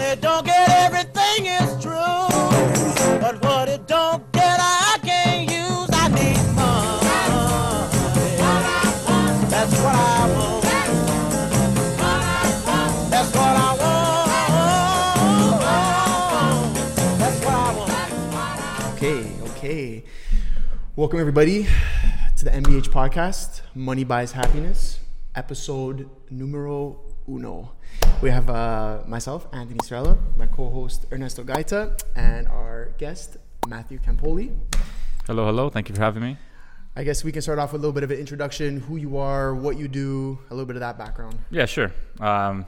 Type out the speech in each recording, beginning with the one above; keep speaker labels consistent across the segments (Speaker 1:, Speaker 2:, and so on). Speaker 1: it don't get, everything is true. But what it don't get, I can't use. I need money. That's what I want. That's what I want. That's what I want.
Speaker 2: Okay, okay. Welcome everybody to the MBH podcast, Money Buys Happiness, episode numero uno. We have uh, myself, Anthony Serella, my co-host Ernesto Gaita, and our guest Matthew Campoli.
Speaker 3: Hello, hello. Thank you for having me.
Speaker 2: I guess we can start off with a little bit of an introduction, who you are, what you do, a little bit of that background.
Speaker 3: Yeah, sure. Um,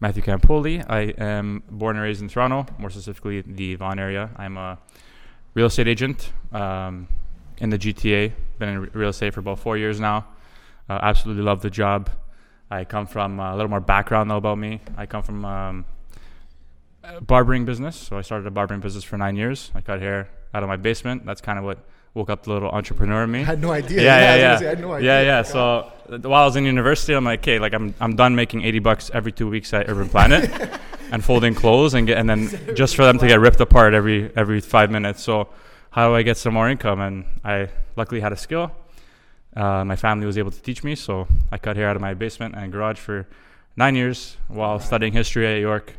Speaker 3: Matthew Campoli. I am born and raised in Toronto, more specifically the Vaughan area. I'm a real estate agent um, in the GTA. Been in re- real estate for about four years now. Uh, absolutely love the job. I come from uh, a little more background though about me. I come from um, a barbering business. So I started a barbering business for nine years. I cut hair out of my basement. That's kind of what woke up the little entrepreneur in me.
Speaker 2: I had no idea.
Speaker 3: yeah, yeah,
Speaker 2: I was
Speaker 3: yeah.
Speaker 2: gonna say, I had no idea.
Speaker 3: Yeah, yeah. So uh, while I was in university, I'm like, okay, like I'm I'm done making 80 bucks every two weeks at Urban Planet and folding clothes and get, and then just for them to get ripped apart every every five minutes. So how do I get some more income? And I luckily had a skill. Uh, my family was able to teach me, so I cut hair out of my basement and garage for nine years while studying history at York.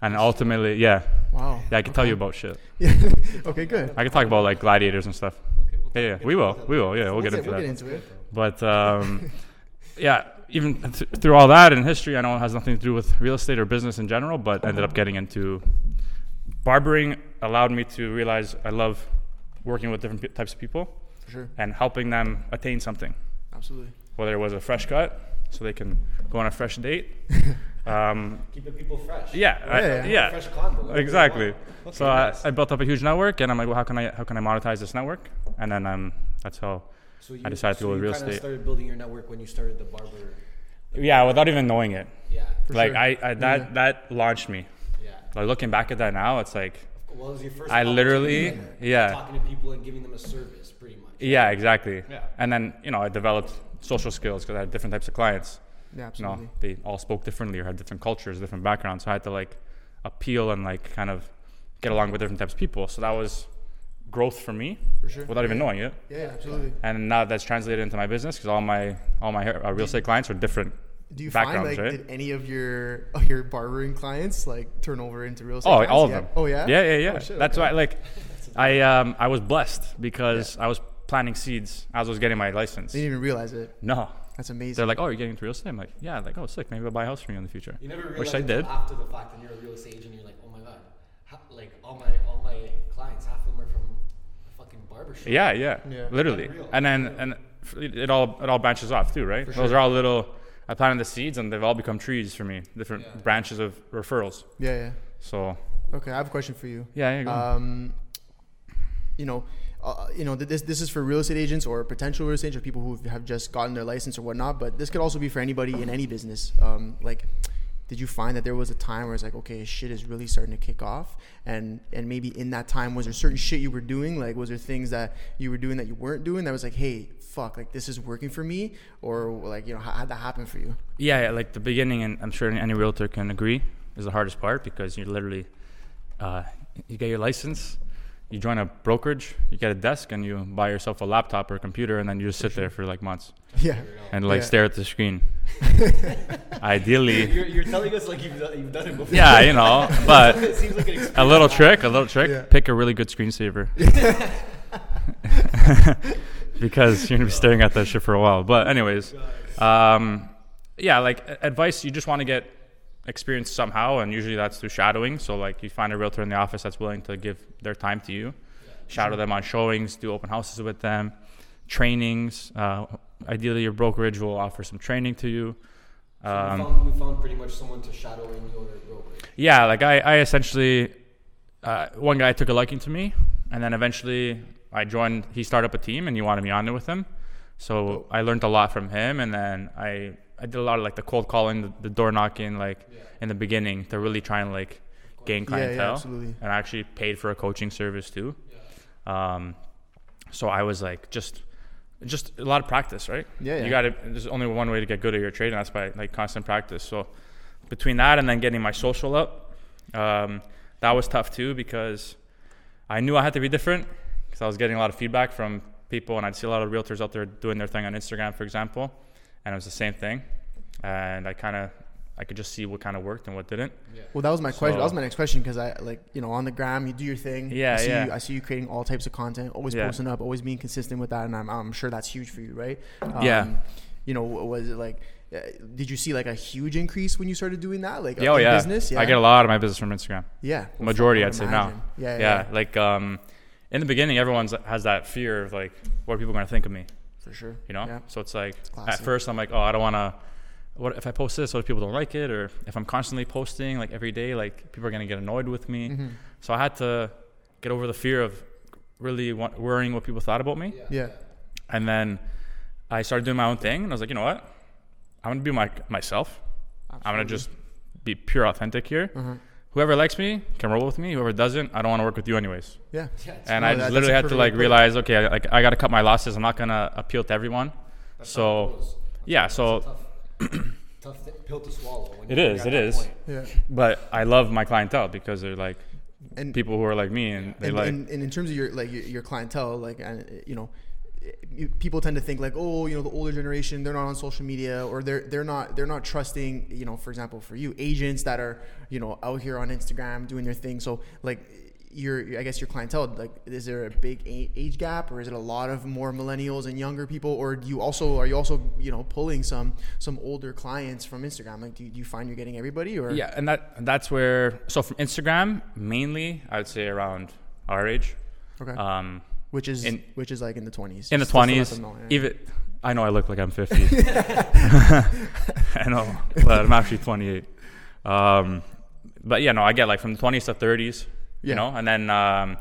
Speaker 3: And ultimately, yeah,
Speaker 2: Wow.
Speaker 3: yeah, I can tell you about shit.
Speaker 2: Yeah. okay, good.
Speaker 3: I can talk about like gladiators and stuff. yeah, yeah, we will, we will, yeah, we'll get
Speaker 2: That's it,
Speaker 3: into
Speaker 2: we'll get into
Speaker 3: that.
Speaker 2: it.
Speaker 3: But um, yeah, even th- through all that in history, I know it has nothing to do with real estate or business in general, but ended up getting into barbering. Allowed me to realize I love working with different pe- types of people
Speaker 2: For sure.
Speaker 3: and helping them attain something,
Speaker 2: Absolutely.
Speaker 3: whether it was a fresh cut, so they can go on a fresh date. Um,
Speaker 4: Keep the people fresh.
Speaker 3: yeah, I-
Speaker 2: Yeah, yeah.
Speaker 3: yeah,
Speaker 4: Fresh condo. like,
Speaker 3: exactly.
Speaker 4: wow.
Speaker 3: So
Speaker 4: Okay,
Speaker 3: I,
Speaker 4: nice.
Speaker 3: I built up a huge network, and I'm like, well, how can I how can I monetize this network? And then um, that's how
Speaker 4: So
Speaker 3: I decided to
Speaker 4: so
Speaker 3: go with
Speaker 4: you
Speaker 3: real
Speaker 4: kinda
Speaker 3: estate.
Speaker 4: started building your network when you started the barber.
Speaker 3: Yeah, without even knowing it.
Speaker 4: Yeah.
Speaker 3: like
Speaker 2: sure.
Speaker 3: I, I that that launched me.
Speaker 4: Yeah.
Speaker 3: Like looking back at that now, it's like
Speaker 4: Well, it was your first.
Speaker 3: I literally,
Speaker 4: opportunity,
Speaker 3: yeah,
Speaker 4: Talking to people and giving them a service, pretty much.
Speaker 3: yeah, exactly.
Speaker 4: Yeah.
Speaker 3: And then you know I developed social skills because I had different types of clients.
Speaker 2: Yeah,
Speaker 3: You know,
Speaker 2: absolutely.
Speaker 3: they all spoke differently or had different cultures, different backgrounds. So I had to like appeal and like kind of get along with different types of people. So that was growth for me,
Speaker 2: For sure.
Speaker 3: without even knowing it.
Speaker 2: Yeah, yeah, absolutely.
Speaker 3: And now that's translated into my business because all my all my uh, real estate clients are different
Speaker 2: Do you find
Speaker 3: backgrounds,
Speaker 2: like
Speaker 3: right?
Speaker 2: did any of your of your barbering clients like turn over into real estate?
Speaker 3: Oh,
Speaker 2: clients?
Speaker 3: all of
Speaker 2: Yeah.
Speaker 3: them.
Speaker 2: Oh yeah.
Speaker 3: Yeah, yeah, yeah.
Speaker 2: Oh, shit,
Speaker 3: That's
Speaker 2: okay.
Speaker 3: why, like, I um, I was blessed because I was planting seeds as I was getting my license.
Speaker 2: They didn't even realize it.
Speaker 3: No,
Speaker 2: That's
Speaker 3: they're
Speaker 2: amazing.
Speaker 3: like, oh, you're getting into real estate. I'm like, yeah, like, oh, sick. Maybe I'll buy a house from you in the future.
Speaker 4: You never realize
Speaker 3: Which I
Speaker 4: until
Speaker 3: did.
Speaker 4: after the fact, and you're a real estate agent, you're like, oh my god, how, like all my all my clients, half of them are from a fucking barber shop.
Speaker 3: Yeah, yeah,
Speaker 2: Yeah.
Speaker 3: literally.
Speaker 4: Unreal.
Speaker 3: And then and f- it all it all branches off too, right? Those
Speaker 2: sure.
Speaker 3: are all little. I planted the seeds, and they've all become trees for me. Different
Speaker 4: Yeah.
Speaker 3: branches of referrals.
Speaker 2: yeah,
Speaker 3: So
Speaker 2: yeah. Okay, I have a question for you.
Speaker 3: yeah, yeah. Go on.
Speaker 2: Um, you know, uh, you know, th- this this is for real estate agents or potential real estate agents or people who have just gotten their license or whatnot. But this could also be for anybody in any business. Um, like, did you find that there was a time where it's like, okay, shit is really starting to kick off, and and maybe in that time was there certain shit you were doing? Like, was there things that you were doing that you weren't doing that was like, hey, fuck, like this is working for me, or like you know, how, how'd that happen for you?
Speaker 3: Yeah, yeah, like the beginning, and I'm sure any realtor can agree, is the hardest part because you literally, uh, you get your license, you join a brokerage, you get a desk, and you buy yourself a laptop or a computer, and then you just sit there for like months
Speaker 2: Yeah.
Speaker 3: and like
Speaker 2: Yeah.
Speaker 3: stare at the screen. Ideally,
Speaker 4: You're, you're telling us like you've done, you've done it before.
Speaker 3: yeah, you know,
Speaker 4: it
Speaker 3: but
Speaker 4: seems like an experience.
Speaker 3: a little trick, a little trick,
Speaker 2: Yeah.
Speaker 3: pick a really good screensaver. because you're gonna be staring at that shit for a while. But anyways, um, yeah, like a- advice, you just want to get experience somehow, and usually that's through shadowing. So like you find a realtor in the office that's willing to give their time to you, shadow them on showings, do open houses with them, trainings. Uh, ideally, your brokerage will offer some training to you.
Speaker 4: We
Speaker 3: Um,
Speaker 4: found, we found pretty much someone to shadow in your brokerage.
Speaker 3: yeah, like I, I essentially, uh, one guy took a liking to me, and then eventually I joined. He started up a team, and he wanted me on there with him. So I learned a lot from him, and then I I did a lot of like the cold calling, the, the door knocking, like in the beginning to really try and like gain
Speaker 2: Yeah, yeah,
Speaker 3: clientele.
Speaker 2: absolutely.
Speaker 3: And I actually paid for a coaching service too. Um, so I was like just just a lot of practice, right?
Speaker 2: Yeah, yeah.
Speaker 3: You got to. There's only one way to get good at your trade, and that's by like constant practice. So between that and then getting my social up, Um, that was tough too because I knew I had to be different because I was getting a lot of feedback from people, and I'd see a lot of realtors out there doing their thing on Instagram, for example, and it was the same thing. And I kind of, I could just see what kind of worked and what didn't.
Speaker 2: Well, that was my question.
Speaker 3: So-
Speaker 2: That was my next question because I like you know on the gram you do your thing.
Speaker 3: Yeah,
Speaker 2: I see
Speaker 3: yeah.
Speaker 2: You, I see you creating all types of content, always
Speaker 3: Yeah.
Speaker 2: posting up, always being consistent with that, and I'm I'm sure that's huge for you, right? Um,
Speaker 3: Yeah.
Speaker 2: You know, wa- was it like? uh, Did you see like a huge increase when you started doing that? Like,
Speaker 3: Yeah, oh
Speaker 2: in
Speaker 3: yeah.
Speaker 2: business, yeah,
Speaker 3: I get a lot of my business from Instagram.
Speaker 2: Yeah, Well,
Speaker 3: Majority,
Speaker 2: fuck, I
Speaker 3: I'd say
Speaker 2: would
Speaker 3: now.
Speaker 2: imagine. Yeah, yeah. yeah,
Speaker 3: Like um, in the beginning, everyone's has that fear of like, what are people gonna think of me?
Speaker 2: for sure.
Speaker 3: You know.
Speaker 2: Yeah.
Speaker 3: So it's like at
Speaker 2: classic.
Speaker 3: first I'm like, oh, I don't wanna. What if I post this? What if people don't like it? Or if I'm constantly posting like every day, like people are gonna get annoyed with me.
Speaker 2: Mm-hmm.
Speaker 3: So I had to get over the fear of really wa- worrying what people thought about me.
Speaker 2: Yeah,
Speaker 3: And then I started doing my own thing, and I was like, you know what? I'm gonna be my myself. I'm gonna just be pure authentic here.
Speaker 2: Uh-huh.
Speaker 3: Whoever likes me can roll with me. Whoever doesn't, I don't want to work with you anyways.
Speaker 2: yeah,
Speaker 3: And
Speaker 2: No,
Speaker 3: I
Speaker 2: that-
Speaker 3: just
Speaker 2: that's
Speaker 3: literally
Speaker 2: a
Speaker 3: had to
Speaker 2: perfect
Speaker 3: like
Speaker 2: way to put it.
Speaker 3: realize, okay, I- like I gotta cut my losses. I'm not gonna appeal to everyone. so, yeah. So
Speaker 4: Tough, tough thi- pill to swallow. When
Speaker 3: It
Speaker 4: you're
Speaker 3: is,
Speaker 4: at
Speaker 3: it
Speaker 4: that
Speaker 3: is.
Speaker 4: point.
Speaker 2: yeah.
Speaker 3: but I love my clientele because they're like
Speaker 2: And
Speaker 3: people who are like me and they
Speaker 2: and,
Speaker 3: like
Speaker 2: and, and in terms of your like your, your clientele like and uh, you know you, people tend to think like oh you know the older generation they're not on social media or they're they're not they're not trusting you know for example for you agents that are you know out here on instagram doing their thing so like your i guess your clientele like is there a big a- age gap or is it a lot of more millennials and younger people or do you also are you also you know pulling some some older clients from instagram like do you, do you find you're getting everybody or
Speaker 3: yeah, and that and that's where. So from Instagram, mainly, I would say around our age.
Speaker 2: okay
Speaker 3: Um,
Speaker 2: which is
Speaker 3: in-
Speaker 2: which is like in the 20s
Speaker 3: in the
Speaker 2: Just to let
Speaker 3: twenties.
Speaker 2: them know, yeah.
Speaker 3: Even I know I look like I'm fifty. I know, but I'm actually twenty eight. Um, but yeah, no, I get like from the twenties to thirties,
Speaker 2: Yeah.
Speaker 3: you know, and then um,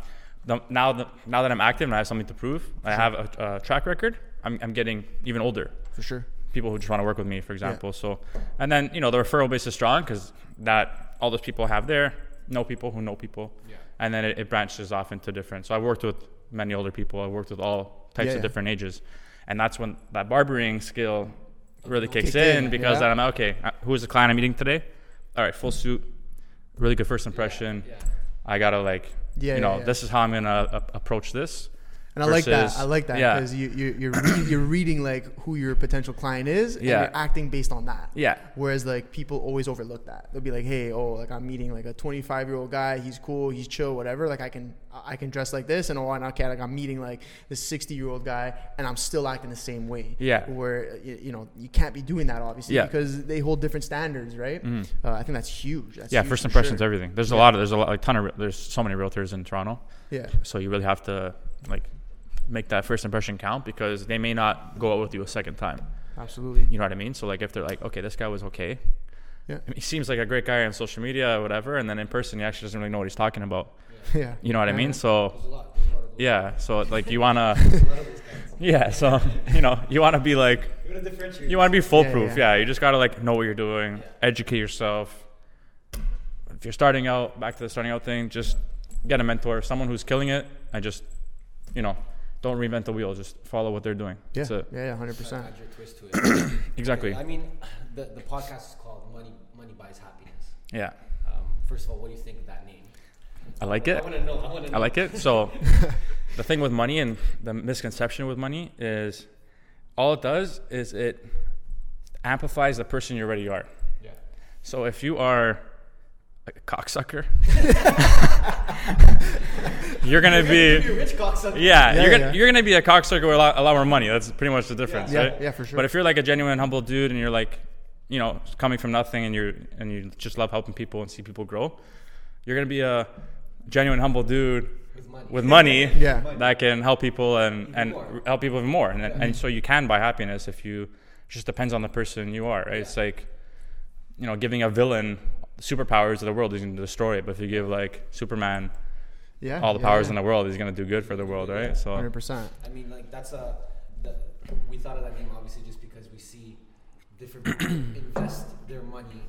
Speaker 3: the, now the, now that I'm active and I have something to prove, I have a, a track record. I'm, I'm getting even older
Speaker 2: for sure
Speaker 3: people who just want to work with me, for example. So, and then you know the referral base is strong because that all those people have there know people who know people,
Speaker 4: Yeah.
Speaker 3: and then it, it branches off into different. So I worked with many older people. I worked with all types
Speaker 2: Yeah,
Speaker 3: of
Speaker 2: yeah.
Speaker 3: different ages, and that's when that barbering skill really kicks
Speaker 2: Kicked
Speaker 3: in,
Speaker 2: in,
Speaker 3: because
Speaker 2: yeah.
Speaker 3: then I'm like, okay. uh, Who is the client I'm meeting today? All right,
Speaker 2: Mm.
Speaker 3: full suit, really good first impression.
Speaker 4: yeah.
Speaker 3: I gotta like,
Speaker 2: Yeah,
Speaker 3: you
Speaker 2: yeah,
Speaker 3: know,
Speaker 2: yeah.
Speaker 3: this is how I'm gonna uh, approach this.
Speaker 2: And I like that.
Speaker 3: versus-
Speaker 2: I like that
Speaker 3: Yeah.
Speaker 2: because you, you you're re- you're reading like who your potential client is, and
Speaker 3: Yeah.
Speaker 2: you're acting based on that.
Speaker 3: Yeah.
Speaker 2: Whereas like people always overlook that. They'll be like, "Hey, oh, like I'm meeting like a 25 year old guy. He's cool. He's chill. Whatever. Like I can I can dress like this, and oh, and okay, like I'm meeting like this 60 year old guy, and I'm still acting the same way.
Speaker 3: Yeah.
Speaker 2: Where y- you know you can't be doing that obviously
Speaker 3: Yeah. Mm-hmm.
Speaker 2: because they hold different standards, right? Uh, I think that's huge. That's
Speaker 3: yeah,
Speaker 2: huge
Speaker 3: first
Speaker 2: for
Speaker 3: impressions,
Speaker 2: sure.
Speaker 3: everything. There's a lot of there's a lot, like ton of re- there's so many realtors in Toronto.
Speaker 2: Yeah.
Speaker 3: so you really have to like make that first impression count because they may not go out with you a second time
Speaker 2: Absolutely.
Speaker 3: you know what i mean so like if they're like okay this guy was okay
Speaker 2: Yeah.
Speaker 3: I mean, he seems like a great guy on social media or whatever and then in person he actually doesn't really know what he's talking about
Speaker 2: Yeah.
Speaker 3: you know what i mean so
Speaker 4: There's a lot. There's a lot of those-
Speaker 3: yeah so like you want to
Speaker 4: there's a lot of those guys.
Speaker 3: yeah so you know you want to be like
Speaker 4: You gotta differentiate.
Speaker 3: you want to be foolproof
Speaker 2: yeah.
Speaker 3: yeah, you just got to like know what you're doing educate yourself if you're starting out back to the starting out thing just get a mentor someone who's killing it and just you know don't reinvent the wheel just follow what they're doing
Speaker 2: Yeah.
Speaker 3: That's it.
Speaker 2: Yeah. Yeah. Hundred percent.
Speaker 4: Add your twist to it.
Speaker 3: exactly
Speaker 4: I mean, the, the podcast is called Money Money Buys Happiness.
Speaker 3: yeah
Speaker 4: Um, first of all, what do you think of that name?
Speaker 3: i like
Speaker 4: I
Speaker 3: it
Speaker 4: want to know. I want to know.
Speaker 3: i like it so the thing with money and the misconception with money is all it does is it amplifies the person you already are
Speaker 4: Yeah.
Speaker 3: So if you are a cocksucker, you're gonna
Speaker 4: You're
Speaker 3: be
Speaker 4: rich cocksucker.
Speaker 3: yeah,
Speaker 2: Yeah,
Speaker 3: you're gonna
Speaker 2: yeah.
Speaker 3: you're gonna be a cocksucker with a lot, a lot more money. That's pretty much the difference,
Speaker 2: Yeah.
Speaker 3: right?
Speaker 2: Yeah, for sure.
Speaker 3: But if you're like a genuine humble dude and you're like, you know, coming from nothing and you and you just love helping people and see people grow, you're gonna be a genuine humble dude
Speaker 4: With money.
Speaker 3: with money
Speaker 2: Yeah.
Speaker 3: that can help people and and
Speaker 4: more.
Speaker 3: help people even more. And and so you can buy happiness if you just depends on the person you are. Right? It's like you know, giving a villain superpowers of the world, he's going to destroy it. But if you give like Superman
Speaker 2: Yeah.
Speaker 3: all the
Speaker 2: yeah,
Speaker 3: powers
Speaker 2: yeah.
Speaker 3: in the world, he's going to do good for the world, right? So
Speaker 2: Hundred percent.
Speaker 4: I mean, like that's a. The, we thought of that name obviously just because we see different people invest their money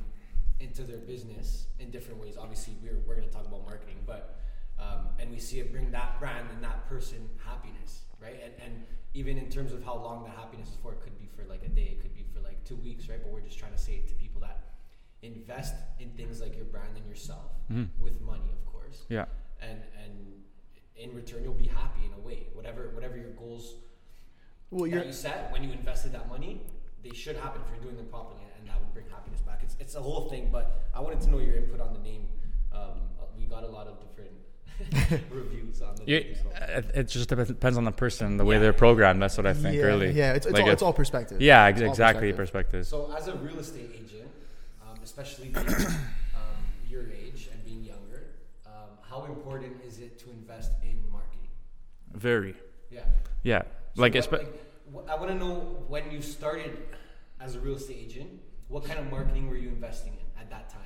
Speaker 4: into their business in different ways. Obviously, we're we're gonna talk about marketing, but um, and we see it bring that brand and that person happiness, right? And and even in terms of how long that happiness is for, it could be for like a day, it could be for like two weeks, right? But we're just trying to say it to people that invest in things like your brand and yourself with money, of course.
Speaker 3: Yeah.
Speaker 4: And and in return, you'll be happy in a way. Whatever whatever your goals
Speaker 2: Well, you're
Speaker 4: that you set when you invested that money, they should happen if you're doing them properly, and that would bring happiness back. It's it's a whole thing, but I wanted to know your input on the name. Um, uh, we got a lot of different reviews on the
Speaker 3: Yeah,
Speaker 4: name. So.
Speaker 3: it it just dep- depends on the person, the way
Speaker 4: Yeah.
Speaker 3: they're programmed. That's what I think.
Speaker 2: yeah,
Speaker 3: really,
Speaker 2: yeah. It's, it's,
Speaker 3: Like
Speaker 2: all,
Speaker 3: if-
Speaker 2: it's all perspective.
Speaker 3: Yeah,
Speaker 2: It's
Speaker 3: ex-
Speaker 2: all
Speaker 3: exactly. Perspective.
Speaker 4: So, as a real estate agent, um, especially being, um, your age and being younger, um, how important is it to invest in marketing?
Speaker 3: Very.
Speaker 4: Yeah.
Speaker 3: Yeah.
Speaker 4: So
Speaker 3: like,
Speaker 4: what-
Speaker 3: espe-
Speaker 4: like, wh- I want to know when you started as a real estate agent, what kind of marketing were you investing in at that time?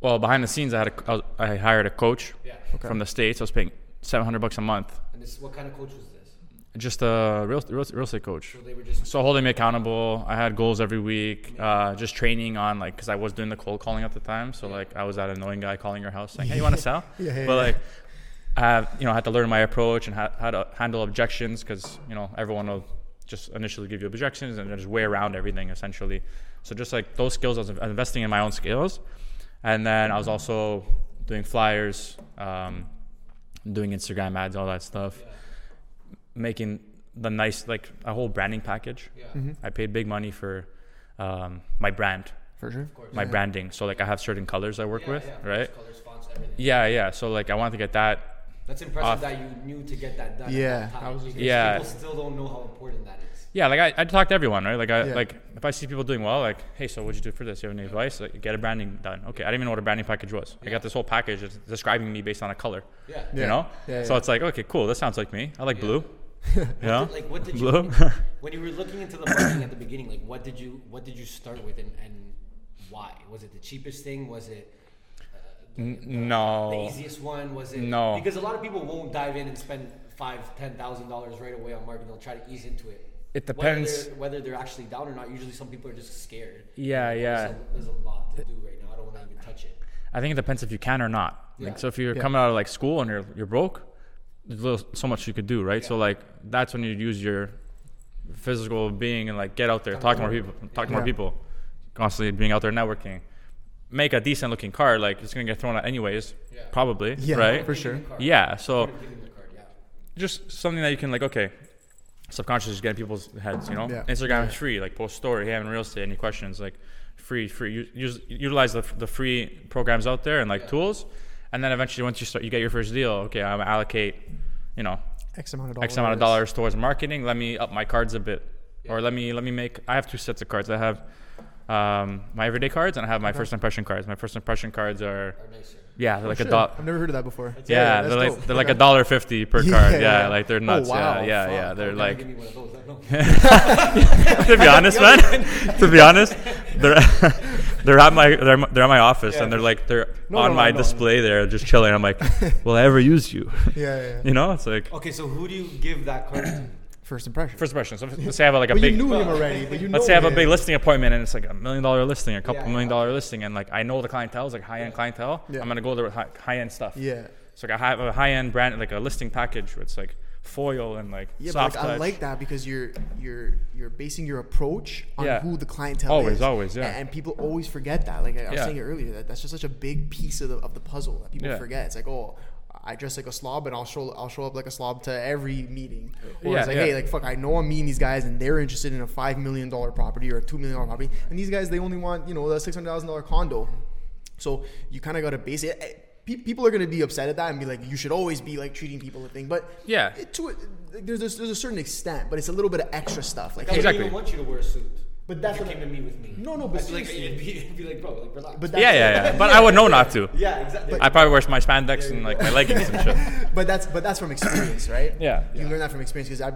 Speaker 3: well, behind the scenes, I had a, I was- I hired a coach
Speaker 4: Yeah.
Speaker 3: from the states. I was paying seven hundred bucks a month,
Speaker 4: And this, what kind of coach was this?
Speaker 3: just a real real, real estate coach.
Speaker 4: So they were just
Speaker 3: So holding me accountable. I had goals every week. Uh, just training on like because I was doing the cold calling at the time. So like I was that annoying guy calling your house saying, "Hey, you want to sell?"
Speaker 2: Yeah, yeah,
Speaker 3: but
Speaker 2: yeah.
Speaker 3: like I have, you know I had to learn my approach and how, how to handle objections because you know everyone will just initially give you objections and there's way around everything essentially. So just like those skills, I was investing in my own skills, and then I was also doing flyers, um, doing Instagram ads, all that stuff, making the nice like a whole branding package.
Speaker 4: yeah.
Speaker 2: Mm-hmm.
Speaker 3: I paid big money for um, my brand,
Speaker 2: For sure.
Speaker 3: my branding. So like I have certain colors I work
Speaker 4: yeah,
Speaker 3: with,
Speaker 4: yeah,
Speaker 3: right?
Speaker 4: Colors, fonts, everything.
Speaker 3: Yeah, yeah. So like I wanted to get that.
Speaker 4: That's impressive
Speaker 3: Off.
Speaker 4: that you knew to get that done.
Speaker 2: Yeah,
Speaker 4: At that time,
Speaker 2: I was just-
Speaker 4: because
Speaker 3: Yeah.
Speaker 4: People still don't know how important that is.
Speaker 3: Yeah, like I, I talk to everyone, right? Like I
Speaker 2: Yeah.
Speaker 3: like if I see people doing well, like hey, so what'd you do for this? You have any advice? Like get a branding done. Okay, I didn't even know what a branding package was. I got this whole package that's describing me based on a color.
Speaker 4: Yeah.
Speaker 3: You
Speaker 2: Yeah.
Speaker 3: know?
Speaker 2: Yeah,
Speaker 3: so
Speaker 2: yeah.
Speaker 3: it's like okay, cool. That sounds like me. I like blue. you know?
Speaker 4: Like what did you
Speaker 3: blue?
Speaker 4: when you were looking into the marketing at the beginning, like what did you what did you start with and, and why? Was it the cheapest thing? Was it
Speaker 3: N-
Speaker 4: the
Speaker 3: no.
Speaker 4: easiest one? Was it
Speaker 3: Oh. No.
Speaker 4: because a lot of people won't dive in and spend five, ten thousand dollars right away on marketing, they'll try to ease into it.
Speaker 3: It
Speaker 4: Whether
Speaker 3: depends.
Speaker 4: they're, whether they're actually down or not, usually some people are just scared.
Speaker 3: Yeah, yeah.
Speaker 4: There's a, there's a lot to do right now. I don't want to even touch it.
Speaker 3: I think it depends if you can or not.
Speaker 4: Yeah.
Speaker 3: Like, so if you're coming out of like school and you're you're broke, there's little, so much you could do, right? So like that's when you use your physical being and like get out there, talk to more people, talk to more
Speaker 2: Yeah.
Speaker 3: people, constantly being out there networking, make a decent looking card. Like it's gonna get thrown out anyways,
Speaker 4: Yeah.
Speaker 3: probably,
Speaker 2: Yeah,
Speaker 3: right?
Speaker 2: for sure.
Speaker 4: Card.
Speaker 3: Yeah. So
Speaker 4: Giving the card, yeah.
Speaker 3: just something that you can like okay subconscious is getting people's heads you know
Speaker 2: Yeah.
Speaker 3: instagram is free like post story hey i'm in real estate any questions like free free u- use utilize the, the free programs out there and like tools and then eventually once you start you get your first deal okay i'm gonna allocate you know
Speaker 2: X amount of dollars.
Speaker 3: x amount of dollars towards marketing let me up my cards a bit or
Speaker 4: Yeah.
Speaker 3: let me let me make i have two sets of cards i have um, my everyday cards and i have my first impression cards my first impression cards are
Speaker 4: Or nicer.
Speaker 3: yeah they're like
Speaker 2: Sure.
Speaker 3: a dot
Speaker 2: I've never heard of that before.
Speaker 3: yeah,
Speaker 2: that's
Speaker 3: they're
Speaker 2: dope.
Speaker 3: like they're like a
Speaker 2: Okay.
Speaker 3: dollar fifty per
Speaker 2: Yeah,
Speaker 3: card.
Speaker 2: yeah.
Speaker 3: Yeah, like they're
Speaker 2: Oh,
Speaker 3: nuts.
Speaker 2: wow,
Speaker 3: Yeah, yeah,
Speaker 2: fuck.
Speaker 3: yeah. They're
Speaker 4: Never
Speaker 3: like
Speaker 4: give me one of those, I know.
Speaker 3: to be honest, man. to be honest, they're they're at my they're, at my- they're at my office and they're like they're
Speaker 2: No,
Speaker 3: on
Speaker 2: no,
Speaker 3: my
Speaker 2: no, no.
Speaker 3: display there, just chilling. I'm like, will I ever use you?
Speaker 2: Yeah, yeah, yeah.
Speaker 3: you know, it's like
Speaker 4: Okay, so who do you give that card to?
Speaker 2: First impression.
Speaker 3: first impression. So let's say I have like a
Speaker 2: but
Speaker 3: big.
Speaker 2: you knew him already. But you
Speaker 3: Let's
Speaker 2: know
Speaker 3: say I have a
Speaker 2: him.
Speaker 3: big listing appointment and it's like a million dollar listing, a couple
Speaker 4: Yeah,
Speaker 3: million
Speaker 4: yeah.
Speaker 3: dollar listing, and like I know the clientele is like high end clientele.
Speaker 2: Yeah.
Speaker 3: I'm gonna go there with high, high end stuff.
Speaker 2: Yeah.
Speaker 3: So like I have a high end brand, like a listing package where it's like foil and like
Speaker 2: Yeah,
Speaker 3: soft
Speaker 2: but like, I
Speaker 3: touch.
Speaker 2: like that because you're you're you're basing your approach on
Speaker 3: Yeah.
Speaker 2: who the clientele
Speaker 3: Always,
Speaker 2: is.
Speaker 3: always, yeah.
Speaker 2: And, and people always forget that. Like I, I was
Speaker 3: Yeah.
Speaker 2: saying it earlier, that that's just such a big piece of the of the puzzle that people
Speaker 3: Yeah.
Speaker 2: forget. It's like, oh, I dress like a slob, and I'll show I'll show up like a slob to every meeting. Or
Speaker 3: Uh, Yeah,
Speaker 2: it's like,
Speaker 3: yeah.
Speaker 2: hey, like fuck, I know I'm meeting these guys, and they're interested in a five million dollar property or a two million dollar property, and these guys they only want you know a six hundred thousand dollar condo. So you kind of got to base it. eh, pe- People are gonna be upset at that and be like, "You should always be like treating people a thing." But
Speaker 3: Yeah.
Speaker 2: it- to a, there's, there's there's a certain extent, but it's a little bit of extra stuff. Like,
Speaker 4: I
Speaker 2: hey,
Speaker 3: Exactly.
Speaker 4: don't even want you to wear a suit.
Speaker 2: But that's
Speaker 4: if you
Speaker 2: what
Speaker 4: came to meet with me.
Speaker 2: No, no, but
Speaker 4: I'd be like,
Speaker 2: seriously.
Speaker 4: it'd be, it'd be like, bro, like relax.
Speaker 2: But that-
Speaker 3: Yeah, yeah, yeah. But I would know not to.
Speaker 4: yeah, exactly.
Speaker 3: I probably wear my spandex and like my leggings and shit.
Speaker 2: but that's but that's from experience, right?
Speaker 3: Yeah.
Speaker 2: you learn that from experience because I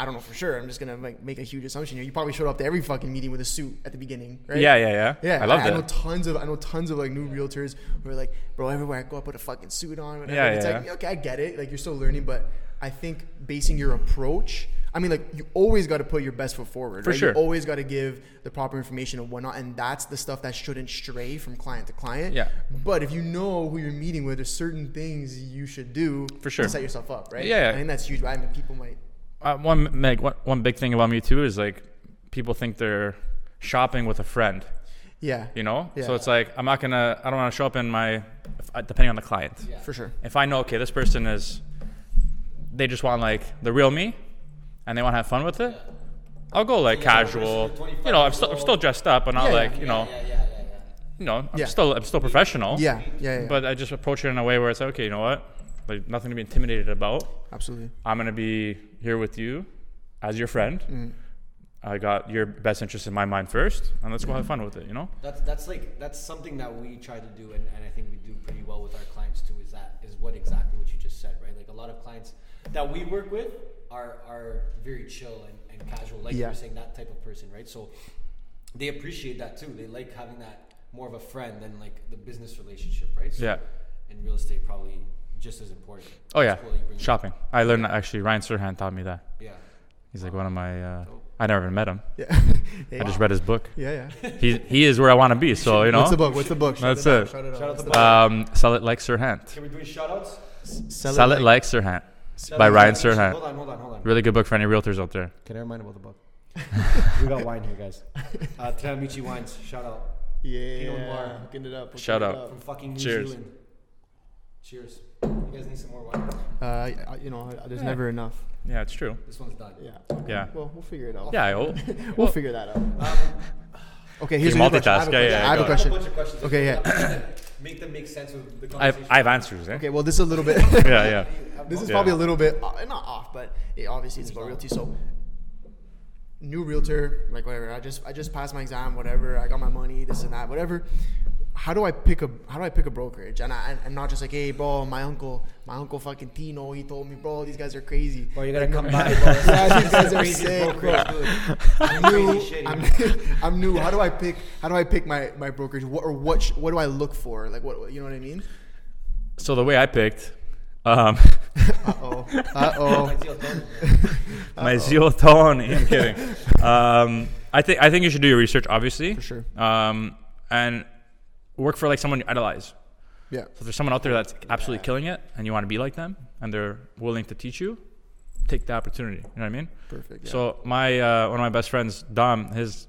Speaker 2: I don't know for sure. I'm just gonna like make a huge assumption here. You probably showed up to every fucking meeting with a suit at the beginning, right?
Speaker 3: Yeah, yeah, yeah.
Speaker 2: Yeah,
Speaker 3: I love
Speaker 2: I, know
Speaker 3: that.
Speaker 2: tons of I know tons of like new realtors who are like, bro, everywhere I go, I put a fucking suit on. Whatever.
Speaker 3: Yeah,
Speaker 2: And it's
Speaker 3: yeah,
Speaker 2: like,
Speaker 3: yeah.
Speaker 2: okay, I get it. Like you're still learning, but I think basing your approach, I mean, like you always got to put your best foot forward.
Speaker 3: For
Speaker 2: right?
Speaker 3: sure.
Speaker 2: you always got to give the proper information and whatnot, and that's the stuff that shouldn't stray from client to client.
Speaker 3: Yeah.
Speaker 2: But if you know who you're meeting with, there's certain things you should do
Speaker 3: For sure.
Speaker 2: to set yourself up, right?
Speaker 3: Yeah, yeah.
Speaker 2: I think that's huge. But I mean, people might.
Speaker 3: Uh, one Meg, one, one big thing about me too is like people think they're shopping with a friend,
Speaker 2: Yeah.
Speaker 3: you know.
Speaker 2: Yeah.
Speaker 3: So it's like I'm not gonna, I don't want to show up in my uh, depending on the client.
Speaker 4: Yeah.
Speaker 2: for sure.
Speaker 3: If I know, okay, this person is, they just want like the real me, and they want to have fun with it, I'll go like
Speaker 4: Yeah, the person,
Speaker 3: casual.
Speaker 4: the 25
Speaker 3: You know, I'm
Speaker 4: years
Speaker 3: still I'm
Speaker 4: old.
Speaker 3: still dressed up, and not
Speaker 2: Yeah,
Speaker 3: like
Speaker 2: yeah.
Speaker 3: you know,
Speaker 4: Yeah, yeah, yeah, yeah.
Speaker 3: you know, I'm
Speaker 2: Yeah.
Speaker 3: still I'm still professional.
Speaker 2: Yeah, yeah, yeah.
Speaker 3: But I just approach it in a way where it's like, okay, you know what, like nothing to be intimidated about.
Speaker 2: absolutely.
Speaker 3: I'm gonna be here with you as your friend. I got your best interest in my mind first, and let's go have fun with it. You know.
Speaker 4: That's that's like that's something that we try to do, and, and I think we do pretty well with our clients too. Is that is what exactly what you just said, right? Like a lot of clients that we work with are are very chill and, and casual, like
Speaker 2: Yeah.
Speaker 4: you're saying, that type of person, right? So they appreciate that too. They like having that more of a friend than like the business relationship, right? So
Speaker 3: Yeah.
Speaker 4: In real estate, probably just as important.
Speaker 3: Oh
Speaker 4: It's
Speaker 3: yeah,
Speaker 4: cool that you bring that-
Speaker 3: shopping. I learned that actually. Ryan Serhan taught me that.
Speaker 4: Yeah.
Speaker 3: He's like one of my. Uh, I never even met him.
Speaker 2: Yeah.
Speaker 3: I just read his book.
Speaker 2: yeah, yeah.
Speaker 3: He he is where I want to be. So you know.
Speaker 2: What's the book? What's the book? Shout
Speaker 3: That's
Speaker 2: out,
Speaker 3: it.
Speaker 2: Shout it out.
Speaker 4: Shout out
Speaker 2: What's
Speaker 4: the
Speaker 2: the
Speaker 4: book.
Speaker 3: Um, sell it like Serhant.
Speaker 4: Can we do shout outs?
Speaker 2: Sell,
Speaker 3: Sell it like Serhant by Ryan
Speaker 4: Hold
Speaker 3: Serhant.
Speaker 4: on, hold on, hold on.
Speaker 3: Really good book for any realtors out there.
Speaker 4: Can I remind about the book? we got wine here, guys. Uh, Tiramichi Wines, shout out Pinot
Speaker 2: Yeah.
Speaker 4: Noir.
Speaker 2: Hooking it up. hooking
Speaker 3: Shout
Speaker 2: it
Speaker 3: out.
Speaker 4: from fucking New
Speaker 3: Cheers.
Speaker 4: Zealand. Cheers. You guys need some more wine.
Speaker 2: Uh, I- I- you know, I- there's never enough.
Speaker 3: Yeah, it's true.
Speaker 4: This one's done.
Speaker 2: Yeah.
Speaker 3: Yeah.
Speaker 2: Well, we'll figure it out.
Speaker 3: Yeah, I hope.
Speaker 2: We'll figure that out. Okay, here's a
Speaker 3: You
Speaker 2: good question. I have
Speaker 3: multitask,
Speaker 2: a question.
Speaker 3: yeah,
Speaker 2: I have a
Speaker 3: yeah, go
Speaker 4: I have a
Speaker 2: question.
Speaker 4: bunch of questions.
Speaker 2: Okay,
Speaker 4: Make them make sense of the
Speaker 3: I have,
Speaker 4: conversation.
Speaker 3: I have answers. Eh?
Speaker 2: Okay, well, this is a little bit.
Speaker 3: Yeah, yeah.
Speaker 2: This is
Speaker 3: Yeah.
Speaker 2: probably a little bit uh, not off, but eh, obviously it's about realty. So, new realtor, like whatever. I just I just passed my exam, whatever. I got my money, this and that, whatever. How do I pick a How do I pick a brokerage? And I, I'm not just like, hey, bro, my uncle, my uncle fucking Tino, he told me, bro, these guys are crazy.
Speaker 4: Bro, you gotta come by.
Speaker 2: Yeah, these guys are sick, bro. I'm new.
Speaker 4: Crazy shit,
Speaker 2: I'm, I'm new. How do I pick? How do I pick my, my brokerage? What or what? Sh- what do I look for? Like what? You know what I mean?
Speaker 3: So the way I picked, um,
Speaker 2: Uh oh. Uh oh.
Speaker 3: my zeal Tony. I'm kidding. Um, I think I think you should do your research, obviously. For
Speaker 2: sure.
Speaker 3: Um, and work for like someone you idolize.
Speaker 2: Yeah.
Speaker 3: So if there's someone out there that's absolutely killing it and you want to be like them and they're willing to teach you, take the opportunity. You know what I mean?
Speaker 2: Perfect. yeah.
Speaker 3: So my uh, one of my best friends, Dom, his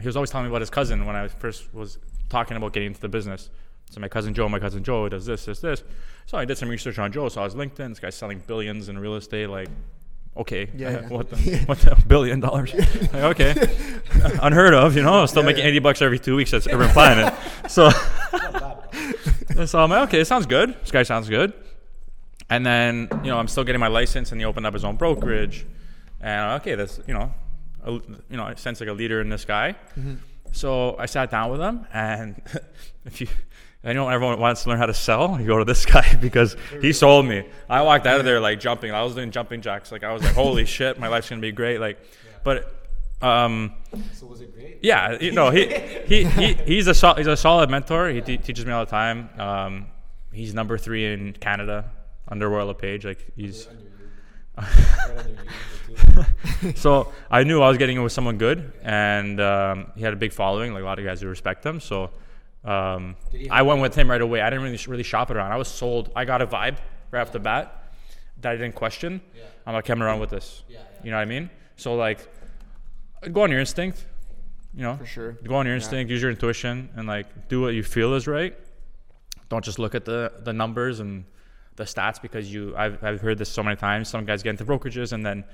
Speaker 3: he was always telling me about his cousin when I first was talking about getting into the business. So my cousin Joe, my cousin Joe does this, this, this. So I did some research on Joe. So I was LinkedIn. This guy's selling billions in real estate. Like, okay,
Speaker 2: Yeah, yeah.
Speaker 3: what the what the billion dollars? Like, okay, unheard of. You know, still making
Speaker 2: yeah.
Speaker 3: eighty bucks every two weeks. That's every planet. So. And so I'm like, okay, it sounds good. This guy sounds good. And then, you know, I'm still getting my license and he opened up his own brokerage. And okay, that's, you know, a, you know, I sense like a leader in this guy. So I sat down with him and if you, I know everyone wants to learn how to sell. You go to this guy because he sold me. I walked out of there like jumping. I was doing jumping jacks. Like I was like, holy shit, my life's gonna be great. Like, but, um,
Speaker 4: So was it great?
Speaker 3: yeah, you know, he, he, he he's a sol- he's a solid mentor. He te- teaches me all the time. Um, he's number three in Canada under Royal LePage. Like he's
Speaker 4: Under you. Right under you, number two.
Speaker 3: so I knew I was getting in with someone good, and um, he had a big following. Like a lot of guys who respect him. So um,
Speaker 4: Did he
Speaker 3: I went with him right away. I didn't really really shop it around. I was sold. I got a vibe right off the bat that I didn't question.
Speaker 4: Yeah.
Speaker 3: I'm like, coming around with this.
Speaker 4: Yeah, yeah.
Speaker 3: You know what I mean? So like, go on your instinct. You know,
Speaker 2: For sure.
Speaker 3: Go on your instinct, use your intuition, and like do what you feel is right. Don't just look at the the numbers and the stats because you. I've I've heard this so many times. Some guys get into brokerages and then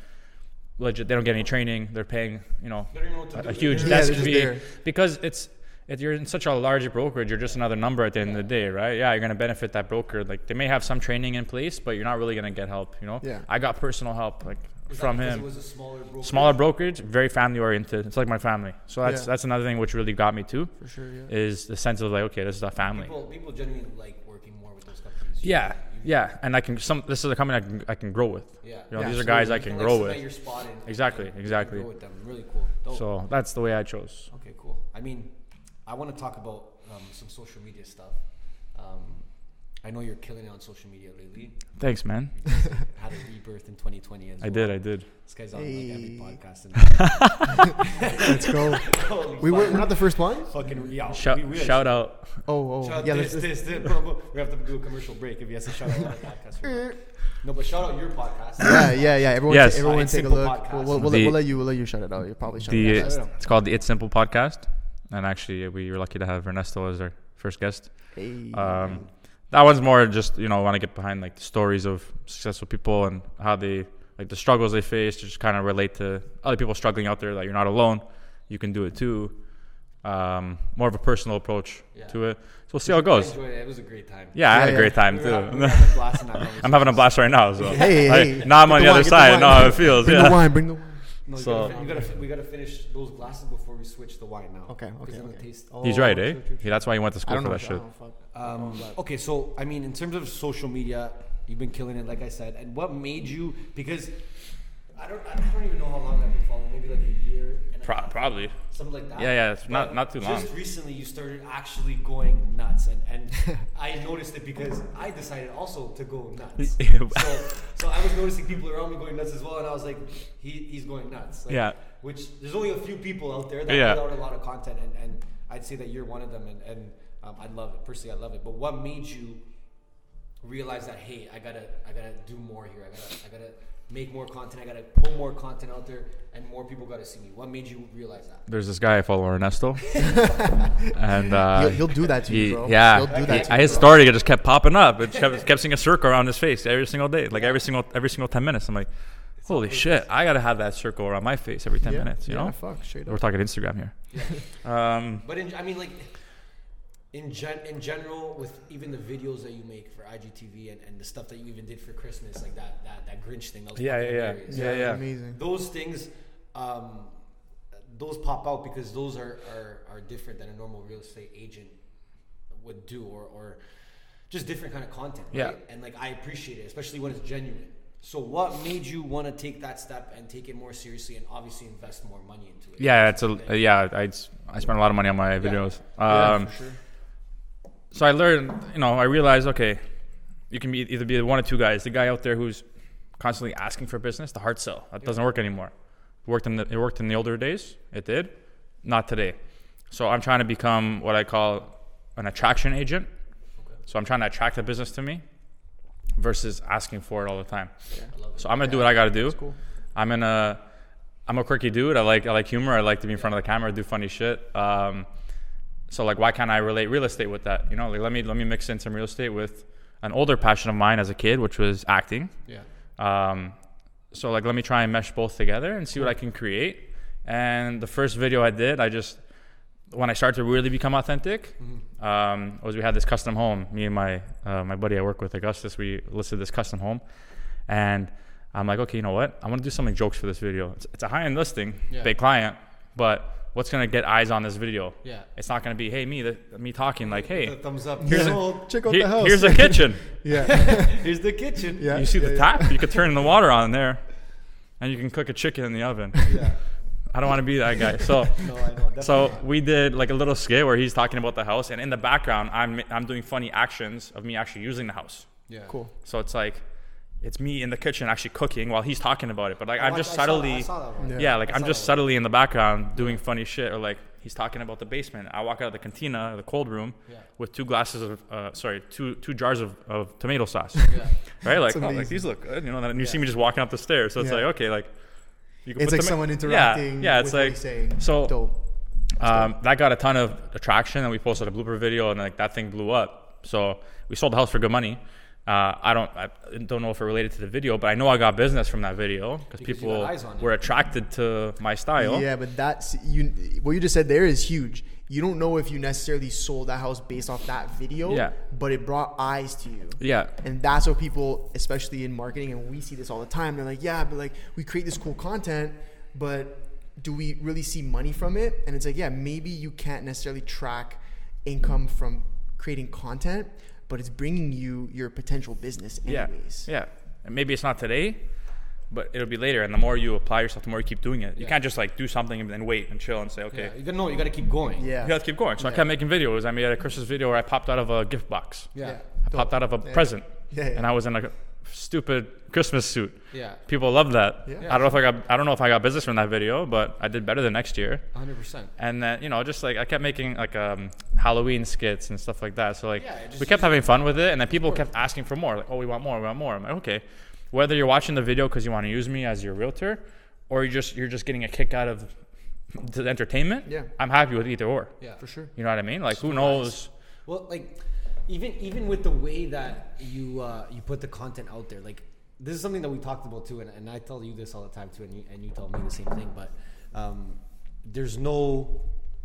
Speaker 3: legit they don't get any training. They're paying you know
Speaker 4: They don't know what to
Speaker 3: a,
Speaker 4: do.
Speaker 3: a huge
Speaker 2: Yeah,
Speaker 3: desk
Speaker 2: they're just
Speaker 3: fee
Speaker 2: there.
Speaker 3: because it's. If you're in such a large brokerage, you're just another number at the end of the day, right? Yeah, you're gonna benefit that broker. Like they may have some training in place, but you're not really gonna get help. You know,
Speaker 2: Yeah.
Speaker 3: I got personal help like
Speaker 4: Is that
Speaker 3: from
Speaker 4: because
Speaker 3: him
Speaker 4: It was a smaller broker.
Speaker 3: smaller brokerage, very family oriented. It's like my family. So that's
Speaker 2: Yeah.
Speaker 3: that's another thing which really got me too,
Speaker 2: For sure. Yeah.
Speaker 3: is the sense of like, okay, this is a family.
Speaker 4: People, people genuinely like working more with those companies.
Speaker 3: Yeah,
Speaker 4: You-
Speaker 3: yeah, and I can some. This is a company I can I can grow with.
Speaker 4: Yeah.
Speaker 3: You know,
Speaker 2: Yeah,
Speaker 3: these are guys I
Speaker 4: You
Speaker 3: can
Speaker 4: like,
Speaker 3: grow
Speaker 4: cement your
Speaker 3: with.
Speaker 4: spot and- and
Speaker 3: Exactly,
Speaker 4: you can
Speaker 3: exactly.
Speaker 4: grow with them. Really cool. Dope.
Speaker 3: So that's the way I chose.
Speaker 4: Okay, cool. I mean, I want to talk about um, some social media stuff. Um, I know you're killing it on social media lately.
Speaker 3: Thanks, man.
Speaker 4: You guys had a rebirth in 2020 as
Speaker 3: I
Speaker 4: well.
Speaker 3: did, I did.
Speaker 4: This guy's on like
Speaker 2: Hey.
Speaker 4: every podcast. And
Speaker 2: Let's go.
Speaker 4: Holy
Speaker 2: We were,
Speaker 4: fuck.
Speaker 2: we're not the first one.
Speaker 4: fucking yeah.
Speaker 3: Shout
Speaker 4: we, we
Speaker 3: shout out.
Speaker 2: Oh, oh,
Speaker 4: Shout out
Speaker 2: yeah.
Speaker 4: this,
Speaker 2: Let's,
Speaker 4: this, this, blah, blah. We have to do a commercial break if he has to shout out our podcast. right
Speaker 2: let's-
Speaker 4: now. No, but shout out your podcast.
Speaker 2: yeah, yeah, yeah. Everyone,
Speaker 3: Yes.
Speaker 2: everyone,
Speaker 4: It's
Speaker 2: take a
Speaker 4: simple
Speaker 2: look.
Speaker 4: podcast.
Speaker 2: We'll, we'll, we'll, let-
Speaker 3: The-
Speaker 2: we'll let you, we'll let you shut it out. You're probably shutting
Speaker 3: The
Speaker 2: it out.
Speaker 4: shout out.
Speaker 3: it's called the It's Simple podcast, and actually we were lucky to have Ernesto as our first guest.
Speaker 2: Hey.
Speaker 3: Um, that one's more just you know want to get behind like the stories of successful people and how they like the struggles they face to just kind of relate to other people struggling out there that you're not alone you can do it too um, more of a personal approach
Speaker 4: Yeah.
Speaker 3: to it so we'll see how it goes
Speaker 4: I enjoyed it. It was a great time.
Speaker 3: yeah, I
Speaker 2: Yeah,
Speaker 3: had
Speaker 2: yeah.
Speaker 3: a great time
Speaker 4: We were having- we
Speaker 3: too
Speaker 4: were having a blast in that
Speaker 3: I'm having a blast right now so
Speaker 2: Hey,
Speaker 3: Like,
Speaker 2: hey.
Speaker 3: now
Speaker 2: Get the
Speaker 3: I'm on the
Speaker 2: wine,
Speaker 3: other
Speaker 2: get the
Speaker 3: side I
Speaker 2: wine.
Speaker 3: know how it feels
Speaker 2: Bring
Speaker 3: yeah
Speaker 2: the wine. Bring the wine.
Speaker 4: No,
Speaker 3: So-
Speaker 4: you, gotta, fin- you, gotta, fi- we gotta finish those glasses before we switch the wine now.
Speaker 2: Okay,
Speaker 4: 'cause
Speaker 2: okay,
Speaker 4: they're gonna
Speaker 2: okay.
Speaker 4: taste-
Speaker 3: he's
Speaker 2: Oh,
Speaker 3: right
Speaker 2: true,
Speaker 3: eh
Speaker 2: true, true,
Speaker 3: yeah, that's why he went to
Speaker 2: I
Speaker 3: school
Speaker 2: don't
Speaker 3: for
Speaker 2: know. if-
Speaker 3: that
Speaker 2: I
Speaker 3: shit
Speaker 2: don't know if I-
Speaker 4: Um, okay, so I mean, in terms of social media, you've been killing it, like I said. And what made you? Because I don't, I don't even know how long I've been following. Maybe like a year, and a
Speaker 3: Pro-
Speaker 4: half,
Speaker 3: probably
Speaker 4: something like that.
Speaker 3: Yeah, yeah, it's not-
Speaker 4: But
Speaker 3: not too
Speaker 4: Just
Speaker 3: long.
Speaker 4: recently, you started actually going nuts, and, and I noticed it because I decided also to go nuts. so, so I was noticing people around me going nuts as well, and I was like, he, he's going nuts. Like,
Speaker 3: Yeah.
Speaker 4: Which there's only a few people out there that
Speaker 3: Yeah.
Speaker 4: put out a lot of content, and, and I'd say that you're one of them, and, and um, I love it personally. I love it. But what made you realize that hey, I gotta I gotta do more here. I gotta I gotta make more content. I gotta put more content out there, and more people gotta see me. What made you realize that?
Speaker 3: there's this guy I follow Ernesto and uh,
Speaker 2: He'll, he'll do that to
Speaker 3: He-
Speaker 2: you, bro.
Speaker 3: yeah,
Speaker 2: He'll do
Speaker 3: He-
Speaker 2: that to you,
Speaker 3: I- his
Speaker 2: bro.
Speaker 3: story just kept popping up. It kept, kept seeing a circle around his face every single day, like every single every single ten minutes. I'm like, holy shit, I gotta have that circle around my face every ten
Speaker 2: Yeah,
Speaker 3: minutes. You
Speaker 2: yeah,
Speaker 3: know,
Speaker 2: fuck, straight
Speaker 3: we're
Speaker 2: up.
Speaker 3: talking Instagram here. um,
Speaker 4: But in, I mean, like in gen, in general, with even the videos that you make for IGTV and, and the stuff that you even did for Christmas, like that that, that Grinch thing, that was
Speaker 3: yeah,
Speaker 4: fucking
Speaker 3: yeah, yeah,
Speaker 4: hilarious.
Speaker 3: yeah, yeah.
Speaker 2: Amazing.
Speaker 4: Those things, um, those pop out because those are, are are different than a normal real estate agent would do, or or just different kind of content. Right?
Speaker 3: Yeah.
Speaker 4: and like I appreciate it, especially when it's genuine. So, what made you want to take that step and take it more seriously, and obviously invest more money into it?
Speaker 3: Yeah, it's a yeah. I I spent a lot of money on my videos. Um, So I learned, you know, I realized okay, you can be either be one of two guys. The guy out there who's constantly asking for business, the hard sell, that doesn't work anymore. It worked in the it worked in the older days. It did, not today. So I'm trying to become what I call an attraction agent. So I'm trying to attract the business to me versus asking for it all the time. So I'm gonna do what I gotta do. I'm gonna I'm a quirky dude. I like I like humor. I like to be in front of the camera, do funny shit. Um, so like, why can't I relate real estate with that? You know, like let me let me mix in some real estate with an older passion of mine as a kid, which was acting.
Speaker 4: yeah.
Speaker 3: Um, so like, let me try and mesh both together and see what I can create. And the first video I did, I just when I started to really become authentic,
Speaker 4: Mm-hmm.
Speaker 3: um, was we had this custom home. Me and my uh, my buddy I work with, Augustus, we listed this custom home, and I'm like, okay, you know what? I want to do something jokes for this video. It's, it's a high end listing,
Speaker 4: Yeah.
Speaker 3: big client, but what's gonna get eyes on this video?
Speaker 4: Yeah.
Speaker 3: it's not gonna be hey me the, me talking like
Speaker 4: The
Speaker 3: hey
Speaker 4: thumbs up.
Speaker 2: Here's
Speaker 4: Here's,
Speaker 2: a, check out
Speaker 3: he-
Speaker 2: the house.
Speaker 3: here's a kitchen.
Speaker 2: yeah,
Speaker 4: here's the kitchen.
Speaker 2: yeah.
Speaker 3: You see
Speaker 2: yeah,
Speaker 3: the
Speaker 2: yeah.
Speaker 3: tap? You could turn the water on there, and you can cook a chicken in the oven.
Speaker 4: Yeah.
Speaker 3: I don't want to be that guy. So,
Speaker 4: No, I know. Definitely
Speaker 3: so
Speaker 4: not.
Speaker 3: we did like a little skit where he's talking about the house, and in the background, I'm I'm doing funny actions of me actually using the house.
Speaker 4: yeah.
Speaker 2: Cool.
Speaker 3: So it's like, it's me in the kitchen actually cooking while he's talking about it. But like
Speaker 4: Oh,
Speaker 3: I'm
Speaker 4: I-
Speaker 3: just
Speaker 4: I saw-
Speaker 3: subtly,
Speaker 4: I saw that one.
Speaker 2: Yeah.
Speaker 3: yeah. like
Speaker 4: I
Speaker 3: I'm
Speaker 4: saw
Speaker 3: just
Speaker 4: that one.
Speaker 3: subtly in the background doing funny shit, or like he's talking about the basement. I walk out of the cantina, the cold room,
Speaker 4: Yeah.
Speaker 3: with two glasses of, uh, sorry, two two jars of, of tomato sauce
Speaker 4: Yeah.
Speaker 3: right? Like,
Speaker 2: It's
Speaker 3: oh, like
Speaker 2: amazing.
Speaker 3: these look good, you know. And you see me just walking up the stairs, so it's
Speaker 2: Yeah.
Speaker 3: like okay, like you can
Speaker 2: It's like
Speaker 3: them in-
Speaker 2: someone
Speaker 3: Yeah,
Speaker 2: interacting.
Speaker 3: Yeah,
Speaker 2: with
Speaker 3: it's
Speaker 2: what
Speaker 3: like
Speaker 2: he's saying.
Speaker 3: so
Speaker 2: Dope.
Speaker 3: um, that got a ton of attraction, and we posted a blooper video, and like that thing blew up. So we sold the house for good money. Uh, I don't, I don't know if it related to the video, but I know I got business from that video because
Speaker 4: Because you
Speaker 3: people
Speaker 4: got eyes on it.
Speaker 3: were attracted to my style.
Speaker 2: Yeah, but that's you. What you just said there is huge. You don't know if you necessarily sold that house based off that video.
Speaker 3: Yeah.
Speaker 2: But it brought eyes to you.
Speaker 3: yeah,
Speaker 2: And that's what people, especially in marketing, and we see this all the time. They're like, yeah, but like we create this cool content, but do we really see money from it? And it's like, yeah, maybe you can't necessarily track income from creating content, but it's bringing you your potential business,
Speaker 3: yeah,
Speaker 2: anyways.
Speaker 3: yeah. And maybe it's not today, but it'll be later. And the more you apply yourself, the more you keep doing it. You
Speaker 4: Yeah.
Speaker 3: can't just like do something and then wait and chill and say, okay,
Speaker 4: Yeah. You gotta, no, you gotta keep going.
Speaker 2: Yeah.
Speaker 3: You gotta keep going. So I kept making videos. I made a Christmas video where I popped out of a gift box.
Speaker 4: Yeah.
Speaker 3: I popped out of a present.
Speaker 2: Yeah, yeah.
Speaker 3: And I was in like a stupid Christmas suit.
Speaker 4: Yeah.
Speaker 3: People loved that.
Speaker 2: Yeah.
Speaker 3: I don't know if I got I don't know if I got business from that video, but I did better the next year.
Speaker 4: 100%.
Speaker 3: And then you know, just like I kept making like um, Halloween skits and stuff like that. So like
Speaker 4: Yeah, it just-
Speaker 3: we kept having fun with it, and then people kept asking for more. Like, oh, we want more, we want more. I'm like, okay. Whether you're watching the video because you want to use me as your realtor, or you just you're just getting a kick out of the entertainment,
Speaker 2: Yeah.
Speaker 3: I'm happy with either or.
Speaker 4: Yeah.
Speaker 2: For sure.
Speaker 3: You know what I mean? Like, who knows?
Speaker 4: Well, like, even even with the way that you uh, you put the content out there, like this is something that we talked about too, and, and I tell you this all the time too, and you, and you tell me the same thing. But um, there's no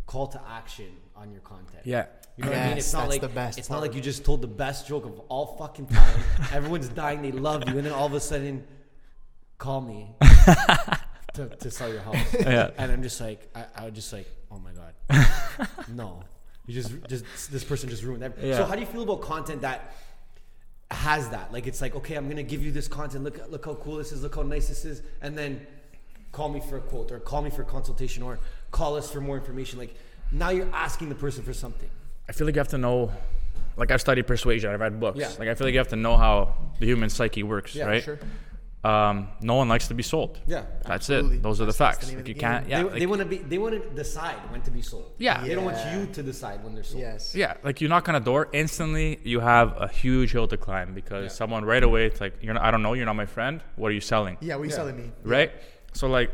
Speaker 4: call to action on your content.
Speaker 3: Yeah.
Speaker 4: You know what I mean?
Speaker 2: Yes,
Speaker 4: It's not
Speaker 2: that's
Speaker 4: like
Speaker 2: the best
Speaker 4: it's not
Speaker 2: part.
Speaker 4: like you just told the best joke of all fucking time. Everyone's dying, they love you, and then all of a sudden, call me to, to sell your house.
Speaker 3: Yeah.
Speaker 4: And I'm just like, I, I was just like, oh my god, no, you just just this person just ruined everything. So
Speaker 3: Yeah.
Speaker 4: how do you feel about content that has that? Like it's like, okay, I'm gonna give you this content. Look look how cool this is. Look how nice this is. And then call me for a quote or call me for consultation or call us for more information. Like now you're asking the person for something.
Speaker 3: I feel like you have to know. Like I've studied persuasion. I've read books.
Speaker 4: Yeah.
Speaker 3: Like I feel like you have to know how the human psyche works,
Speaker 4: Yeah,
Speaker 3: right?
Speaker 2: Sure.
Speaker 3: Um, no one likes to be sold.
Speaker 4: Yeah.
Speaker 3: That's
Speaker 2: Absolutely.
Speaker 3: it. Those are the
Speaker 2: That's- that's
Speaker 3: facts.
Speaker 2: the name of
Speaker 3: If
Speaker 2: the
Speaker 3: you can't,
Speaker 2: game.
Speaker 3: yeah,
Speaker 4: they,
Speaker 3: like-
Speaker 4: they want to be. They want to decide when to be sold.
Speaker 3: Yeah.
Speaker 4: They don't want
Speaker 2: Yeah.
Speaker 4: you to decide when they're sold.
Speaker 2: Yes.
Speaker 3: Yeah, like you knock on a door, instantly you have a huge hill to climb because someone right away, it's like, you're not, I don't know, you're not my friend. What are you selling?
Speaker 2: Yeah. What are you
Speaker 4: Yeah.
Speaker 2: selling me?
Speaker 3: Right? So, like,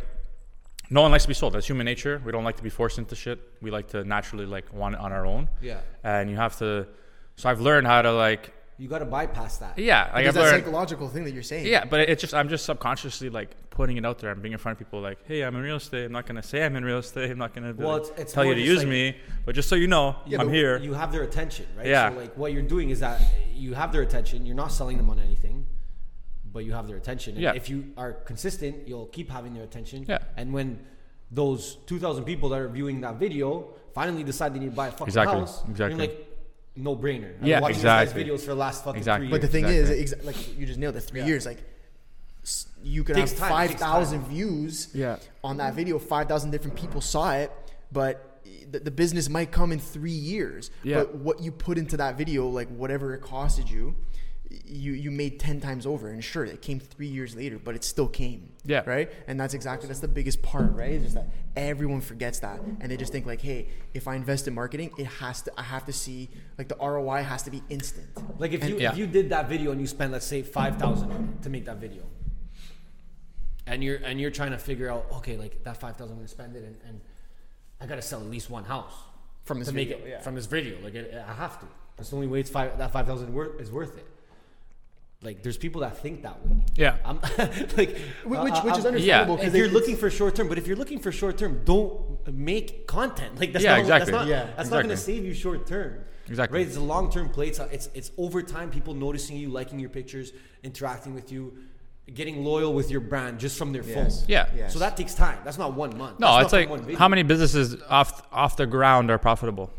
Speaker 3: no one likes to be sold. That's human nature. We don't like to be forced into shit. We like to naturally, like, want it on our own.
Speaker 4: Yeah.
Speaker 3: And you have to, so I've learned how to, like,
Speaker 2: Like
Speaker 3: yeah, like I've
Speaker 2: that
Speaker 3: learned.
Speaker 2: psychological thing that you're saying.
Speaker 3: Yeah, but it's just I'm just subconsciously like putting it out there. I'm being in front of people like, hey, I'm in real estate. I'm not gonna say I'm in real estate. I'm not gonna be
Speaker 4: Well,
Speaker 3: like,
Speaker 4: it's- it's
Speaker 3: tell you to
Speaker 4: more just
Speaker 3: use
Speaker 4: like-
Speaker 3: me. But just so you know,
Speaker 4: Yeah,
Speaker 3: I'm
Speaker 4: but
Speaker 3: here.
Speaker 4: You have their attention, right?
Speaker 3: Yeah.
Speaker 4: So like what you're doing is that you have their attention. You're not selling them on anything, but you have their attention. And
Speaker 3: Yeah.
Speaker 4: If you are consistent, you'll keep having their attention.
Speaker 3: Yeah.
Speaker 4: And when those 2,000 people that are viewing that video finally decide they need to buy a fucking
Speaker 3: Exactly.
Speaker 4: house,
Speaker 3: Exactly.
Speaker 4: you're like, no brainer. I've been
Speaker 3: Yeah,
Speaker 4: watching
Speaker 3: exactly.
Speaker 4: These guys' videos for the last fucking
Speaker 3: Exactly.
Speaker 4: three
Speaker 2: But the
Speaker 4: years.
Speaker 2: thing
Speaker 3: Exactly.
Speaker 2: is, exa- like you just nailed it. Three
Speaker 4: Yeah.
Speaker 2: years, like s- you could
Speaker 4: Takes
Speaker 2: have
Speaker 4: time,
Speaker 2: five
Speaker 4: takes time.
Speaker 2: thousand views
Speaker 3: Yeah.
Speaker 2: on that video. Five thousand different people saw it, but the, the business might come in three years.
Speaker 3: Yeah.
Speaker 2: But what you put into that video, like whatever it costed you, you you made ten times over. And sure, it came three years later, but it still came.
Speaker 3: Yeah.
Speaker 2: Right. And that's exactly that's the biggest part, right? It's just that everyone forgets that, and they just think like, hey, if I invest in marketing, it has to I have to see like the ROI has to be instant.
Speaker 4: Like if
Speaker 2: And-
Speaker 4: you
Speaker 3: yeah.
Speaker 4: if you did that video and you spent let's say five thousand to make that video, and you're and you're trying to figure out okay like that five thousand I'm gonna spend it and, and I gotta sell at least one house
Speaker 2: From this
Speaker 4: to make
Speaker 2: video,
Speaker 4: it
Speaker 2: yeah.
Speaker 4: from this video like it, I have to. That's the only way it's five that five thousand worth is worth it. Like there's people that think that way.
Speaker 3: Yeah.
Speaker 4: I'm like
Speaker 2: Whi-
Speaker 4: I-
Speaker 2: which
Speaker 4: I-
Speaker 2: which is
Speaker 4: I'm-
Speaker 2: understandable
Speaker 4: If
Speaker 2: because
Speaker 4: you're looking for short term, but if you're looking for short term, don't make content. Like that's
Speaker 3: Yeah,
Speaker 4: not
Speaker 3: exactly.
Speaker 4: that's not
Speaker 2: Yeah,
Speaker 4: that's not gonna
Speaker 3: exactly.
Speaker 4: save you short term.
Speaker 3: Exactly.
Speaker 4: Right? It's a long term play. It's, uh, it's it's over time people noticing you, liking your pictures, interacting with you, getting loyal with your brand just from their
Speaker 2: Yes.
Speaker 4: phone.
Speaker 3: Yeah.
Speaker 2: Yes.
Speaker 4: So that takes time. That's not one month.
Speaker 3: No, it's
Speaker 4: That's not
Speaker 3: like
Speaker 4: from one video.
Speaker 3: how many businesses off off the ground are profitable?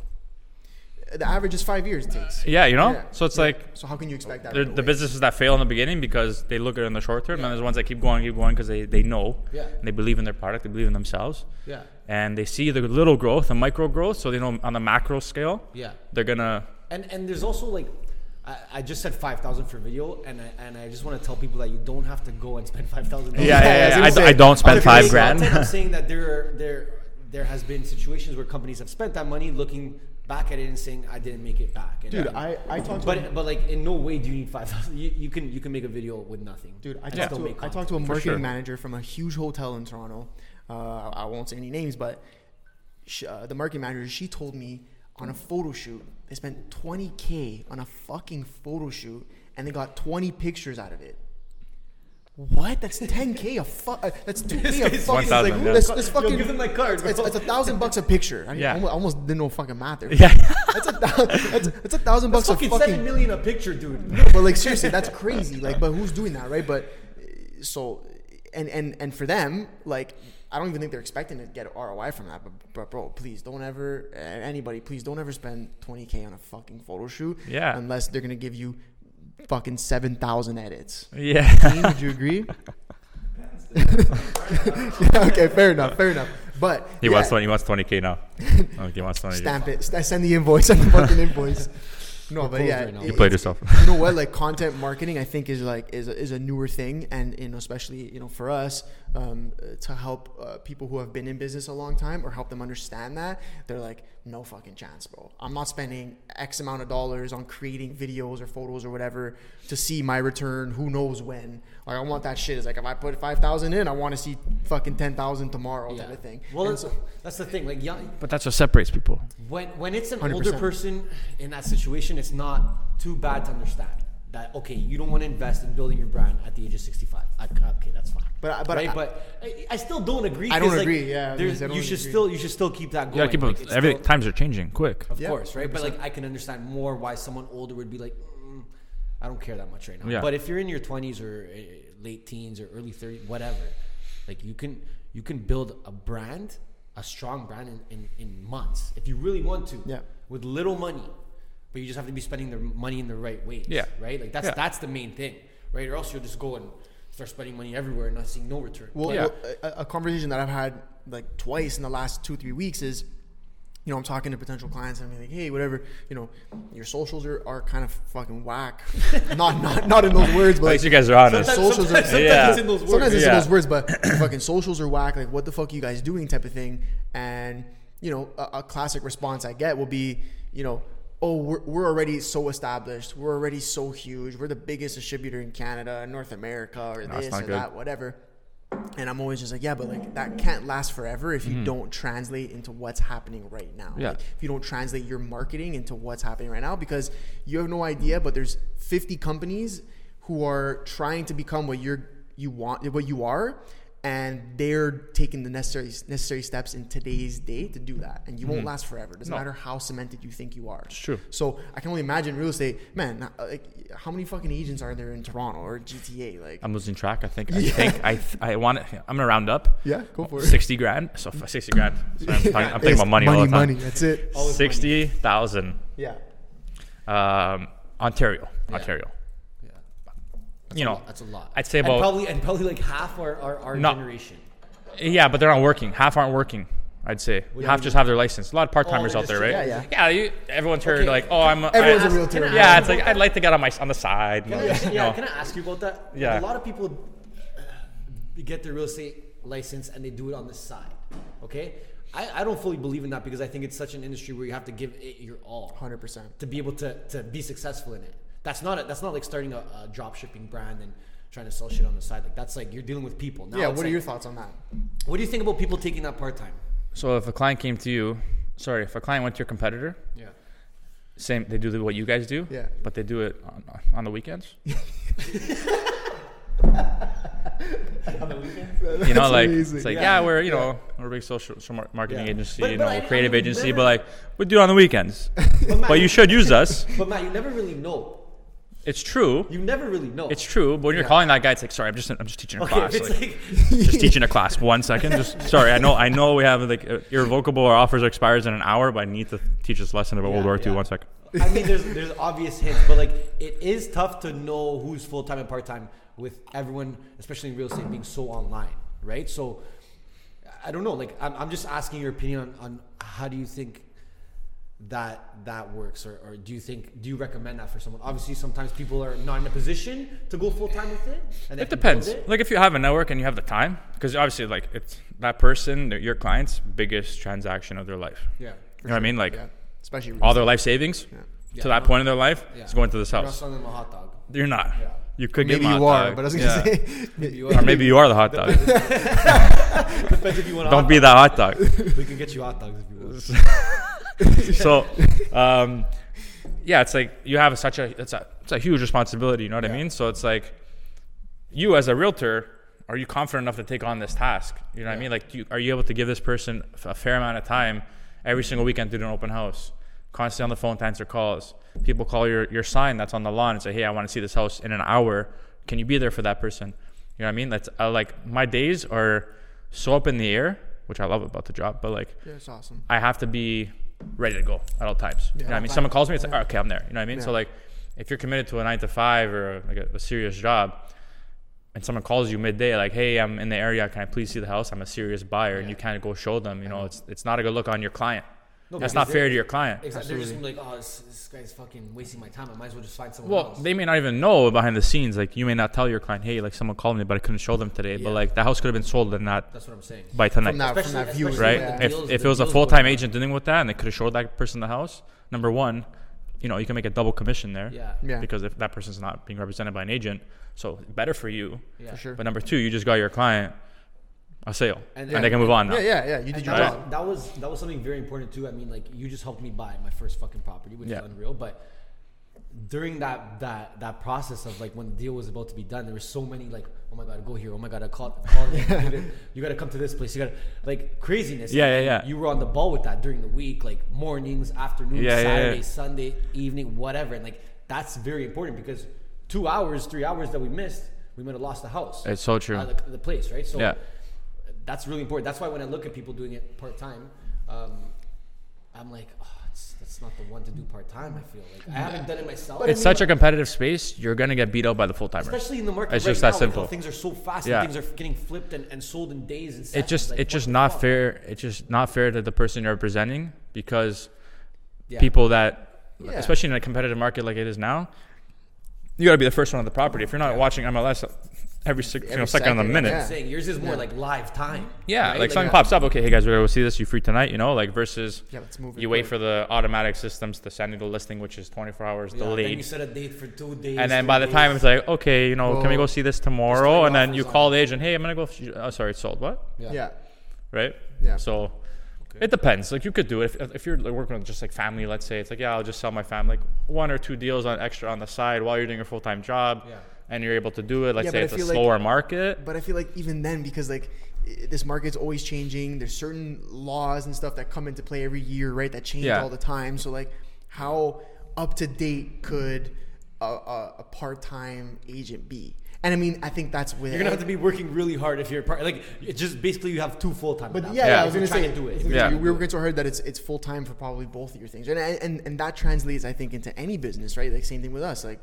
Speaker 2: the average is five years it takes.
Speaker 3: Yeah, you know.
Speaker 2: Yeah.
Speaker 3: So it's
Speaker 2: Yeah.
Speaker 3: like
Speaker 2: so how can you expect that?
Speaker 3: they're
Speaker 2: right
Speaker 3: the
Speaker 2: away?
Speaker 3: businesses that fail in the beginning because they look at it in the short term, and there's ones that keep going, keep going because they they know,
Speaker 4: Yeah.
Speaker 3: and they believe in their product, they believe in themselves,
Speaker 4: Yeah.
Speaker 3: and they see the little growth and micro growth, so they know on the macro scale,
Speaker 4: Yeah.
Speaker 3: they're gonna.
Speaker 4: And and there's also like, I, I just said five thousand for video, and I, and I just want to tell people that you don't have to go and spend five thousand.
Speaker 3: Yeah, yeah, yeah.
Speaker 2: that's
Speaker 3: yeah. I, d-
Speaker 2: insane.
Speaker 3: I don't
Speaker 4: I'm
Speaker 3: spend five
Speaker 4: saying-
Speaker 3: grand.
Speaker 4: I'm saying that there are, there there has been situations where companies have spent that money looking back at it and saying I didn't make it back. And-
Speaker 2: Dude, I- I talked to
Speaker 4: But but like in no way do you need five thousand. You, you can you can make a video with nothing.
Speaker 2: Dude, I
Speaker 4: and
Speaker 2: talked,
Speaker 4: still
Speaker 2: to,
Speaker 4: make
Speaker 2: I
Speaker 4: content.
Speaker 2: talked to a marketing
Speaker 3: sure.
Speaker 2: manager from a huge hotel in Toronto. Uh, I won't say any names, but sh uh, the marketing manager, she told me on a photo shoot, they spent 20K on a fucking photo shoot and they got 20 pictures out of it. What? That's 10K a fuck. Uh, that's 2K a
Speaker 4: guy's
Speaker 2: fucking.
Speaker 3: like,
Speaker 2: like,
Speaker 3: yeah.
Speaker 2: that's, that's
Speaker 4: Yo,
Speaker 2: fucking.
Speaker 4: give him my card,
Speaker 2: It's,
Speaker 4: bro.
Speaker 2: it's a thousand bucks a picture. I,
Speaker 3: Yeah.
Speaker 2: yeah. almost, almost didn't know fucking math there.
Speaker 3: yeah,
Speaker 2: That's a, thou- that's, that's a thousand bucks
Speaker 4: It's fucking
Speaker 2: a fucking
Speaker 4: seven million a picture, dude.
Speaker 2: no, but like seriously, that's crazy. Like, but who's doing that, right? But uh, so, and and and for them, like, I don't even think they're expecting to get ROI from that. But, but bro, please don't ever, uh, anybody, please don't ever spend twenty k on a fucking photo shoot.
Speaker 3: Yeah.
Speaker 2: Unless they're gonna give you fucking seven thousand edits.
Speaker 3: yeah.
Speaker 2: Dean, would you agree? yeah, okay, fair enough, fair enough. But
Speaker 3: He
Speaker 2: yeah,
Speaker 3: wants twenty. He wants twenty k now. Like, he wants twenty.
Speaker 2: Stamp it. St- send the invoice. Send the fucking invoice. No, but
Speaker 4: closed
Speaker 2: yeah,
Speaker 4: right now.
Speaker 2: it-
Speaker 4: You
Speaker 3: played
Speaker 2: it's-
Speaker 3: yourself.
Speaker 2: you know what? Like content marketing, I think is like is a, is a newer thing, and you know, especially you know for us, um, uh, to help uh, people who have been in business a long time or help them understand that, they're like, no fucking chance, bro. I'm not spending X amount of dollars on creating videos or photos or whatever to see my return. Who knows when? Like, I want that shit. It's like if I put five thousand in, I want to see fucking ten thousand tomorrow type
Speaker 4: Yeah.
Speaker 2: of thing.
Speaker 4: Well,
Speaker 2: And
Speaker 4: that's,
Speaker 2: so-
Speaker 4: that's the thing. Like young,
Speaker 3: But that's what separates people.
Speaker 4: when when it's an older
Speaker 2: 100%.
Speaker 4: person in that situation, it's not too bad to understand that okay, you don't want to invest in building your brand at the age of sixty-five. I, okay, that's fine.
Speaker 2: But I- but
Speaker 4: right?
Speaker 2: I-
Speaker 4: but I, I still don't agree.
Speaker 2: I don't
Speaker 4: 'cause, like,
Speaker 2: agree, yeah,
Speaker 4: there's-
Speaker 2: I don't
Speaker 4: you should
Speaker 2: agree.
Speaker 4: still you should still keep that
Speaker 3: You
Speaker 4: going.
Speaker 3: gotta keep
Speaker 4: Like,
Speaker 3: up.
Speaker 4: it's
Speaker 3: Every
Speaker 4: still-
Speaker 3: times are changing quick.
Speaker 4: of
Speaker 2: Yeah,
Speaker 4: course, right? But like, I can understand more why someone older would be like, mm, I don't care that much right now.
Speaker 3: Yeah.
Speaker 4: But if you're in your 20s or uh, late teens or early 30s, whatever, like you can you can build a brand, a strong brand in, in, in months if you really want to.
Speaker 2: Yeah.
Speaker 4: With little money, but you just have to be spending the money in the right ways.
Speaker 3: Yeah.
Speaker 4: Right. Like that's
Speaker 3: Yeah.
Speaker 4: that's the main thing, right? Or else you'll just go and start spending money everywhere and not seeing no return.
Speaker 2: Well,
Speaker 3: Yeah.
Speaker 2: well, a, a conversation that I've had like twice in the last two three weeks is, you know, I'm talking to potential clients and I'm like, hey, whatever, you know, your socials are, are kind of fucking whack. not not not in those words, but
Speaker 3: At
Speaker 2: like,
Speaker 3: least you guys are honest.
Speaker 2: Sometimes- socials are-
Speaker 4: sometimes
Speaker 3: Yeah.
Speaker 4: it's in those words.
Speaker 2: sometimes it's in
Speaker 3: Yeah.
Speaker 2: those words, but fucking socials are whack. Like, what the fuck are you guys doing? Type of thing. And you know, a, a classic response I get will be, you know, oh, we're, we're already so established. We're already so huge. We're the biggest distributor in Canada and North America, or
Speaker 3: No, it's
Speaker 2: this
Speaker 3: not
Speaker 2: or
Speaker 3: good.
Speaker 2: that, whatever. And I'm always just like, yeah, but like that can't last forever if you don't translate into what's happening right now.
Speaker 3: Hmm. Yeah.
Speaker 2: Like, if you don't translate your marketing into what's happening right now because you have no idea but there's 50 companies who are trying to become what you're you want what you are and they're taking the necessary necessary steps in today's day to do that and you won't last forever doesn't
Speaker 3: Mm-hmm. No.
Speaker 2: matter how cemented you think you are it's
Speaker 3: true.
Speaker 2: so i can only imagine real estate man not- like how many fucking agents are there in toronto or gta like
Speaker 3: I'm losing track. I think. I think. I. Th- I want. I'm gonna round up.
Speaker 2: Yeah, go for it.
Speaker 3: Sixty grand. So f- sixty grand. Sorry, I'm, talking, I'm thinking
Speaker 2: It's
Speaker 3: about money, all the
Speaker 2: money
Speaker 3: time.
Speaker 2: that's it
Speaker 4: Always money.
Speaker 3: Sixty thousand.
Speaker 2: yeah
Speaker 3: Um, Ontario.
Speaker 4: Yeah.
Speaker 3: Ontario.
Speaker 4: Yeah.
Speaker 3: you know,
Speaker 4: That's a lot.
Speaker 3: I'd say
Speaker 4: And
Speaker 3: about
Speaker 4: probably and probably like half our our, our
Speaker 3: No.
Speaker 4: generation.
Speaker 3: yeah, but they're not working. Half aren't working. I'd say
Speaker 4: do you
Speaker 3: half
Speaker 4: mean?
Speaker 3: just have their license. A lot of part timers
Speaker 4: Oh,
Speaker 3: out there, right?
Speaker 4: industry.
Speaker 2: Yeah,
Speaker 3: You, everyone's heard
Speaker 4: Okay.
Speaker 3: like, oh, I'm. a-
Speaker 2: Everyone's
Speaker 3: I-
Speaker 2: a realtor.
Speaker 4: Can I
Speaker 3: Yeah,
Speaker 4: ask-
Speaker 3: it's like I'd like to get on my on the side. and
Speaker 4: Can
Speaker 3: all
Speaker 4: I,
Speaker 3: this,
Speaker 4: yeah,
Speaker 3: you know.
Speaker 4: can I ask you about that? Like,
Speaker 3: Yeah.
Speaker 4: A lot of people uh, get their real estate license and they do it on the side. Okay. I, I don't fully believe in that because I think it's such an industry where you have to give it your all
Speaker 2: 100%
Speaker 4: to be able to, to be successful in it. That's not a, that's not like starting a, a drop shipping brand and trying to sell shit on the side. Like that's like you're dealing with people. Now
Speaker 2: yeah
Speaker 4: it's
Speaker 2: what are
Speaker 4: like-
Speaker 2: your thoughts on that
Speaker 4: What do you think about people taking that part time?
Speaker 3: So if a client came to you, sorry, if a client went to your competitor,
Speaker 4: Yeah.
Speaker 3: same, they do the- what you guys do,
Speaker 2: Yeah.
Speaker 3: but they do it on, on the weekends. you know,
Speaker 2: That's
Speaker 3: like
Speaker 2: amazing.
Speaker 3: it's like yeah,
Speaker 2: Yeah.
Speaker 3: we're you know we're a big social, social mar- marketing
Speaker 4: Yeah.
Speaker 3: agency,
Speaker 4: But-
Speaker 3: you
Speaker 4: but
Speaker 3: know,
Speaker 4: I- I
Speaker 3: creative
Speaker 4: would
Speaker 3: agency,
Speaker 4: never-
Speaker 3: but like we do it on the weekends.
Speaker 4: Matt,
Speaker 3: but you should use us.
Speaker 4: But Matt, you never really know.
Speaker 3: It's true.
Speaker 4: You never really know.
Speaker 3: It's true. But when you're calling that guy, it's like sorry, I'm just I'm just teaching a
Speaker 4: okay. if
Speaker 3: class.
Speaker 4: It's
Speaker 3: like,
Speaker 4: like,
Speaker 3: just teaching a class. One second. Just sorry. I know. I know we have like uh, irrevocable. Our offers expires in an hour, but I need to teach this lesson about World War II.
Speaker 4: yeah.
Speaker 3: One second.
Speaker 4: I mean, there's there's obvious hints, but like it is tough to know who's full time and part time with everyone, especially in real estate, being so online, right? So I don't know. Like I'm, I'm just asking your opinion on, on how do you think that that works, or, or do you think do you recommend that for someone? Obviously, sometimes people are not in a position to go full time with it, and they
Speaker 3: It
Speaker 4: have to build
Speaker 3: depends.
Speaker 4: it.
Speaker 3: Like if you have a network and you have the time, because obviously, like it's that person, your client's biggest transaction of their life.
Speaker 4: yeah,
Speaker 3: you know what I mean? Like
Speaker 2: yeah especially
Speaker 3: all their life savings
Speaker 4: Yeah.
Speaker 3: to that point in their life
Speaker 4: Yeah.
Speaker 3: is going to this
Speaker 4: you're not
Speaker 3: house.
Speaker 4: selling them a hot dog.
Speaker 3: You're not.
Speaker 4: Yeah.
Speaker 3: You could
Speaker 2: maybe
Speaker 3: get
Speaker 2: you
Speaker 3: hot
Speaker 2: are
Speaker 3: dog.
Speaker 2: but i was gonna
Speaker 3: Yeah.
Speaker 2: say
Speaker 4: You
Speaker 3: or maybe you are the hot dog.
Speaker 4: depends if you want. a
Speaker 3: Don't
Speaker 4: hot
Speaker 3: be
Speaker 4: dog.
Speaker 3: that hot dog.
Speaker 4: We can get you hot dogs if you want.
Speaker 3: so um, yeah it's like you have such a it's a it's a huge responsibility you know what i mean so it's like you as a realtor are you confident enough to take on this task you know what i mean like do you, are you able to give this person f- a fair amount of time every single weekend to do an open house constantly on the phone to answer calls people call your, your sign that's on the lawn and say hey i want to see this house in an hour can you be there for that person you know what i mean that's uh, like my days are so up in the air which i love about the job but like
Speaker 2: yeah, it's awesome
Speaker 3: I have to be ready to go at all times. you know what I mean? Someone calls me, it's like, "Oh, okay, I'm there. You know what I mean? So
Speaker 2: Yeah.
Speaker 3: like, if you're committed to a nine to five or a, like a, a serious job, and someone calls you midday, like, hey, I'm in the area, can I please see the house? I'm a serious buyer, and you can't go show them. You know, it's it's not a good look on your client.
Speaker 4: No,
Speaker 3: That's
Speaker 4: because
Speaker 3: not
Speaker 4: they're-
Speaker 3: fair to your client.
Speaker 4: Exactly. They're just gonna be like, oh, this, this guy's fucking wasting my time. I might as well just find someone
Speaker 3: Well,
Speaker 4: else.
Speaker 3: they may not even know behind the scenes. Like you may not tell your client, hey, like someone called me, but I couldn't show them today. But
Speaker 4: Yeah.
Speaker 3: like the house could have been sold and not
Speaker 4: That's what I'm saying.
Speaker 3: by tonight,
Speaker 2: From that, from
Speaker 4: Especially-
Speaker 2: that view,
Speaker 4: especially
Speaker 3: right?
Speaker 4: when
Speaker 2: Yeah.
Speaker 4: the
Speaker 3: if
Speaker 4: deals-
Speaker 3: if
Speaker 4: the
Speaker 3: it was a
Speaker 4: deals
Speaker 3: full time
Speaker 4: were-
Speaker 3: agent dealing with that and they could have showed that person the house, number one, you know you can make a double commission there.
Speaker 4: Yeah.
Speaker 2: Yeah.
Speaker 3: Because if that person's not being represented by an agent, so better for you.
Speaker 4: Yeah.
Speaker 2: for sure.
Speaker 3: But number two, you just got your client a sale, and,
Speaker 4: And-
Speaker 3: they can move on now.
Speaker 2: yeah, yeah, yeah. You did
Speaker 4: And
Speaker 2: your
Speaker 4: that,
Speaker 2: job.
Speaker 4: was, that was that was something very important too. I mean, like you just helped me buy my first fucking property, which
Speaker 3: Yeah.
Speaker 4: is unreal. But during that that that process of like when the deal was about to be done, there were so many like, oh my god, go here, oh my god, I call, call you got to come to this place, you got to like craziness.
Speaker 3: Yeah,
Speaker 4: Like,
Speaker 3: yeah, yeah.
Speaker 4: You were on the ball with that during the week, like mornings, afternoons,
Speaker 3: Yeah, yeah, yeah.
Speaker 4: Saturday, Sunday, evening, whatever. And like that's very important because two hours, three hours that we missed, we might have lost the house.
Speaker 3: It's so true.
Speaker 4: Uh, the, the place, right? So
Speaker 3: Yeah.
Speaker 4: that's really important. That's why when I look at people doing it part time, um, I'm like, oh, it's, that's not the one to do part time. I feel like I haven't done it myself.
Speaker 3: It's such a competitive space. You're gonna get beat out by the full timers.
Speaker 4: especially in the market
Speaker 3: It's
Speaker 4: right
Speaker 3: just
Speaker 4: now,
Speaker 3: that
Speaker 4: like,
Speaker 3: simple.
Speaker 4: how things are so fast.
Speaker 3: Yeah.
Speaker 4: and things are getting flipped and, and sold in days. And
Speaker 3: It
Speaker 4: sessions,
Speaker 3: just
Speaker 4: like,
Speaker 3: it's
Speaker 4: what
Speaker 3: just
Speaker 4: the
Speaker 3: not
Speaker 4: fuck?
Speaker 3: fair. It's just not fair to the person you're representing because
Speaker 4: Yeah.
Speaker 3: people that,
Speaker 2: Yeah.
Speaker 3: especially in a competitive market like it is now, you got to be the first one on the property. If you're not watching MLS every, sec- you know,
Speaker 2: Every
Speaker 3: second, of the
Speaker 2: second,
Speaker 3: minute,
Speaker 2: yeah.
Speaker 3: yeah,
Speaker 4: Saying yours is more like live time. right?
Speaker 3: like something
Speaker 4: uh,
Speaker 3: pops up. Okay, hey guys, we're gonna go see this. You free tonight? You know, like versus
Speaker 2: Yeah, let's move it
Speaker 3: you wait
Speaker 2: quick.
Speaker 3: for the automatic systems to send you the listing, which is 24 hours
Speaker 4: yeah, Then you
Speaker 3: delayed.
Speaker 4: set a date for two days.
Speaker 3: And then
Speaker 4: three
Speaker 3: by the time
Speaker 4: days.
Speaker 3: it's like, okay, you know, can we
Speaker 2: Well,
Speaker 3: go see this tomorrow? And then
Speaker 4: offers
Speaker 3: you
Speaker 4: on
Speaker 3: call the agent, hey, I'm gonna go. f- Oh, sorry, it's sold. What?
Speaker 2: Yeah.
Speaker 3: right?
Speaker 2: Yeah.
Speaker 3: So it depends. Like you could do it if, if you're like, working with just like family. Let's say it's like yeah, I'll just sell my family like one or two deals on extra on the side while you're doing your full time job,
Speaker 4: Yeah.
Speaker 3: and you're able to do it. Let's
Speaker 2: Yeah, but
Speaker 3: say
Speaker 2: I
Speaker 3: it's a
Speaker 2: feel like-
Speaker 3: slower market.
Speaker 2: But I feel like even then, because like i- this market's always changing. There's certain laws and stuff that come into play every year, right? That change
Speaker 3: Yeah.
Speaker 2: all the time. So like, how up to date could a, a, a part time agent be? And I mean, I think that's with
Speaker 4: You're gonna have to be working really hard if you're part. Like, it just basically you have two full time.
Speaker 2: But yeah, yeah, I was
Speaker 4: You're
Speaker 2: gonna
Speaker 4: trying
Speaker 2: say
Speaker 4: to do
Speaker 2: I
Speaker 4: it.
Speaker 2: was gonna
Speaker 3: Yeah.
Speaker 2: say, We were going to heard that it's it's full time for probably both of your things, and, and and that translates, I think, into any business, right? Like same thing with us, like.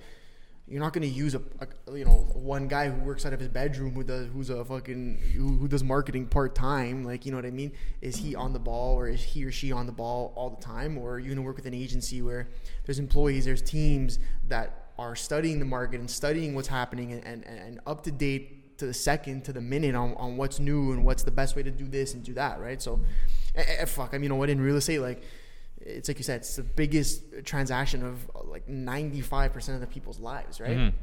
Speaker 2: You're not going to use a, a- you know one guy who works out of his bedroom who does who's a fucking who, who does marketing part time like you know what I mean is he on the ball or is he or she on the ball all the time or are you going to work with an agency where there's employees there's teams that are studying the market and studying what's happening and and, and up to date to the second to the minute on, on what's new and what's the best way to do this and do that right so eh, eh, fuck i mean you know what in real estate like it's like you said it's the biggest transaction of uh, like 95% of the people's lives right
Speaker 3: Mhm.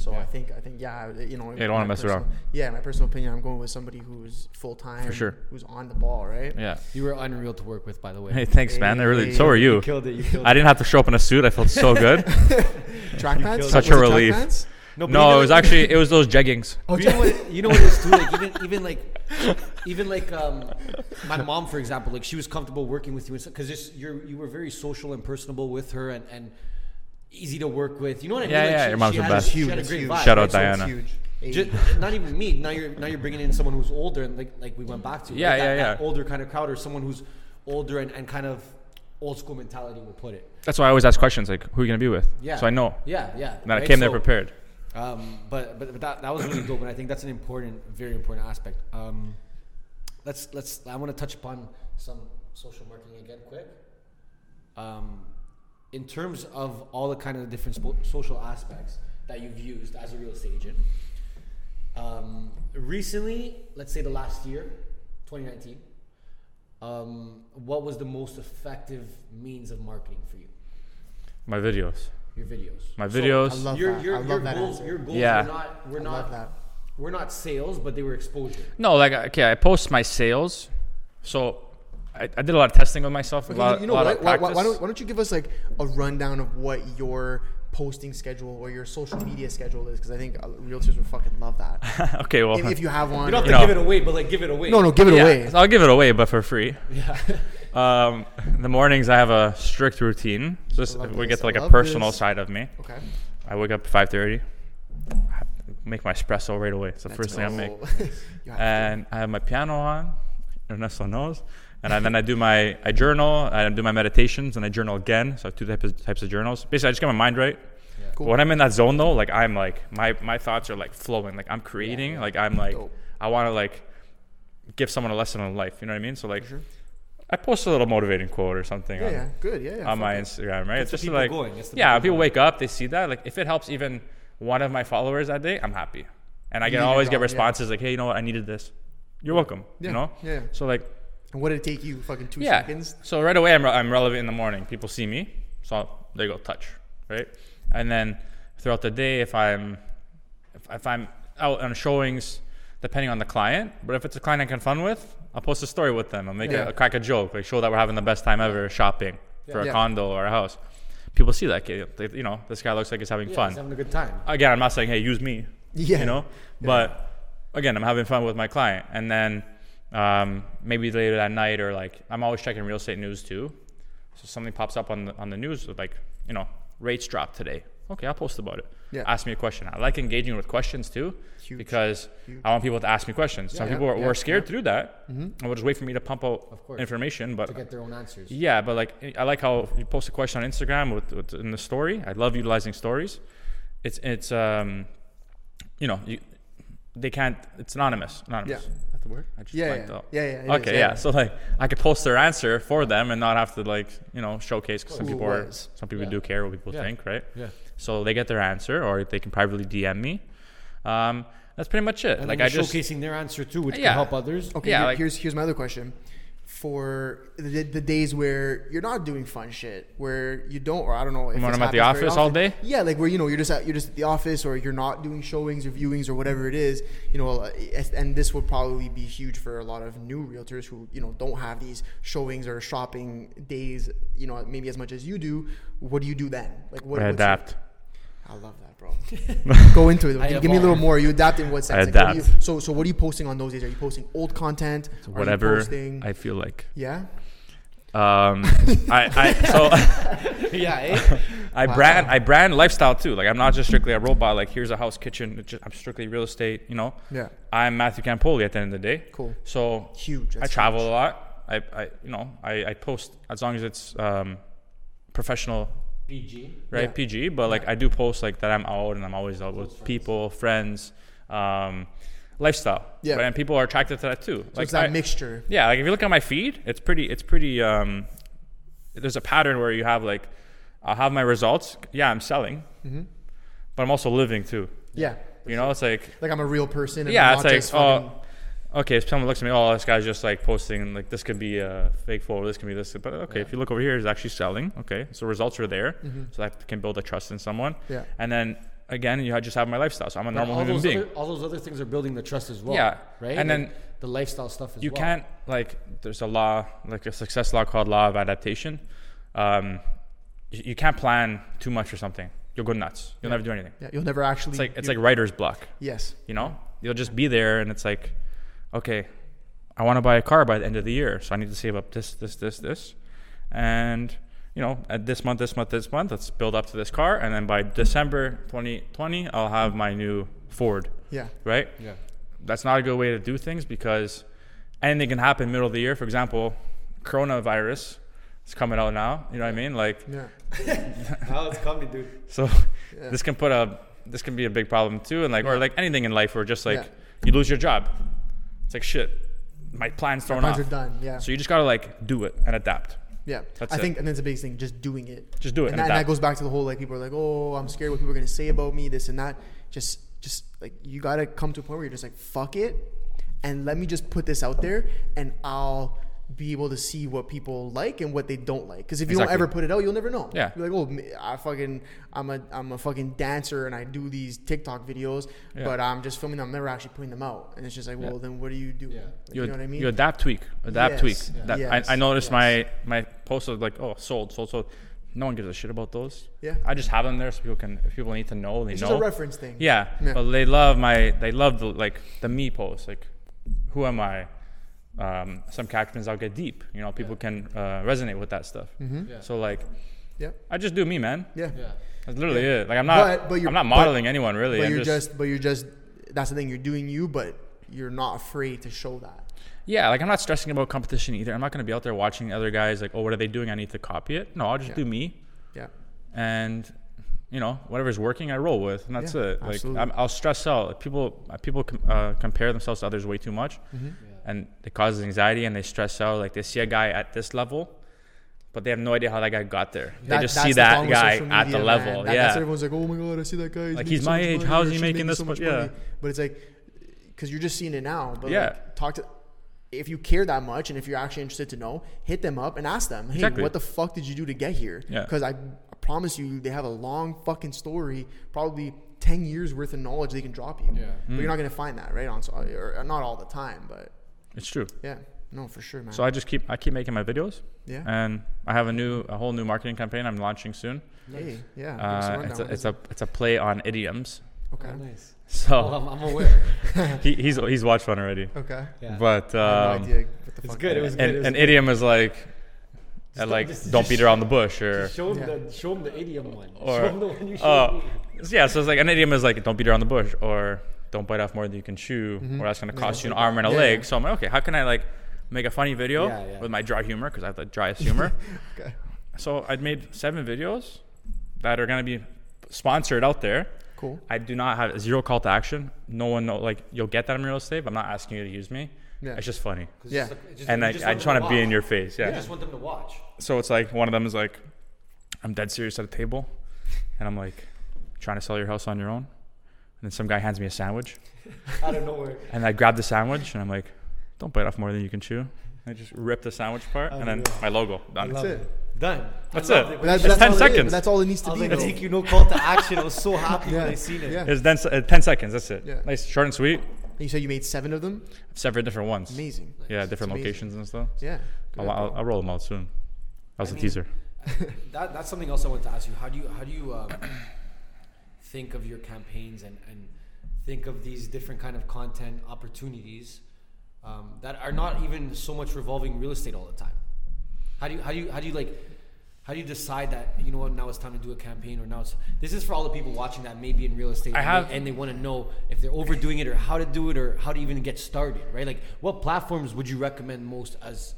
Speaker 2: so i think i think yeah I- you know
Speaker 3: don't
Speaker 2: my
Speaker 3: wanna mess around.
Speaker 2: personal- yeah in my personal opinion i'm going with somebody who's full-time
Speaker 3: For sure.
Speaker 2: who's on the ball right
Speaker 3: Yeah.
Speaker 4: You were unreal to work with, by the way.
Speaker 3: Hey, thanks, man. I really.
Speaker 2: Hey,
Speaker 3: So are
Speaker 4: You
Speaker 3: you.
Speaker 4: killed it. You killed
Speaker 3: I didn't have to show up in a suit. I felt so good.
Speaker 2: track pants
Speaker 4: killed
Speaker 3: Such
Speaker 2: Was
Speaker 3: a
Speaker 2: it track
Speaker 3: relief.
Speaker 2: pants?
Speaker 4: No, but you
Speaker 3: No,
Speaker 4: know-
Speaker 3: it was actually it was those jeggings.
Speaker 2: oh
Speaker 4: you know
Speaker 2: yeah.
Speaker 4: what? You know what it is too. Like even even like even like um, my mom, for example, like she was comfortable working with you because you you were very social and personable with her and and easy to work with. You know what I mean?
Speaker 3: Yeah,
Speaker 4: like
Speaker 3: yeah,
Speaker 4: she-
Speaker 3: your mom's
Speaker 4: she
Speaker 3: the
Speaker 4: had a-
Speaker 3: best.
Speaker 4: She had a
Speaker 2: Huge,
Speaker 4: great
Speaker 2: huge.
Speaker 4: vibe.
Speaker 3: Shout
Speaker 4: right?
Speaker 3: out
Speaker 4: So
Speaker 3: Diana.
Speaker 2: huge
Speaker 4: Ju-
Speaker 2: Hey.
Speaker 4: not even me. Now you're now you're bringing in someone who's older and like like we went back to.
Speaker 3: Yeah,
Speaker 4: right?
Speaker 3: yeah,
Speaker 4: that, That
Speaker 3: yeah.
Speaker 4: older kind of crowd or someone who's older and, and kind of old school mentality. We'll put it.
Speaker 3: That's why I always ask questions like, "Who are you gonna be with?"
Speaker 4: Yeah.
Speaker 3: So I know.
Speaker 4: Yeah, yeah.
Speaker 3: And then I
Speaker 4: right?
Speaker 3: came there
Speaker 4: So-
Speaker 3: prepared.
Speaker 4: Um, but, but but that that was really dope, and I think that's an important, very important aspect. Um, let's let's. I want to touch upon some social marketing again, quick. Um, in terms of all the kind of different spo- social aspects that you've used as a real estate agent, um, recently, let's say the last year, 2019, um, what was the most effective means of marketing for you?
Speaker 3: My videos.
Speaker 4: Your videos.
Speaker 3: My
Speaker 4: So-
Speaker 3: videos.
Speaker 2: I love
Speaker 4: your,
Speaker 2: that.
Speaker 4: your,
Speaker 2: I love
Speaker 4: your
Speaker 2: that
Speaker 4: goals,
Speaker 2: answer.
Speaker 4: your goals
Speaker 3: Yeah.
Speaker 4: were not were
Speaker 2: I
Speaker 4: not
Speaker 2: love that.
Speaker 4: were not sales, but they were exposure.
Speaker 3: No, like okay, I post my sales, so I, I did a lot of testing with myself. a
Speaker 2: Okay,
Speaker 3: lot,
Speaker 2: you know
Speaker 3: lot
Speaker 2: what?
Speaker 3: Of
Speaker 2: Why, why,
Speaker 3: practice.
Speaker 2: why don't, why don't you give us like a rundown of what your posting schedule or your social media schedule is? Because I think uh, realtors would fucking love that
Speaker 3: okay, well,
Speaker 2: if, if you have one.
Speaker 4: You don't have
Speaker 2: or-
Speaker 4: to
Speaker 3: You know-
Speaker 4: give it away, but like give it away.
Speaker 2: no, no, give it
Speaker 3: yeah,
Speaker 2: away.
Speaker 3: so I'll give it away, but for free.
Speaker 4: Yeah.
Speaker 3: Um, the mornings I have a strict routine. So this,
Speaker 2: I love
Speaker 3: we get
Speaker 2: this,
Speaker 3: to
Speaker 2: I
Speaker 3: like a
Speaker 2: love
Speaker 3: personal
Speaker 2: this.
Speaker 3: side of me.
Speaker 2: Okay.
Speaker 3: I wake up at five thirty, make my espresso right away. It's the first thing I make,
Speaker 2: You have
Speaker 3: and I have my piano on. Ernesto knows. And I, then I do my I journal. I do my meditations, and I journal again. So I have two types of, types of journals. Basically, I just get my mind right.
Speaker 2: Cool.
Speaker 3: When I'm in that zone though, like I'm like my my thoughts are like flowing. Like I'm creating. Like I'm like
Speaker 2: Dope.
Speaker 3: I want to like give someone a lesson in life. You know what I mean? So like I post a little motivating quote or something
Speaker 2: Yeah,
Speaker 3: on,
Speaker 2: yeah, good. Yeah, yeah.
Speaker 3: on
Speaker 2: fuck
Speaker 3: my
Speaker 2: it.
Speaker 3: Instagram, right?
Speaker 4: Gets the
Speaker 3: Just to
Speaker 4: people
Speaker 3: like,
Speaker 4: going, gets the
Speaker 3: yeah,
Speaker 4: people
Speaker 3: people
Speaker 4: going.
Speaker 3: wake up, they see that. Like, if it helps even one of my followers that day, I'm happy, and I
Speaker 2: did
Speaker 3: can
Speaker 2: your
Speaker 3: always
Speaker 2: job,
Speaker 3: get
Speaker 2: yeah.
Speaker 3: responses like, "Hey, you know what? I needed this. You're welcome."
Speaker 2: Yeah,
Speaker 3: You know?
Speaker 2: yeah, yeah.
Speaker 3: So like,
Speaker 2: And what did it take you? Fucking two
Speaker 3: yeah.
Speaker 2: seconds.
Speaker 3: So right away, I'm, re- I'm relevant in the morning. People see me, so they go touch, right? And then throughout the day, if I'm if, if I'm out on showings, depending on the client, but if it's a client I can fun with, I'll post a story with them. I'll make
Speaker 2: Yeah.
Speaker 3: a, crack a joke, like show that we're having the best time ever shopping for a
Speaker 2: Yeah.
Speaker 3: condo or a house. People see that, kid. They- you know, this guy looks like he's having
Speaker 4: Yeah,
Speaker 3: fun
Speaker 4: he's having a good time.
Speaker 3: again, I'm not saying, hey, use me.
Speaker 2: Yeah.
Speaker 3: You know? But again, I'm having fun with my client. And then um, maybe later that night or like, I'm always checking real estate news too. So something pops up on the, on the news with like, you know, rates dropped today. Okay, I'll post about it.
Speaker 2: Yeah.
Speaker 3: Ask me a question. I like engaging with questions too
Speaker 2: Huge.
Speaker 3: because
Speaker 2: Huge.
Speaker 3: I want people to ask me questions. Some
Speaker 2: Yeah,
Speaker 3: people are,
Speaker 2: yeah, Mm-hmm.
Speaker 3: were scared to do that and will just wait for me to pump out
Speaker 4: Of course.
Speaker 3: information. But
Speaker 4: To get their own answers.
Speaker 3: yeah, but like I like how you post a question on Instagram with, with in the story. I love utilizing stories. It's it's um, you know, you they can't. It's anonymous. Anonymous.
Speaker 2: Yeah.
Speaker 3: Is that the word? I just
Speaker 2: Yeah,
Speaker 3: blanked
Speaker 2: yeah.
Speaker 3: out.
Speaker 2: Yeah, yeah, it is,
Speaker 3: okay,
Speaker 2: yeah,
Speaker 3: yeah.
Speaker 2: yeah.
Speaker 3: So like I could post their answer for them and not have to like you know showcase because some
Speaker 2: Who it
Speaker 3: people are
Speaker 2: was.
Speaker 3: some people
Speaker 4: Yeah.
Speaker 3: do care what people
Speaker 4: Yeah.
Speaker 3: think, right?
Speaker 4: Yeah.
Speaker 3: So they get their answer, or they can privately DM me. Um, that's pretty much it.
Speaker 4: And
Speaker 3: like
Speaker 4: like
Speaker 3: I just
Speaker 4: showcasing their answer too, which
Speaker 3: Yeah.
Speaker 4: can help others.
Speaker 2: Okay,
Speaker 3: Yeah,
Speaker 2: here-
Speaker 3: like-
Speaker 2: here's here's my other question. For the, the days where you're not doing fun shit, where you don't, or I don't know, if
Speaker 3: When
Speaker 2: this
Speaker 3: I'm at the
Speaker 2: happens very
Speaker 3: office all
Speaker 2: often.
Speaker 3: day?
Speaker 2: Yeah, like where you know you're just at you're just at the office, or you're not doing showings or viewings or whatever it is. You know, uh, as- and this would probably be huge for a lot of new realtors who you know don't have these showings or shopping days. You know, maybe as much as you do. What do you do then? Like what what's
Speaker 3: I
Speaker 2: your-
Speaker 3: adapt.
Speaker 2: I love that, bro. Go into it.
Speaker 4: I
Speaker 2: Give me a little
Speaker 4: evolve.
Speaker 2: more. You adapt in what sense?
Speaker 3: I
Speaker 2: Like, what do
Speaker 3: adapt.
Speaker 2: you- so, so what are you posting on those days? Are you posting old content? Are you
Speaker 3: Whatever
Speaker 2: posting-
Speaker 3: I feel like.
Speaker 2: yeah.
Speaker 3: Um, I, I so.
Speaker 4: yeah, eh?
Speaker 3: I brand I brand lifestyle too. Like I'm not just strictly a robot. Like here's a house kitchen. It's just- I'm strictly real estate. You know.
Speaker 2: Yeah.
Speaker 3: I'm Matthew Campoli at the end of the day.
Speaker 2: Cool.
Speaker 3: So
Speaker 2: Huge.
Speaker 3: I
Speaker 2: That's
Speaker 3: travel
Speaker 2: huge.
Speaker 3: a lot. I, I you know I, I post as long as it's um, professional
Speaker 4: PG.
Speaker 3: right
Speaker 2: Yeah.
Speaker 3: PG. But like I do post like that I'm out and I'm always out with people, friends, um, lifestyle.
Speaker 2: Yeah.
Speaker 3: But, and people are attracted to that too.
Speaker 2: So it's that
Speaker 3: I-
Speaker 2: mixture.
Speaker 3: yeah, like if you look at my feed, it's pretty. It's pretty. Um, there's a pattern where you have like, I'll have my results. Yeah, I'm selling,
Speaker 4: Mm-hmm.
Speaker 3: but I'm also living too.
Speaker 2: Yeah.
Speaker 3: You know, it's like
Speaker 2: Like I'm a real person. And
Speaker 3: yeah,
Speaker 2: I'm
Speaker 3: it's
Speaker 2: not
Speaker 3: like
Speaker 2: just fucking-
Speaker 3: oh, okay. If someone looks at me, oh, this guy's just like posting like this could be a fake photo, this can be this. But okay, if you look over here, it's actually selling. Okay, so results are there,
Speaker 4: Mm-hmm.
Speaker 3: so that can build a trust in someone.
Speaker 2: Yeah.
Speaker 3: and then again, you just have my lifestyle. So I'm a
Speaker 4: But
Speaker 3: normal
Speaker 4: all
Speaker 3: human
Speaker 4: those,
Speaker 3: being.
Speaker 4: other, all those other things are building the trust as well.
Speaker 3: Yeah.
Speaker 4: Right?
Speaker 3: And then
Speaker 4: the lifestyle stuff as
Speaker 3: you
Speaker 4: well.
Speaker 3: can't like there's a law like a success law called law of adaptation um, you, you can't plan too much for something you'll go nuts you'll never do anything
Speaker 2: Yeah, you'll never actually.
Speaker 3: it's like it's
Speaker 2: you-
Speaker 3: like writer's block
Speaker 2: yes.
Speaker 3: you know you'll just be there and it's like okay i want to buy a car by the end of the year so i need to save up this this this this and you know at this month this month this month let's build up to this car and then by december 2020 i'll have my new ford
Speaker 2: Yeah.
Speaker 3: right
Speaker 4: Yeah.
Speaker 3: that's not a good way to do things because anything can happen middle of the year. For example, coronavirus is coming out now. You know what I mean? Like
Speaker 2: Yeah.
Speaker 4: Now it's coming, dude.
Speaker 3: so, this can put a this can be a big problem too, and like or like anything in life, where just like
Speaker 2: Yeah.
Speaker 3: you lose your job. It's like shit. My plan's thrown
Speaker 2: Plans
Speaker 3: off.
Speaker 2: are done. Yeah.
Speaker 3: So you just gotta like do it and adapt.
Speaker 2: yeah.
Speaker 3: that's
Speaker 2: I
Speaker 3: it.
Speaker 2: think, and that's the biggest thing, just doing it.
Speaker 3: Just do
Speaker 2: And,
Speaker 3: it and
Speaker 2: that, and that
Speaker 3: adapt.
Speaker 2: goes back to the whole like people are like, oh, I'm scared what people are gonna say about me, this and that. Just, just like you gotta come to a point where you're just like, fuck it, and let me just put this out there, and I'll be able to see what people like and what they don't like. Because if you
Speaker 3: Exactly.
Speaker 2: don't ever put it out, you'll never know.
Speaker 3: Yeah.
Speaker 2: You're like, oh, m- I fucking, I'm a, I'm a fucking dancer, and I do these TikTok videos,
Speaker 3: Yeah.
Speaker 2: but I'm just filming them, I'm never actually putting them out. And it's just like, well, then what do you do?
Speaker 4: Yeah.
Speaker 2: you know what I mean?
Speaker 3: You adapt tweak, adapt
Speaker 2: Yes,
Speaker 3: tweak.
Speaker 2: yeah.
Speaker 3: That,
Speaker 2: yes,
Speaker 3: I, I noticed my my post was like, oh, sold, sold, sold. No one gives a shit about those.
Speaker 2: Yeah.
Speaker 3: I just have them there so people can, if people need to know, they
Speaker 2: it's
Speaker 3: know.
Speaker 2: just a reference thing.
Speaker 3: Yeah,
Speaker 2: Yeah.
Speaker 3: but they love my they love the like the me post like who am I? Um, some catchments I'll get deep. You know, people can uh, resonate with that stuff.
Speaker 2: Mm-hmm.
Speaker 4: Yeah.
Speaker 3: So like,
Speaker 2: Yeah.
Speaker 3: I just do me, man.
Speaker 2: Yeah.
Speaker 4: Yeah.
Speaker 3: That's literally it. Like I'm not
Speaker 2: But- but you're-
Speaker 3: I'm not
Speaker 2: but-
Speaker 3: modeling anyone really.
Speaker 2: But
Speaker 3: I'm
Speaker 2: you're
Speaker 3: just,
Speaker 2: just, but you're just that's the thing you're doing you, but you're not afraid to show that.
Speaker 3: yeah, like I'm not stressing about competition either. I'm not gonna be out there watching other guys like, oh, what are they doing? I need to copy it. No, I'll just
Speaker 2: Yeah.
Speaker 3: do me
Speaker 2: Yeah,
Speaker 3: and. You know, whatever's working, I roll with, and that's
Speaker 2: Yeah,
Speaker 3: it. Like,
Speaker 2: absolutely.
Speaker 3: uh,
Speaker 2: Mm-hmm.
Speaker 3: I'm, I'll stress out. People, people com- uh, compare themselves to others way too much.
Speaker 4: Yeah.
Speaker 3: and it causes anxiety and they stress out. Like they see a guy at this level, but they have no idea how that guy got there.
Speaker 2: That-
Speaker 3: they just
Speaker 2: that's
Speaker 3: see
Speaker 2: the
Speaker 3: that
Speaker 2: problem with
Speaker 3: guy
Speaker 2: social
Speaker 3: at the
Speaker 2: media,
Speaker 3: level.
Speaker 2: man. That-
Speaker 3: yeah.
Speaker 2: that's everyone's like, oh my god, I see that guy.
Speaker 3: Like,
Speaker 2: making
Speaker 3: he's
Speaker 2: so
Speaker 3: my
Speaker 2: much
Speaker 3: age,
Speaker 2: money,
Speaker 3: how
Speaker 2: or
Speaker 3: is he
Speaker 2: she's
Speaker 3: making this
Speaker 2: so
Speaker 3: much-
Speaker 2: much
Speaker 3: yeah.
Speaker 2: money. But it's like, because you're just seeing it now. But
Speaker 3: Yeah.
Speaker 2: like, talk to. If you care that much, and if you're actually interested to know, hit them up and ask them, "Hey,
Speaker 3: Exactly.
Speaker 2: what the fuck did you do to get here?"
Speaker 3: Yeah.
Speaker 2: Because I promise you, they have a long fucking story, probably ten years worth of knowledge they can drop you.
Speaker 4: Yeah.
Speaker 2: But
Speaker 3: Hmm.
Speaker 2: you're not gonna find that right on, so- or not all the time, but
Speaker 3: It's true.
Speaker 2: yeah, no, for sure, man.
Speaker 3: So I uh, just keep I keep making my videos.
Speaker 2: Yeah.
Speaker 3: And I have a new a whole new marketing campaign I'm launching soon.
Speaker 2: hey, yeah, give us a
Speaker 3: Uh,
Speaker 2: rundown.
Speaker 3: it's a
Speaker 2: What
Speaker 3: it's
Speaker 2: is
Speaker 3: a it's a play on idioms.
Speaker 2: it? okay,
Speaker 4: Oh, nice. Oh,
Speaker 3: So
Speaker 4: I'm, I'm aware.
Speaker 3: he, he's he's watched one already.
Speaker 2: okay.
Speaker 4: Yeah.
Speaker 3: But
Speaker 2: I have no
Speaker 3: um,
Speaker 2: idea what the
Speaker 4: it's
Speaker 2: fuck
Speaker 4: good,
Speaker 2: that
Speaker 4: it was
Speaker 2: is.
Speaker 3: an,
Speaker 4: it was
Speaker 3: an
Speaker 4: good.
Speaker 3: idiom is like, uh,
Speaker 4: don't-
Speaker 3: like
Speaker 4: just-
Speaker 3: don't
Speaker 4: just
Speaker 3: beat around the bush or
Speaker 4: show him
Speaker 2: Yeah.
Speaker 4: the show him the idiom one.
Speaker 3: Or-
Speaker 4: show him the one you showed
Speaker 3: uh,
Speaker 4: me.
Speaker 3: so yeah. So it's like an idiom is like don't beat around the bush or don't bite off more than you can chew
Speaker 4: Mm-hmm.
Speaker 3: or that's gonna cost you an arm and a
Speaker 2: Yeah,
Speaker 3: leg.
Speaker 2: yeah.
Speaker 3: So I'm like, okay, how can I like make a funny video
Speaker 4: Yeah, yeah.
Speaker 3: with my dry humor because I have the driest humor.
Speaker 2: Okay.
Speaker 3: so I'd made seven videos that are gonna be sponsored out there.
Speaker 2: Cool.
Speaker 3: I do not have zero call to action. No one know like you'll get that in real estate. But I'm not asking you to use me.
Speaker 2: Yeah.
Speaker 3: It's just funny.
Speaker 4: 'Cause it's
Speaker 2: Yeah.
Speaker 4: just like- it's just-
Speaker 3: And
Speaker 4: you
Speaker 3: I, I
Speaker 4: want
Speaker 3: just
Speaker 4: them
Speaker 3: want to be in
Speaker 4: watch.
Speaker 3: your face. Yeah.
Speaker 4: You just want them to watch.
Speaker 3: So it's like one of them is like, I'm dead serious at a table, and I'm like, trying to sell your house on your own. And then some guy hands me a sandwich,
Speaker 4: Out of nowhere.
Speaker 3: and I grab the sandwich, and I'm like, don't bite off more than you can chew. I just rip the sandwich part, and then my logo done.
Speaker 4: Love
Speaker 2: Oh, it.
Speaker 4: Done.
Speaker 3: That's
Speaker 4: I
Speaker 3: it.
Speaker 4: loved when
Speaker 2: But
Speaker 4: you
Speaker 2: that's,
Speaker 3: It's
Speaker 2: that's
Speaker 3: 10
Speaker 2: all it is,
Speaker 3: seconds.
Speaker 2: but that's all it needs
Speaker 4: I
Speaker 2: to
Speaker 4: was
Speaker 2: be.
Speaker 4: like,
Speaker 2: though.
Speaker 4: take you no call to action. I was so happy
Speaker 2: Yeah.
Speaker 4: when I seen it.
Speaker 2: Yeah.
Speaker 3: It's then uh, ten seconds. That's it.
Speaker 2: Yeah.
Speaker 3: Nice, short and sweet.
Speaker 2: And you said you made seven of them.
Speaker 3: Separate different ones.
Speaker 2: Amazing.
Speaker 3: Yeah, different
Speaker 2: amazing.
Speaker 3: locations and stuff.
Speaker 2: Yeah. Good.
Speaker 3: I'll, I'll, I'll roll them out soon. That was a
Speaker 4: mean-
Speaker 3: teaser.
Speaker 4: That, that's something else I wanted to ask you. How do you how do you um, think of your campaigns and, and think of these different kind of content opportunities um, that are not even so much revolving real estate all the time? How do you how do you how do you like how do you decide that you know what now it's time to do a campaign or now it's this is for all the people watching that may be in real estate
Speaker 3: I
Speaker 4: and,
Speaker 3: have-
Speaker 4: they, and they want to know if they're overdoing it or how to do it or how to even get started right like what platforms would you recommend most as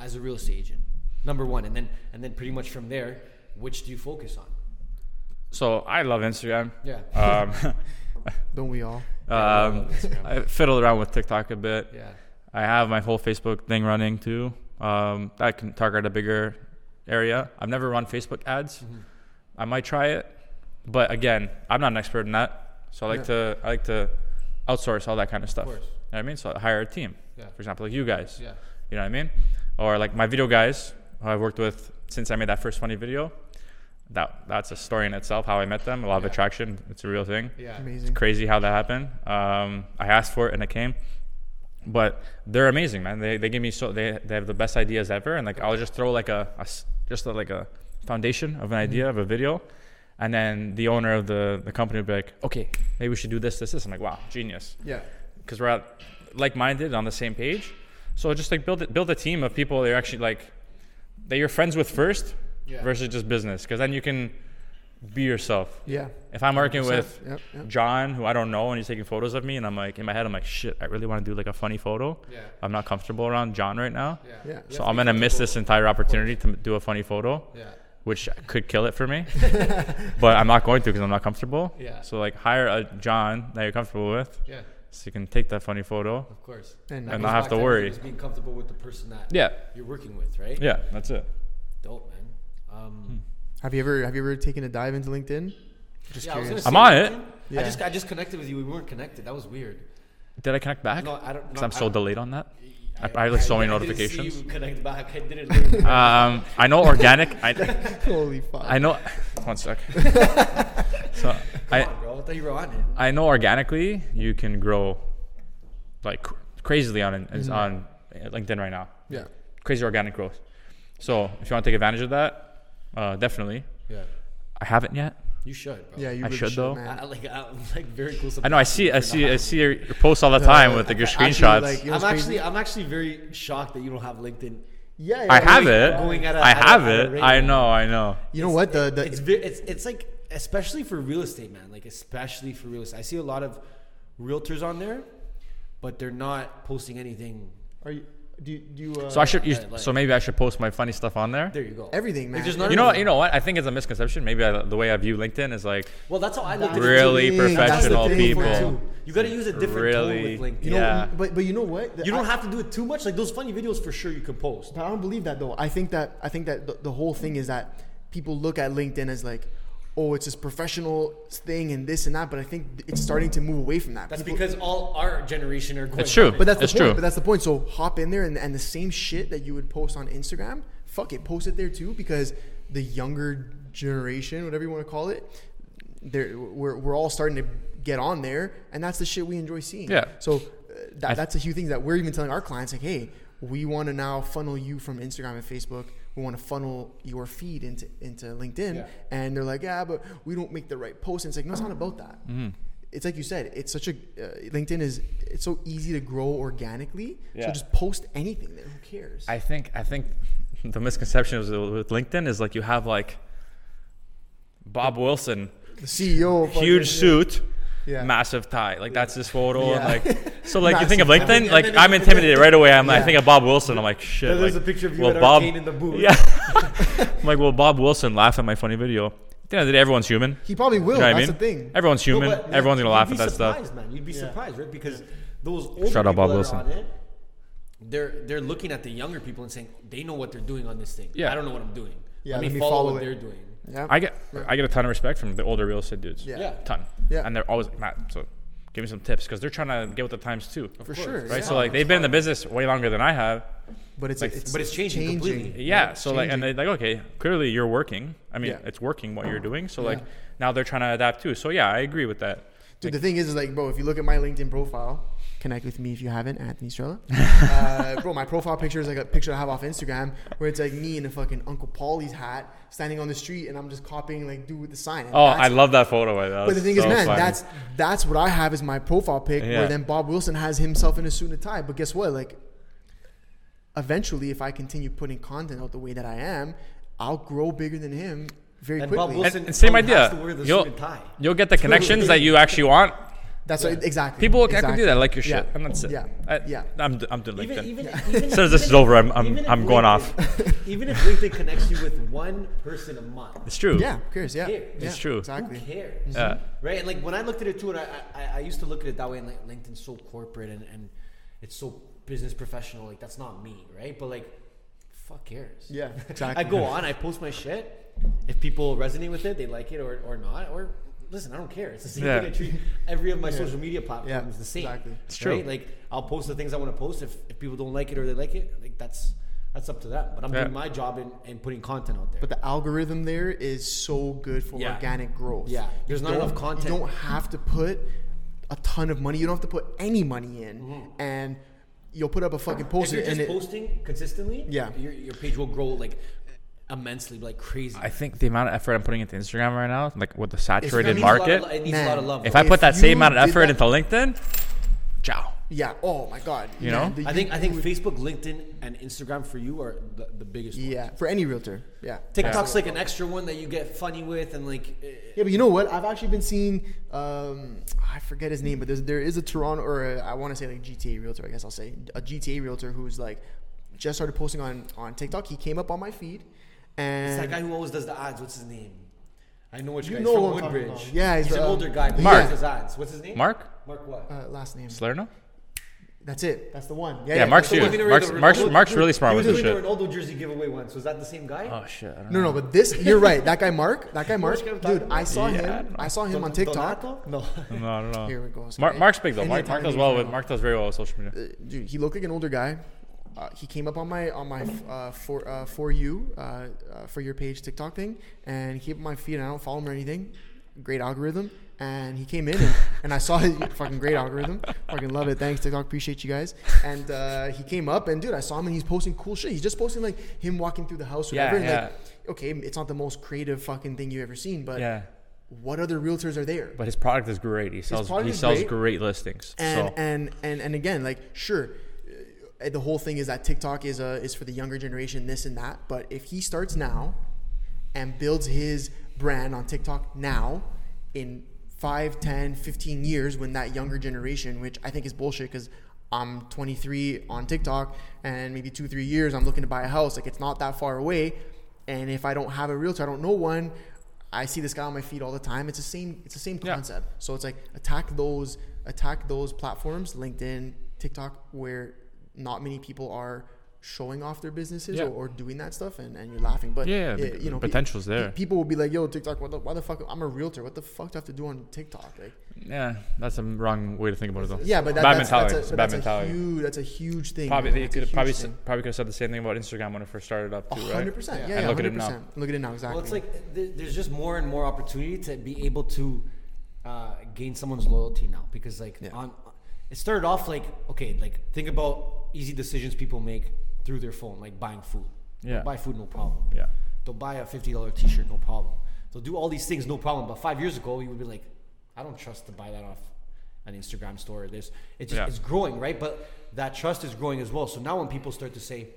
Speaker 4: as a real estate agent number one and then and then pretty much from there which do you focus on
Speaker 3: So I love Instagram.
Speaker 4: yeah
Speaker 3: Um,
Speaker 2: Don't we all?
Speaker 3: um, I fiddled around with TikTok a bit.
Speaker 4: yeah
Speaker 3: I have my whole Facebook thing running too. Um, that can target a bigger area. I've never run Facebook ads.
Speaker 4: Mm-hmm.
Speaker 3: I might try it, but again, I'm not an expert in that. So I like to I like to outsource all that kind of stuff.
Speaker 4: course.
Speaker 3: You know what I mean, so I hire a team.
Speaker 4: Yeah.
Speaker 3: For example, like you guys.
Speaker 4: yeah
Speaker 3: You know what I mean? Or like my video guys who I've worked with since I made that first funny video. That that's a story in itself. How I met them, a lot of
Speaker 4: Yeah.
Speaker 3: attraction. It's a real thing
Speaker 4: yeah
Speaker 2: Amazing.
Speaker 3: crazy how that happened. Um, I asked for it and it came. But they're amazing, man. They, they give me so they, they have the best ideas ever, and like I'll just throw like a, a s- just a, like a foundation of an idea of a video, and then the owner of the the company would be like, okay, maybe we should do this, this, this. I'm like, wow, genius,
Speaker 2: Yeah.
Speaker 3: because we're at, like-minded on the same page. So just like build it, build a team of people that you're actually like that you're friends with first,
Speaker 4: Yeah.
Speaker 3: versus just business, because then you can be yourself.
Speaker 2: Yeah.
Speaker 3: If I'm working with
Speaker 2: Yep, yep.
Speaker 3: John, who I don't know, and he's taking photos of me, and I'm like, in my head, I'm like, shit, I really want to do like a funny photo.
Speaker 4: Yeah.
Speaker 3: I'm not comfortable around John right now.
Speaker 2: Yeah.
Speaker 4: You
Speaker 3: So
Speaker 4: have
Speaker 3: I'm
Speaker 4: be
Speaker 3: going to miss
Speaker 4: comfortable.
Speaker 3: this entire opportunity to do a funny photo,
Speaker 4: yeah
Speaker 3: which could kill it for me. but I'm not going to because I'm not comfortable.
Speaker 4: Yeah.
Speaker 3: So, like, hire a John that you're comfortable with
Speaker 4: yeah
Speaker 3: so you can take that funny photo.
Speaker 4: of course
Speaker 2: And-
Speaker 4: That
Speaker 2: And
Speaker 4: goes
Speaker 3: not have
Speaker 4: back
Speaker 3: to
Speaker 4: everything,
Speaker 3: worry.
Speaker 4: just being comfortable with the person that
Speaker 3: Yeah.
Speaker 4: you're working with right
Speaker 3: Yeah, Hmm. that's it.
Speaker 4: dope man um
Speaker 2: Have you ever have you ever taken a dive into LinkedIn? Just
Speaker 4: Yeah, I was
Speaker 2: curious.
Speaker 4: gonna
Speaker 3: I'm
Speaker 4: say
Speaker 3: on it.
Speaker 4: LinkedIn. I
Speaker 2: Yeah.
Speaker 4: just I just connected with you. We weren't connected. That was weird.
Speaker 3: Did I connect back?
Speaker 4: No, I don't.
Speaker 3: Because
Speaker 4: no,
Speaker 3: I'm
Speaker 4: I
Speaker 3: so
Speaker 4: don't-
Speaker 3: delayed on that. I, I have like so many
Speaker 4: I
Speaker 3: notifications.
Speaker 4: Didn't see you connect back. I didn't. learn.
Speaker 3: Um, I know organic. I,
Speaker 2: Holy fuck.
Speaker 3: I know. One sec. so I,
Speaker 4: Come on, bro. I thought you were on it.
Speaker 3: I know organically you can grow like cr- crazily on is
Speaker 4: Mm-hmm.
Speaker 3: on eh, LinkedIn right now.
Speaker 2: Yeah.
Speaker 3: Crazy organic growth. So if you want to take advantage of that, uh, definitely.
Speaker 4: Yeah.
Speaker 3: I haven't yet.
Speaker 4: You should, bro.
Speaker 2: Yeah. You
Speaker 3: I
Speaker 2: really
Speaker 3: should, though.
Speaker 2: man.
Speaker 4: I, I like I'm like very cool.
Speaker 3: I know. I see. I
Speaker 4: sometimes for
Speaker 3: see.
Speaker 4: not
Speaker 3: I
Speaker 4: having
Speaker 3: see your, your posts all the time with like your
Speaker 2: Actually,
Speaker 3: screenshots.
Speaker 2: like, you know
Speaker 4: it. I'm
Speaker 2: what's crazy?
Speaker 4: actually I'm actually very shocked that you don't have LinkedIn.
Speaker 2: Yeah.
Speaker 3: I
Speaker 2: yeah,
Speaker 3: have
Speaker 2: yeah.
Speaker 3: it.
Speaker 4: going at a-
Speaker 3: I
Speaker 4: at a-
Speaker 3: have
Speaker 4: at a
Speaker 3: it.
Speaker 4: rate.
Speaker 3: I know. I know.
Speaker 2: You know what? The the
Speaker 4: It's ve- it's it's like especially for real estate, man. Like especially for real estate. I see a lot of realtors on there, but they're not posting anything
Speaker 2: are you Do, you- do you? Uh,
Speaker 3: So I should. You,
Speaker 4: I like-
Speaker 3: so maybe I should post my funny stuff on there.
Speaker 4: There you go.
Speaker 2: everything, man.
Speaker 4: there's not-
Speaker 3: You know. what- You know what? I think it's a misconception. Maybe I, the way I view LinkedIn is like
Speaker 4: Well, that's how I look at it.
Speaker 3: really
Speaker 2: thing. That's the
Speaker 3: professional
Speaker 2: thing for it,
Speaker 3: people.
Speaker 2: too.
Speaker 4: You got to use a different
Speaker 3: Really,
Speaker 4: tone with LinkedIn.
Speaker 2: You know,
Speaker 3: yeah.
Speaker 2: But but you know what?
Speaker 4: You don't
Speaker 2: I-
Speaker 4: have to do it too much. Like those funny videos, for sure, you can post.
Speaker 2: But I don't believe that though. I think that I think that the, the whole thing is that people look at LinkedIn as like, oh, it's this professional thing and this and that. But I think it's starting to move away from that.
Speaker 4: That's
Speaker 2: People-
Speaker 4: because all our generation are going.
Speaker 3: It's true.
Speaker 2: But that's the
Speaker 3: It's
Speaker 2: point.
Speaker 3: true.
Speaker 2: But that's the point. So hop in there and, and the same shit that you would post on Instagram, fuck it, post it there too because the younger generation, whatever you want to call it, they're, we're we're all starting to get on there, and that's the shit we enjoy seeing.
Speaker 3: Yeah.
Speaker 2: So uh, that,
Speaker 3: I-
Speaker 2: that's a huge thing that we're even telling our clients like, hey, we want to now funnel you from Instagram and Facebook. We want to funnel your feed into into LinkedIn,
Speaker 4: Yeah.
Speaker 2: and they're like, yeah, but we don't make the right posts. And it's like, no, it's not about that
Speaker 3: Mm-hmm.
Speaker 2: it's like you said, it's such a uh, LinkedIn is it's so easy to grow organically. So
Speaker 3: Yeah.
Speaker 2: just post anything there. Who cares?
Speaker 3: I think I think the misconception is with LinkedIn is like you have like Bob Wilson,
Speaker 2: the CEO, of
Speaker 3: huge
Speaker 2: fucking-
Speaker 3: suit,
Speaker 2: Yeah.
Speaker 3: massive tie. Like that's his photo.
Speaker 2: Yeah.
Speaker 3: And like so like you think of
Speaker 2: Massive tie.
Speaker 3: LinkedIn, like I'm intimidated right away. I'm like, I
Speaker 2: Yeah.
Speaker 3: think of Bob Wilson. I'm like shit.
Speaker 4: There's
Speaker 3: like,
Speaker 4: a picture of you
Speaker 3: will
Speaker 4: at
Speaker 3: Bob,
Speaker 4: Arcane in the booth.
Speaker 3: Yeah. I'm like, will Bob Wilson laugh at my funny video? At the end of the day, everyone's human.
Speaker 2: He probably will.
Speaker 3: You know
Speaker 2: That's
Speaker 3: what I mean?
Speaker 2: the thing.
Speaker 3: Everyone's
Speaker 4: No,
Speaker 3: human.
Speaker 4: but, like,
Speaker 3: Everyone's gonna
Speaker 4: you'd
Speaker 3: laugh
Speaker 4: be
Speaker 3: at that stuff.
Speaker 4: surprised, Man, you'd be
Speaker 2: Yeah.
Speaker 4: surprised, right? Because those older
Speaker 3: Shout out
Speaker 4: people
Speaker 3: Bob
Speaker 4: that
Speaker 3: Wilson.
Speaker 4: are on it, they're they're looking at the younger people and saying they know what they're doing on this thing.
Speaker 3: Yeah.
Speaker 4: I don't know what I'm doing.
Speaker 2: Yeah,
Speaker 4: let me follow, what
Speaker 2: it.
Speaker 4: they're doing.
Speaker 2: Yeah.
Speaker 3: I get I get a ton of respect from the older real estate dudes.
Speaker 2: Yeah.
Speaker 4: Yeah.
Speaker 3: ton.
Speaker 2: Yeah.
Speaker 3: and they're always like, Matt. So give me some tips because they're trying to get with the times too.
Speaker 2: for sure.
Speaker 3: Right,
Speaker 2: yeah.
Speaker 3: so like they've been in the business way longer than I have.
Speaker 2: but it's,
Speaker 3: like-
Speaker 2: it's
Speaker 4: but it's changing completely.
Speaker 3: Yeah, so like, and
Speaker 2: changing.
Speaker 3: they're like, okay, clearly you're working. I mean,
Speaker 2: Yeah.
Speaker 3: it's working what you're doing. So like, now they're trying to adapt too. So yeah, I agree with that.
Speaker 2: Dude, the thing is, is like, bro, if you look at my LinkedIn profile, connect with me if you haven't, Anthony Strella. uh, bro, my profile picture is like a picture I have off Instagram where it's like me in a fucking Uncle Paulie's hat standing on the street, and I'm just copying like dude with the sign. And
Speaker 3: Oh,
Speaker 2: that's
Speaker 3: I love that photo. That
Speaker 2: But the
Speaker 3: was
Speaker 2: thing is,
Speaker 3: so
Speaker 2: man,
Speaker 3: funny.
Speaker 2: that's that's what I have as my profile pic.
Speaker 3: Yeah.
Speaker 2: Where then Bob Wilson has himself in a suit and a tie. But guess what? Like, eventually, if I continue putting content out the way that I am, I'll grow bigger than him very
Speaker 4: And Bob
Speaker 2: quickly.
Speaker 4: Wilson-
Speaker 3: and, and same
Speaker 4: Probably
Speaker 3: idea.
Speaker 4: has to wear the
Speaker 3: You'll,
Speaker 4: suit and tie.
Speaker 3: you'll get the connections that you actually want.
Speaker 2: That's what- exactly.
Speaker 3: People can
Speaker 2: exactly.
Speaker 3: do that. Like your
Speaker 2: Yeah.
Speaker 3: shit, and that's it.
Speaker 2: Yeah,
Speaker 3: I,
Speaker 2: yeah.
Speaker 3: I'm, d- I'm doing LinkedIn.
Speaker 4: Even, even, even
Speaker 3: As soon as this
Speaker 4: if-
Speaker 3: uh, is
Speaker 4: even
Speaker 3: over,
Speaker 4: if-
Speaker 3: I'm- I'm-
Speaker 4: even if
Speaker 3: I'm going off.
Speaker 4: LinkedIn- even if LinkedIn connects you with one person a month,
Speaker 3: it's true.
Speaker 2: Yeah, of course. Yeah,
Speaker 4: Here.
Speaker 2: yeah,
Speaker 3: It's true.
Speaker 2: Exactly.
Speaker 4: who cares?
Speaker 3: Yeah.
Speaker 4: Right? And like when I looked at it too, and I, I, I used to look at it that way, and like LinkedIn's so corporate and, and it's so business professional. Like that's not me, right? But like, fuck cares?
Speaker 2: Yeah, exactly.
Speaker 4: I go on, I post my shit. If people resonate with it, they like it or, or not. Or listen, I don't care. It's the same
Speaker 3: Yeah.
Speaker 4: thing I treat every of my social media platforms the same.
Speaker 2: exactly.
Speaker 4: It's
Speaker 3: true.
Speaker 4: Right? Like I'll post the things I want to post. If, if people don't like it or they like it, like that's that's up to them. But I'm
Speaker 3: Yeah.
Speaker 4: doing my job in, in putting content out there.
Speaker 2: But the algorithm there is so good for
Speaker 4: Yeah.
Speaker 2: organic growth.
Speaker 4: Yeah. There's
Speaker 2: You
Speaker 4: not enough
Speaker 2: don't-
Speaker 4: content.
Speaker 2: You don't have to put a ton of money. You don't have to put any money in, and you'll put up a fucking
Speaker 4: Mm-hmm. if
Speaker 2: post.
Speaker 4: you're
Speaker 2: and
Speaker 4: just
Speaker 2: it-
Speaker 4: posting consistently,
Speaker 2: Yeah.
Speaker 4: your, your page will grow like immensely, like crazy.
Speaker 3: I think the amount of effort I'm putting into Instagram right now, like with the
Speaker 2: needs
Speaker 3: saturated
Speaker 4: It needs a lot
Speaker 3: market,
Speaker 4: of lo- it needs a lot of
Speaker 2: Man,
Speaker 4: love.
Speaker 3: if I
Speaker 2: If
Speaker 3: put that
Speaker 2: you
Speaker 3: same amount of
Speaker 2: did
Speaker 3: effort
Speaker 2: that-
Speaker 3: into LinkedIn, ciao.
Speaker 2: Yeah. Oh my God.
Speaker 3: You
Speaker 2: Man,
Speaker 3: know?
Speaker 2: the-
Speaker 4: I think I think
Speaker 2: you-
Speaker 4: Facebook, LinkedIn, and Instagram for you are the, the biggest. ones.
Speaker 2: Yeah, for any realtor. Yeah.
Speaker 4: TikTok's like an extra one that you get funny with, and like eh,
Speaker 2: Yeah, but you know what? I've actually been seeing. Um, I forget his name, but there's, there is a Toronto, or a, I want to say like GTA realtor. I guess I'll say a GTA realtor who's like just started posting on on TikTok. He came up on my feed, and
Speaker 4: it's that guy who always does the ads. What's his name? I know which
Speaker 2: You
Speaker 4: guy. He's
Speaker 2: know
Speaker 4: from
Speaker 2: who I'm talking
Speaker 4: Woodbridge.
Speaker 2: about. Yeah, he's,
Speaker 4: an
Speaker 2: uh,
Speaker 4: older guy. But
Speaker 3: Mark.
Speaker 4: He does his ads. What's his name?
Speaker 3: Mark
Speaker 4: Mark what?
Speaker 2: uh, last name.
Speaker 3: Salerno.
Speaker 2: That's it. That's the one.
Speaker 3: Yeah,
Speaker 2: that's
Speaker 3: Mark's
Speaker 2: the
Speaker 3: huge.
Speaker 2: one.
Speaker 4: Even though
Speaker 3: Mark's,
Speaker 4: the
Speaker 3: Mark's,
Speaker 4: Ronaldo-
Speaker 3: Mark's really smart
Speaker 4: He
Speaker 3: with
Speaker 4: was
Speaker 3: this
Speaker 4: doing the
Speaker 3: shit.
Speaker 4: Ronaldo jersey giveaway once. Was that the same guy?
Speaker 3: Oh shit! I don't
Speaker 2: No,
Speaker 3: know.
Speaker 2: no, but this you're right. That guy Mark. That guy Mark.
Speaker 4: guy I'm talking
Speaker 2: Dude, I saw
Speaker 3: Yeah, I
Speaker 2: him.
Speaker 3: don't know.
Speaker 2: I saw him on
Speaker 4: Don-
Speaker 2: TikTok.
Speaker 4: Donato?
Speaker 2: No.
Speaker 3: No, I don't know.
Speaker 2: Here we go. This
Speaker 3: Mark,
Speaker 2: guy.
Speaker 3: Mark's big though.
Speaker 2: Any
Speaker 3: Mark, Mark
Speaker 2: Italian
Speaker 3: does
Speaker 2: name
Speaker 3: well
Speaker 2: is
Speaker 3: with
Speaker 2: wrong.
Speaker 3: Mark does very well with social media.
Speaker 2: dude, he looked like an older guy. Uh, he came up on my on my uh, for uh, for you uh, uh, for your page TikTok thing, and he came up on my feed. And I don't follow him or anything. Great algorithm, and he came in, and, and I saw his fucking great algorithm. Fucking love it. Thanks TikTok, appreciate you guys. And uh, he came up, and dude, I saw him, and he's posting cool shit. He's just posting like him walking through the house,
Speaker 3: Yeah,
Speaker 2: whatever. and,
Speaker 3: yeah.
Speaker 2: Like, okay, it's not the most creative fucking thing you've ever seen, but
Speaker 3: Yeah,
Speaker 2: what other realtors are there?
Speaker 3: but his product is great. He sells
Speaker 2: product
Speaker 3: he
Speaker 2: is
Speaker 3: sells great,
Speaker 2: great.
Speaker 3: listings.
Speaker 2: and
Speaker 3: so
Speaker 2: and and and again, like sure, uh, the whole thing is that TikTok is a is for the younger generation, this and that. But if he starts now and builds his brand on TikTok now, in 5, 10, 15 years, when that younger generation, which I think is bullshit, because I'm 23 on TikTok, and maybe two, three years, I'm looking to buy a house. Like, it's not that far away. And if I don't have a realtor, I don't know one. I see this guy on my feed all the time. It's the same. It's the same
Speaker 5: Yeah.
Speaker 2: concept. So it's like attack those, attack those platforms, LinkedIn, TikTok, where not many people are showing off their businesses
Speaker 5: Yeah.
Speaker 2: or, or doing that stuff, and, and you're laughing. But
Speaker 5: Yeah,
Speaker 2: it-
Speaker 5: the
Speaker 2: you know, pe-
Speaker 5: potential's
Speaker 2: pe-
Speaker 5: there.
Speaker 2: people will be like, "Yo, TikTok, what the, why the fuck? I'm a realtor. What the fuck do I have to do on TikTok?" Like,
Speaker 3: Yeah, that's a wrong way to think about it though.
Speaker 2: yeah, but that,
Speaker 3: Bad
Speaker 2: that's,
Speaker 3: mentality.
Speaker 2: that's
Speaker 3: It's
Speaker 2: a,
Speaker 3: a
Speaker 2: but
Speaker 3: bad
Speaker 2: that's
Speaker 3: mentality.
Speaker 2: a huge. That's a huge thing.
Speaker 3: Probably
Speaker 2: man.
Speaker 3: they
Speaker 2: That's
Speaker 3: could
Speaker 2: a
Speaker 3: have probably
Speaker 2: huge
Speaker 3: s-
Speaker 2: thing.
Speaker 3: probably could have said the same thing about Instagram when it first started up
Speaker 2: A
Speaker 3: too,
Speaker 2: hundred
Speaker 3: right?
Speaker 2: percent. Yeah,
Speaker 3: And
Speaker 2: yeah,
Speaker 3: look at it
Speaker 2: hundred
Speaker 3: now.
Speaker 2: percent. Look at it now, exactly.
Speaker 4: Well, it's like th- there's just more and more opportunity to be able to uh, gain someone's loyalty now because like
Speaker 2: Yeah.
Speaker 4: on it started off like okay like think about easy decisions people make through their phone like buying food. They'll
Speaker 3: Yeah.
Speaker 4: buy food no problem.
Speaker 3: Yeah.
Speaker 4: They'll buy a fifty dollar t shirt no problem. They'll do all these things no problem. But five years ago, you would be like, I don't trust to buy that off an Instagram store. There's it's just,
Speaker 3: Yeah.
Speaker 4: it's growing right, but that trust is growing as well. So now when people start to say,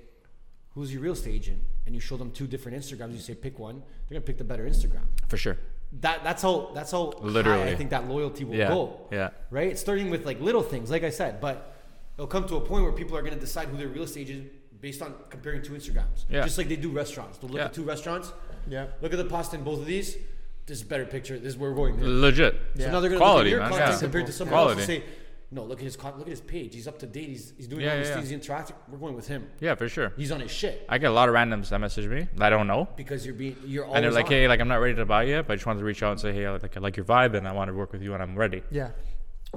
Speaker 4: who's your real estate agent and you show them two different instagrams you say pick one they're gonna pick the better instagram
Speaker 3: For sure.
Speaker 4: that that's how that's how high i
Speaker 3: Literally.
Speaker 4: think that loyalty will
Speaker 3: Yeah,
Speaker 4: go
Speaker 3: yeah.
Speaker 4: right starting with like little things like i said but it'll come to a point where people are gonna decide who their real estate agent based on comparing two instagrams
Speaker 3: Yeah.
Speaker 4: just like they do restaurants they'll look
Speaker 3: Yeah.
Speaker 4: at two restaurants
Speaker 2: yeah.
Speaker 4: look at the pasta in both of these this is a better picture this is where we're going there.
Speaker 3: Legit.
Speaker 2: Yeah.
Speaker 4: So now they're gonna
Speaker 3: Quality,
Speaker 4: look at your
Speaker 3: man,
Speaker 4: content
Speaker 3: yeah.
Speaker 4: compared to
Speaker 2: Simple.
Speaker 4: someone else and
Speaker 3: Quality.
Speaker 4: say, no, look at his con- look at his page. He's up to date. He's, he's doing
Speaker 3: Yeah,
Speaker 4: all these
Speaker 3: yeah,
Speaker 4: things.
Speaker 3: yeah.
Speaker 4: He's interacting. We're going with him.
Speaker 3: Yeah, for sure.
Speaker 4: He's on his shit
Speaker 3: I get a lot of randoms that message me that I don't know.
Speaker 4: because you're being you're always
Speaker 3: And they're like,
Speaker 4: on.
Speaker 3: hey, like I'm not ready to buy yet, but I just wanted to reach out and say, hey, I like, I like your vibe and I want to work with you and I'm ready.
Speaker 2: Yeah.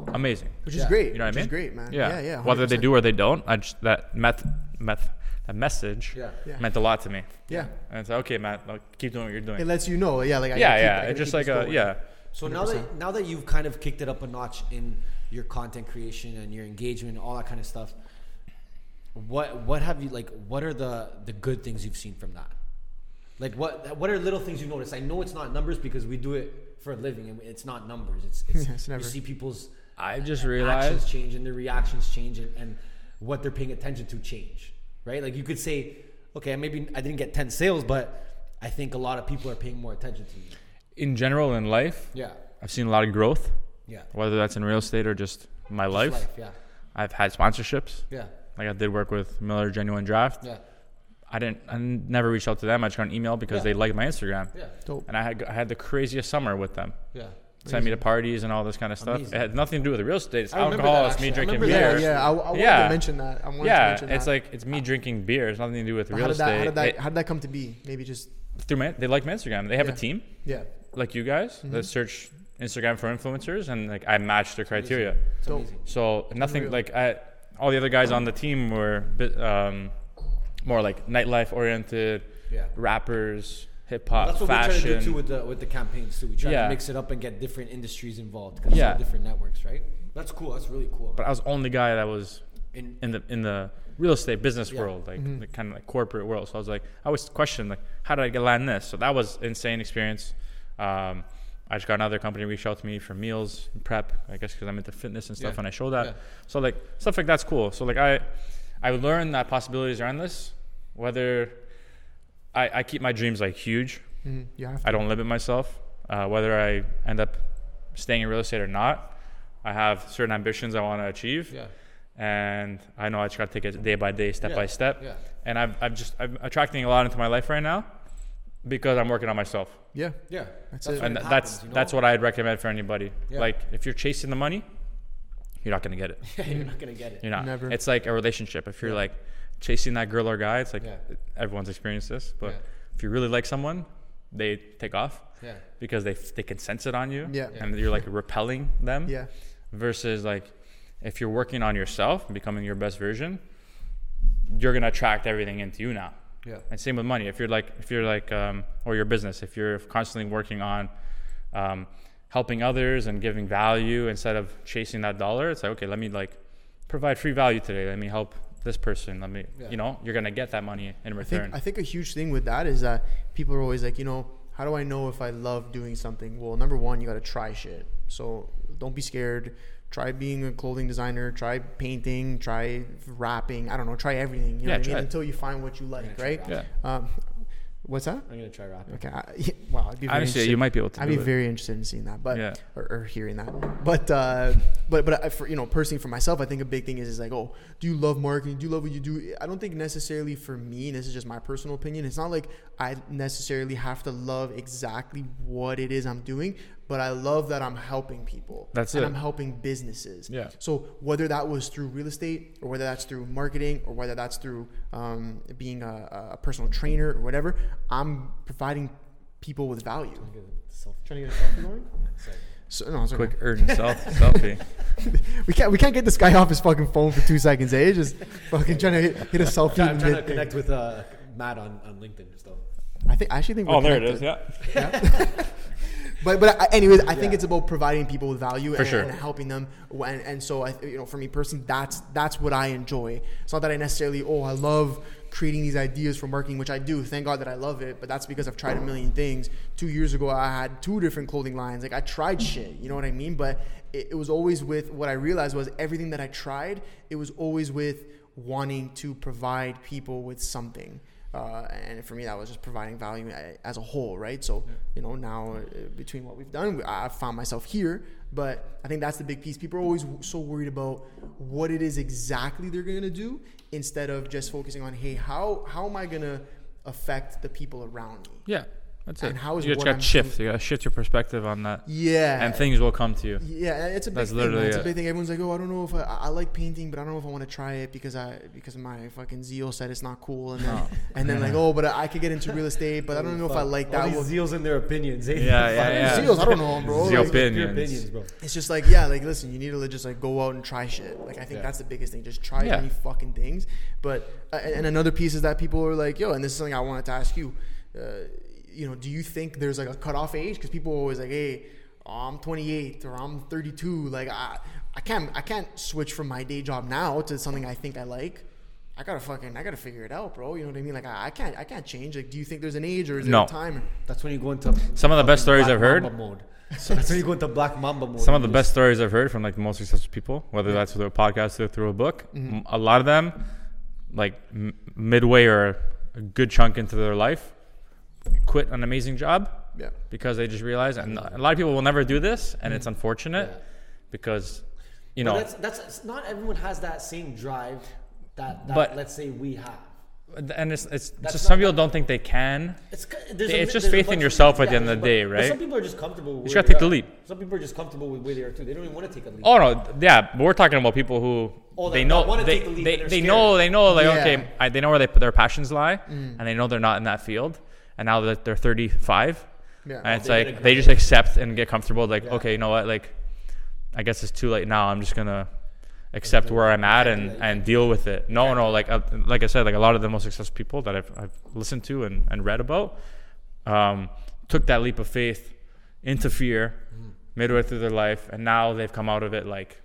Speaker 3: Amazing.
Speaker 2: Which is
Speaker 4: Yeah.
Speaker 2: great.
Speaker 3: You know
Speaker 2: which
Speaker 3: what I
Speaker 2: Is
Speaker 3: mean?
Speaker 2: great, man.
Speaker 3: Yeah,
Speaker 2: Yeah, yeah.
Speaker 3: Whether they
Speaker 2: 100%.
Speaker 3: do or they don't, I just that meth, meth, that message
Speaker 4: Yeah.
Speaker 2: Yeah.
Speaker 3: meant a lot to me.
Speaker 2: Yeah.
Speaker 3: And it's okay, Matt, like, keep doing what you're doing.
Speaker 2: It lets you know. Yeah, like I
Speaker 3: yeah,
Speaker 2: gotta keep-
Speaker 3: yeah.
Speaker 2: I
Speaker 3: It's
Speaker 2: gotta
Speaker 3: just
Speaker 2: keep
Speaker 3: like
Speaker 2: this
Speaker 3: a
Speaker 2: going.
Speaker 3: yeah.
Speaker 4: So now that now that you've kind of kicked it up a notch in your content creation and your engagement, and all that kind of stuff, what what have you like? What are the the good things you've seen from that? Like what what are little things you noticed? I know it's not numbers because we do it for a living, and it's not numbers. It's, it's,
Speaker 2: It's never-
Speaker 4: you see people's
Speaker 3: I just
Speaker 4: actions
Speaker 3: realized.
Speaker 4: change and their reactions change and, and what they're paying attention to change right like you could say okay maybe i didn't get 10 sales but i think a lot of people are paying more attention to me
Speaker 3: in general in life,
Speaker 4: yeah
Speaker 3: I've seen a lot of growth,
Speaker 4: yeah
Speaker 3: whether that's in real estate or just my life.
Speaker 4: life yeah
Speaker 3: I've had sponsorships.
Speaker 4: yeah
Speaker 3: Like I did work with Miller Genuine Draft.
Speaker 4: yeah
Speaker 3: I didn't. I never reached out to them. I just got an email because
Speaker 4: Yeah.
Speaker 3: they liked my Instagram.
Speaker 4: yeah
Speaker 2: Dope.
Speaker 3: And I had I had the craziest summer with them.
Speaker 4: yeah
Speaker 3: Sent me to parties and all this kind of stuff.
Speaker 4: Amazing.
Speaker 3: It had nothing to do with real estate. It's
Speaker 4: I remember
Speaker 3: alcohol.
Speaker 4: that
Speaker 3: It's me
Speaker 4: actually. I
Speaker 3: drinking
Speaker 4: remember that
Speaker 3: beer.
Speaker 2: Yeah, yeah. I, I wanted
Speaker 3: Yeah.
Speaker 2: to mention that. I wanted to
Speaker 3: Yeah,
Speaker 2: mention
Speaker 3: it's
Speaker 2: that.
Speaker 3: like it's me drinking beer. It's nothing to do with
Speaker 2: But
Speaker 3: real
Speaker 2: how did that?
Speaker 3: estate.
Speaker 2: How did that?
Speaker 3: It-
Speaker 2: how did that come to be? Maybe just
Speaker 3: through man, they like my Instagram. They have
Speaker 2: Yeah.
Speaker 3: a team
Speaker 2: yeah.
Speaker 3: like you guys
Speaker 4: Mm-hmm.
Speaker 3: that search Instagram for influencers, and like I matched their criteria.
Speaker 4: it's
Speaker 2: Dope.
Speaker 4: amazing
Speaker 3: So nothing
Speaker 2: Unreal.
Speaker 3: like I, all the other guys on the team were bit, um, more like nightlife oriented,
Speaker 4: Yeah.
Speaker 3: rappers, hip hop,
Speaker 4: that's what we try
Speaker 3: Uh, fashion.
Speaker 4: to do too with the with the campaigns too. We try to
Speaker 3: Yeah.
Speaker 4: mix it up and get different industries involved because
Speaker 3: Yeah.
Speaker 4: different networks, right? That's cool. That's really cool.
Speaker 3: but I was the only guy that was
Speaker 4: In-
Speaker 3: in, the in the real estate business
Speaker 4: Yeah. Mm-hmm.
Speaker 3: world, like the kind of like corporate world. So I was like, I always questioned like, how did I get land this? So that was insane experience. Um, I just got another company reach out to me for meals and prep. I guess because I'm into fitness and stuff,
Speaker 4: Yeah.
Speaker 3: and I show that.
Speaker 4: Yeah.
Speaker 3: So like stuff like that's cool. So like I, I learned that possibilities are endless. Whether I, I keep my dreams like huge,
Speaker 2: Mm, you have to.
Speaker 3: I don't limit myself, uh, whether I end up staying in real estate or not. I have certain ambitions I want to achieve,
Speaker 4: yeah,
Speaker 3: and I know I just got to take it day by day, step
Speaker 4: Yeah,
Speaker 3: by step.
Speaker 4: yeah.
Speaker 3: And I've, I've just I'm attracting a lot into my life right now because I'm working on myself,
Speaker 2: Yeah.
Speaker 4: yeah.
Speaker 2: That's it.
Speaker 4: when
Speaker 3: and
Speaker 4: it
Speaker 3: th-
Speaker 4: happens,
Speaker 3: that's
Speaker 4: you know?
Speaker 3: that's what I'd recommend for anybody.
Speaker 4: Yeah.
Speaker 3: Like if you're chasing the money, you're not gonna get it.
Speaker 4: you're not gonna get it.
Speaker 3: You're not.
Speaker 2: Never.
Speaker 3: It's like a relationship. If you're
Speaker 4: Yeah.
Speaker 3: like chasing that girl or guy, it's like
Speaker 4: Yeah.
Speaker 3: everyone's experienced this. But
Speaker 4: Yeah.
Speaker 3: if you really like someone, they take off
Speaker 4: Yeah.
Speaker 3: because they f- they can sense it on you.
Speaker 2: Yeah.
Speaker 3: And you're like repelling them.
Speaker 2: Yeah.
Speaker 3: Versus like if you're working on yourself and becoming your best version, you're gonna attract everything into you now.
Speaker 4: Yeah.
Speaker 3: And same with money. If you're like, if you're like, um, or your business, if you're constantly working on um, helping others and giving value instead of chasing that dollar, it's like, okay, let me like provide free value today. Let me help this person. Let me,
Speaker 4: Yeah.
Speaker 3: you know, you're gonna get that money in
Speaker 2: I think
Speaker 3: return.
Speaker 2: I think a huge thing with that is that people are always like, you know, how do I know if I love doing something? Well, number one, you got to try shit. So don't be scared. Try being a clothing designer. Try painting. Try rapping. I don't know. Try everything. You know
Speaker 3: Yeah,
Speaker 2: what I
Speaker 3: try
Speaker 2: mean?
Speaker 3: it.
Speaker 2: Until you find what you
Speaker 4: Yeah,
Speaker 2: like,
Speaker 4: try
Speaker 2: right?
Speaker 4: rapping.
Speaker 3: yeah.
Speaker 2: Um, What's that?
Speaker 4: I'm gonna try rapping.
Speaker 2: Okay. I, yeah, wow. I'd be very
Speaker 3: Honestly,
Speaker 2: interested.
Speaker 3: you might be able to
Speaker 2: I'd
Speaker 3: do
Speaker 2: be
Speaker 3: it.
Speaker 2: very interested in seeing that, but
Speaker 3: Yeah.
Speaker 2: or, or hearing that. But uh, but but I, for, you know, personally for myself, I think a big thing is is like, oh, do you love marketing? Do you love what you do? I don't think necessarily for me. and This is just my personal opinion. It's not like I necessarily have to love exactly what it is I'm doing, but I love that I'm helping people.
Speaker 3: That's
Speaker 2: and
Speaker 3: it.
Speaker 2: I'm helping businesses.
Speaker 3: Yeah.
Speaker 2: So whether that was through real estate, or whether that's through marketing, or whether that's through um, being a, a personal trainer or whatever, I'm providing people with value.
Speaker 4: I'm gonna self-
Speaker 2: Trying to get a selfie going?
Speaker 4: so-
Speaker 2: So, no, it's okay.
Speaker 3: Quick urgent self, selfie.
Speaker 2: We can't we can't get this guy off his fucking phone for two seconds. Eh? He's just fucking trying to hit, hit a selfie.
Speaker 4: I'm trying to
Speaker 2: mid-thing.
Speaker 4: connect with uh, Matt on, on LinkedIn still.
Speaker 2: I think I actually think.
Speaker 3: Oh,
Speaker 2: we're
Speaker 3: there it
Speaker 2: connected.
Speaker 3: is. Yeah.
Speaker 2: But but I- anyways, I think
Speaker 4: Yeah.
Speaker 2: it's about providing people with value and,
Speaker 3: sure.
Speaker 2: and helping them. And, and so I you know for me personally, that's that's what I enjoy. It's not that I necessarily oh I love creating these ideas for marketing, which I do. Thank God that I love it. But that's because I've tried a million things. Two years ago, I had two different clothing lines. Like I tried shit. You know what I mean? But it, it was always with what I realized was everything that I tried. It was always with wanting to provide people with something uh, and for me that was just providing value a- as a whole right so you know now uh, between what we've done i I found myself here but i think that's the big piece people are always w- so worried about what it is exactly they're going to do instead of just focusing on hey how how am i going to affect the people around me
Speaker 3: Yeah. That's it.
Speaker 2: And how is
Speaker 3: you just
Speaker 2: what
Speaker 3: got
Speaker 2: I'm
Speaker 3: shift. You got to shift your perspective on that,
Speaker 2: yeah
Speaker 3: and things will come to you.
Speaker 2: Yeah, uh, it's a big
Speaker 3: That's
Speaker 2: thing. man.
Speaker 3: literally
Speaker 2: it's a
Speaker 3: it.
Speaker 2: big thing. Everyone's like, "Oh, I don't know if I, I I like painting, but I don't know if I want to try it because I because my fucking zeal said it's not cool." And then and then like, "Oh, but I could get into real estate, but I don't know if I like that."
Speaker 4: All
Speaker 2: one."
Speaker 4: these zeals in their opinions. Eh?
Speaker 3: Yeah, yeah, yeah.
Speaker 2: Zeals, I don't know, bro.
Speaker 3: Zeal
Speaker 2: Like,
Speaker 3: pit.
Speaker 4: Your
Speaker 3: Opinions.
Speaker 4: opinions, bro.
Speaker 2: it's just like, yeah, like listen, you need to just like go out and try shit. Like I think
Speaker 4: Yeah.
Speaker 2: that's the biggest thing. Just try
Speaker 3: Yeah.
Speaker 2: many fucking things. But uh, and and another piece is that people are like, yo, and this is something I wanted to ask you. Uh, you know, do you think there's like a cutoff age? Because people are always like, hey, I'm 28 or I'm 32. Like I, I can't, I can't switch from my day job now to something I think I like. I gotta fucking, I gotta figure it out, bro. You know what I mean? Like I, I can't, I can't change. Like, do you think there's an age or is there
Speaker 3: No.
Speaker 2: a time?
Speaker 4: That's when you go into
Speaker 3: Some of the best
Speaker 4: fucking
Speaker 3: stories I've
Speaker 4: Black
Speaker 3: heard-
Speaker 4: Mamba mode. That's when you go into black mamba mode.
Speaker 3: Some of the
Speaker 4: and
Speaker 3: best stories I've heard from like the most successful people, whether that's through a podcast or through a book,
Speaker 4: Mm-hmm.
Speaker 3: m a a lot of them, like m- midway or a good chunk into their life, quit an amazing job
Speaker 2: Yeah.
Speaker 3: because they just realized, and a lot of people will never do this, and it's unfortunate
Speaker 4: Mm-hmm. Yeah.
Speaker 3: because, you
Speaker 4: But
Speaker 3: know,
Speaker 4: that's that's it's not everyone has that same drive that, that
Speaker 3: But-
Speaker 4: let's say we have.
Speaker 3: and it's, it's
Speaker 4: That's
Speaker 3: just
Speaker 4: not-
Speaker 3: some people don't think they can.
Speaker 4: It's c- there's
Speaker 3: It's just
Speaker 4: there's
Speaker 3: faith in
Speaker 4: bunch of-
Speaker 3: yourself at the end
Speaker 4: there's
Speaker 3: of
Speaker 4: a
Speaker 3: the day,
Speaker 4: bunch- but
Speaker 3: right?
Speaker 4: Some people are just comfortable. With
Speaker 3: gotta
Speaker 4: where
Speaker 3: take the
Speaker 4: they are.
Speaker 3: leap.
Speaker 4: Some people are just comfortable with where they are too. They don't even want to take a leap.
Speaker 3: Oh no, yeah, but we're talking about people who
Speaker 4: Oh,
Speaker 3: they
Speaker 4: that- that
Speaker 3: know
Speaker 4: wanna
Speaker 3: they
Speaker 4: take the leap
Speaker 3: they,
Speaker 4: and they're
Speaker 3: they know they know like
Speaker 2: Yeah.
Speaker 3: okay, I, they know where they, their passions lie, and they know they're not in that field, and now that they're 35,
Speaker 2: Yeah.
Speaker 3: and it's
Speaker 4: They
Speaker 3: like
Speaker 4: get
Speaker 3: they just accept and get comfortable. Like
Speaker 4: Yeah.
Speaker 3: okay, you know what, like I guess it's too late now. I'm just gonna accept where I'm at and, and deal with it. No, no, like uh, like I said, like a lot of the most successful people that I've, I've listened to and, and read about um, took that leap of faith into fear
Speaker 4: Mm.
Speaker 3: midway through their life, and now they've come out of it like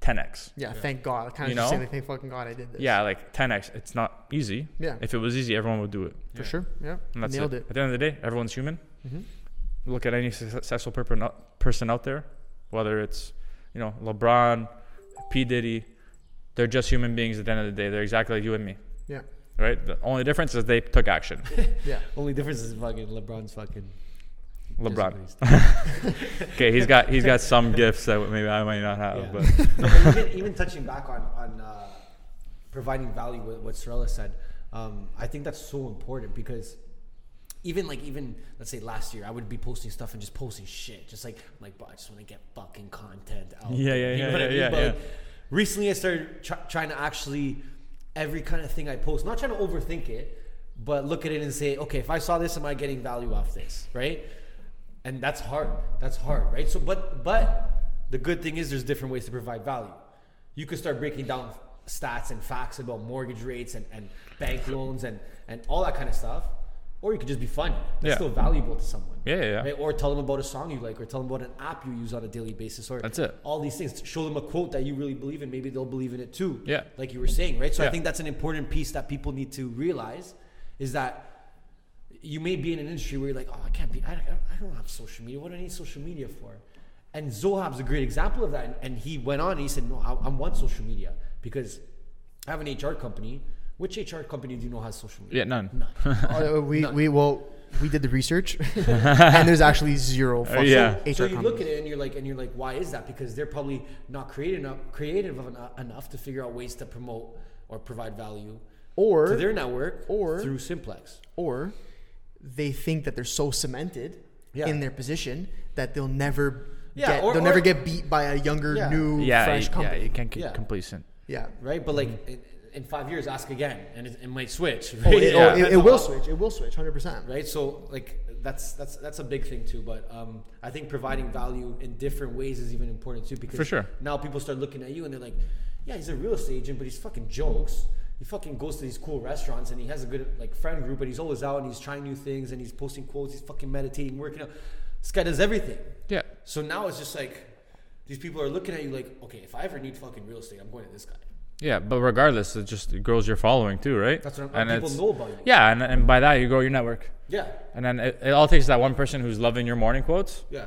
Speaker 3: 10x.
Speaker 2: Yeah, thank God. I kind of
Speaker 3: You
Speaker 2: just
Speaker 3: know?
Speaker 2: say, like, thank fucking God I did this.
Speaker 3: Yeah, like 10x. It's not easy.
Speaker 2: Yeah.
Speaker 3: If it was easy, everyone would do it.
Speaker 2: for sure. Yeah,
Speaker 3: And that's
Speaker 2: nailed
Speaker 3: it.
Speaker 2: it.
Speaker 3: At the end of the day, everyone's human.
Speaker 4: Mm-hmm.
Speaker 3: Look at any suc- successful perp- not- person out there, whether it's you know LeBron, P Diddy, they're just human beings. At the end of the day, they're exactly like you and me,
Speaker 2: Yeah,
Speaker 3: right? The only difference is they took action.
Speaker 2: yeah.
Speaker 4: Only difference is fucking LeBron's fucking.
Speaker 3: LeBron.
Speaker 4: disabilities.
Speaker 3: Okay, he's got he's got some gifts that maybe I might not have,
Speaker 4: Yeah.
Speaker 3: but
Speaker 4: But even, even touching back on on uh, providing value, what, what Sorella said, um, I think that's so important because even like even let's say last year, I would be posting stuff and just posting shit, just like I'm like, bro, I just want to get fucking content out.
Speaker 3: Yeah,
Speaker 4: there."
Speaker 3: yeah,
Speaker 4: you
Speaker 3: yeah,
Speaker 4: know what I
Speaker 3: yeah,
Speaker 4: mean?
Speaker 3: yeah,
Speaker 4: But,
Speaker 3: yeah.
Speaker 4: like, recently, I started tr- trying to actually every kind of thing I post, not trying to overthink it, but look at it and say, okay, if I saw this, am I getting value off this, right? and that's hard that's hard right so but but the good thing is there's different ways to provide value you could start breaking down stats and facts about mortgage rates and, and bank loans and and all that kind of stuff or you could just be funny that's
Speaker 3: Yeah.
Speaker 4: still valuable to someone
Speaker 3: Yeah, yeah, yeah.
Speaker 4: Right? or tell them about a song you like or tell them about an app you use on a daily basis or
Speaker 3: That's it.
Speaker 4: all these things show them a quote that you really believe in maybe they'll believe in it too
Speaker 3: Yeah.
Speaker 4: like you were saying right so i
Speaker 3: Yeah.
Speaker 4: think that's an important piece that people need to realize is that you may be in an industry where you're like, oh, I can't be, I, I- I don't have social media. What do I need social media for? And Zohab's a great example of that. And, and he went on and he said, no, I, I want social media because I have an HR company Which HR company do you know has social media?
Speaker 3: Yeah, none.
Speaker 2: Uh, we, we well we did the research and there's actually zero fucking
Speaker 3: Uh, yeah.
Speaker 2: HR
Speaker 4: So you
Speaker 2: companies.
Speaker 4: look at it and you're like, and you're like, why is that? Because they're probably not creative enough, creative eno- enough to figure out ways to promote or provide value
Speaker 2: or
Speaker 4: to their network
Speaker 2: or-
Speaker 4: through Simplex.
Speaker 2: or they think that they're so cemented
Speaker 4: Yeah.
Speaker 2: in their position that they'll never
Speaker 4: Yeah,
Speaker 2: get,
Speaker 4: or-
Speaker 2: they'll never
Speaker 4: or-
Speaker 2: get beat by a younger,
Speaker 4: Yeah.
Speaker 2: new,
Speaker 3: Yeah,
Speaker 2: fresh
Speaker 3: you- yeah,
Speaker 2: company.
Speaker 3: you can't get
Speaker 4: Yeah.
Speaker 3: complacent.
Speaker 2: Yeah.
Speaker 4: right? But like in, in five years, ask again, and it, it might switch.
Speaker 2: Mm-hmm. Oh,
Speaker 4: Right?
Speaker 2: it,
Speaker 3: Yeah.
Speaker 2: oh, it,
Speaker 4: Depends
Speaker 2: it
Speaker 4: on
Speaker 2: will
Speaker 4: how-
Speaker 2: switch. It will switch 100%.
Speaker 4: right? So like that's that's that's a big thing too. But um, I think providing value in different ways is even important too because
Speaker 3: For sure.
Speaker 4: now people start looking at you and they're like, yeah, he's a real estate agent, but he's fucking jokes. He fucking goes to these cool restaurants and he has a good like friend group, but he's always out and he's trying new things and he's posting quotes. He's fucking meditating, working out. This guy does everything.
Speaker 3: Yeah.
Speaker 4: So now it's just like these people are looking at you like, okay, if I ever need fucking real estate, I'm going to this guy.
Speaker 3: Yeah, but regardless, it just it grows your following too, right?
Speaker 4: That's what I'm-
Speaker 3: and
Speaker 4: people
Speaker 3: it's-
Speaker 4: know about you.
Speaker 3: Yeah, and, and by that you grow your network.
Speaker 4: Yeah,
Speaker 3: And then it, it all takes that one person who's loving your morning quotes,
Speaker 4: yeah.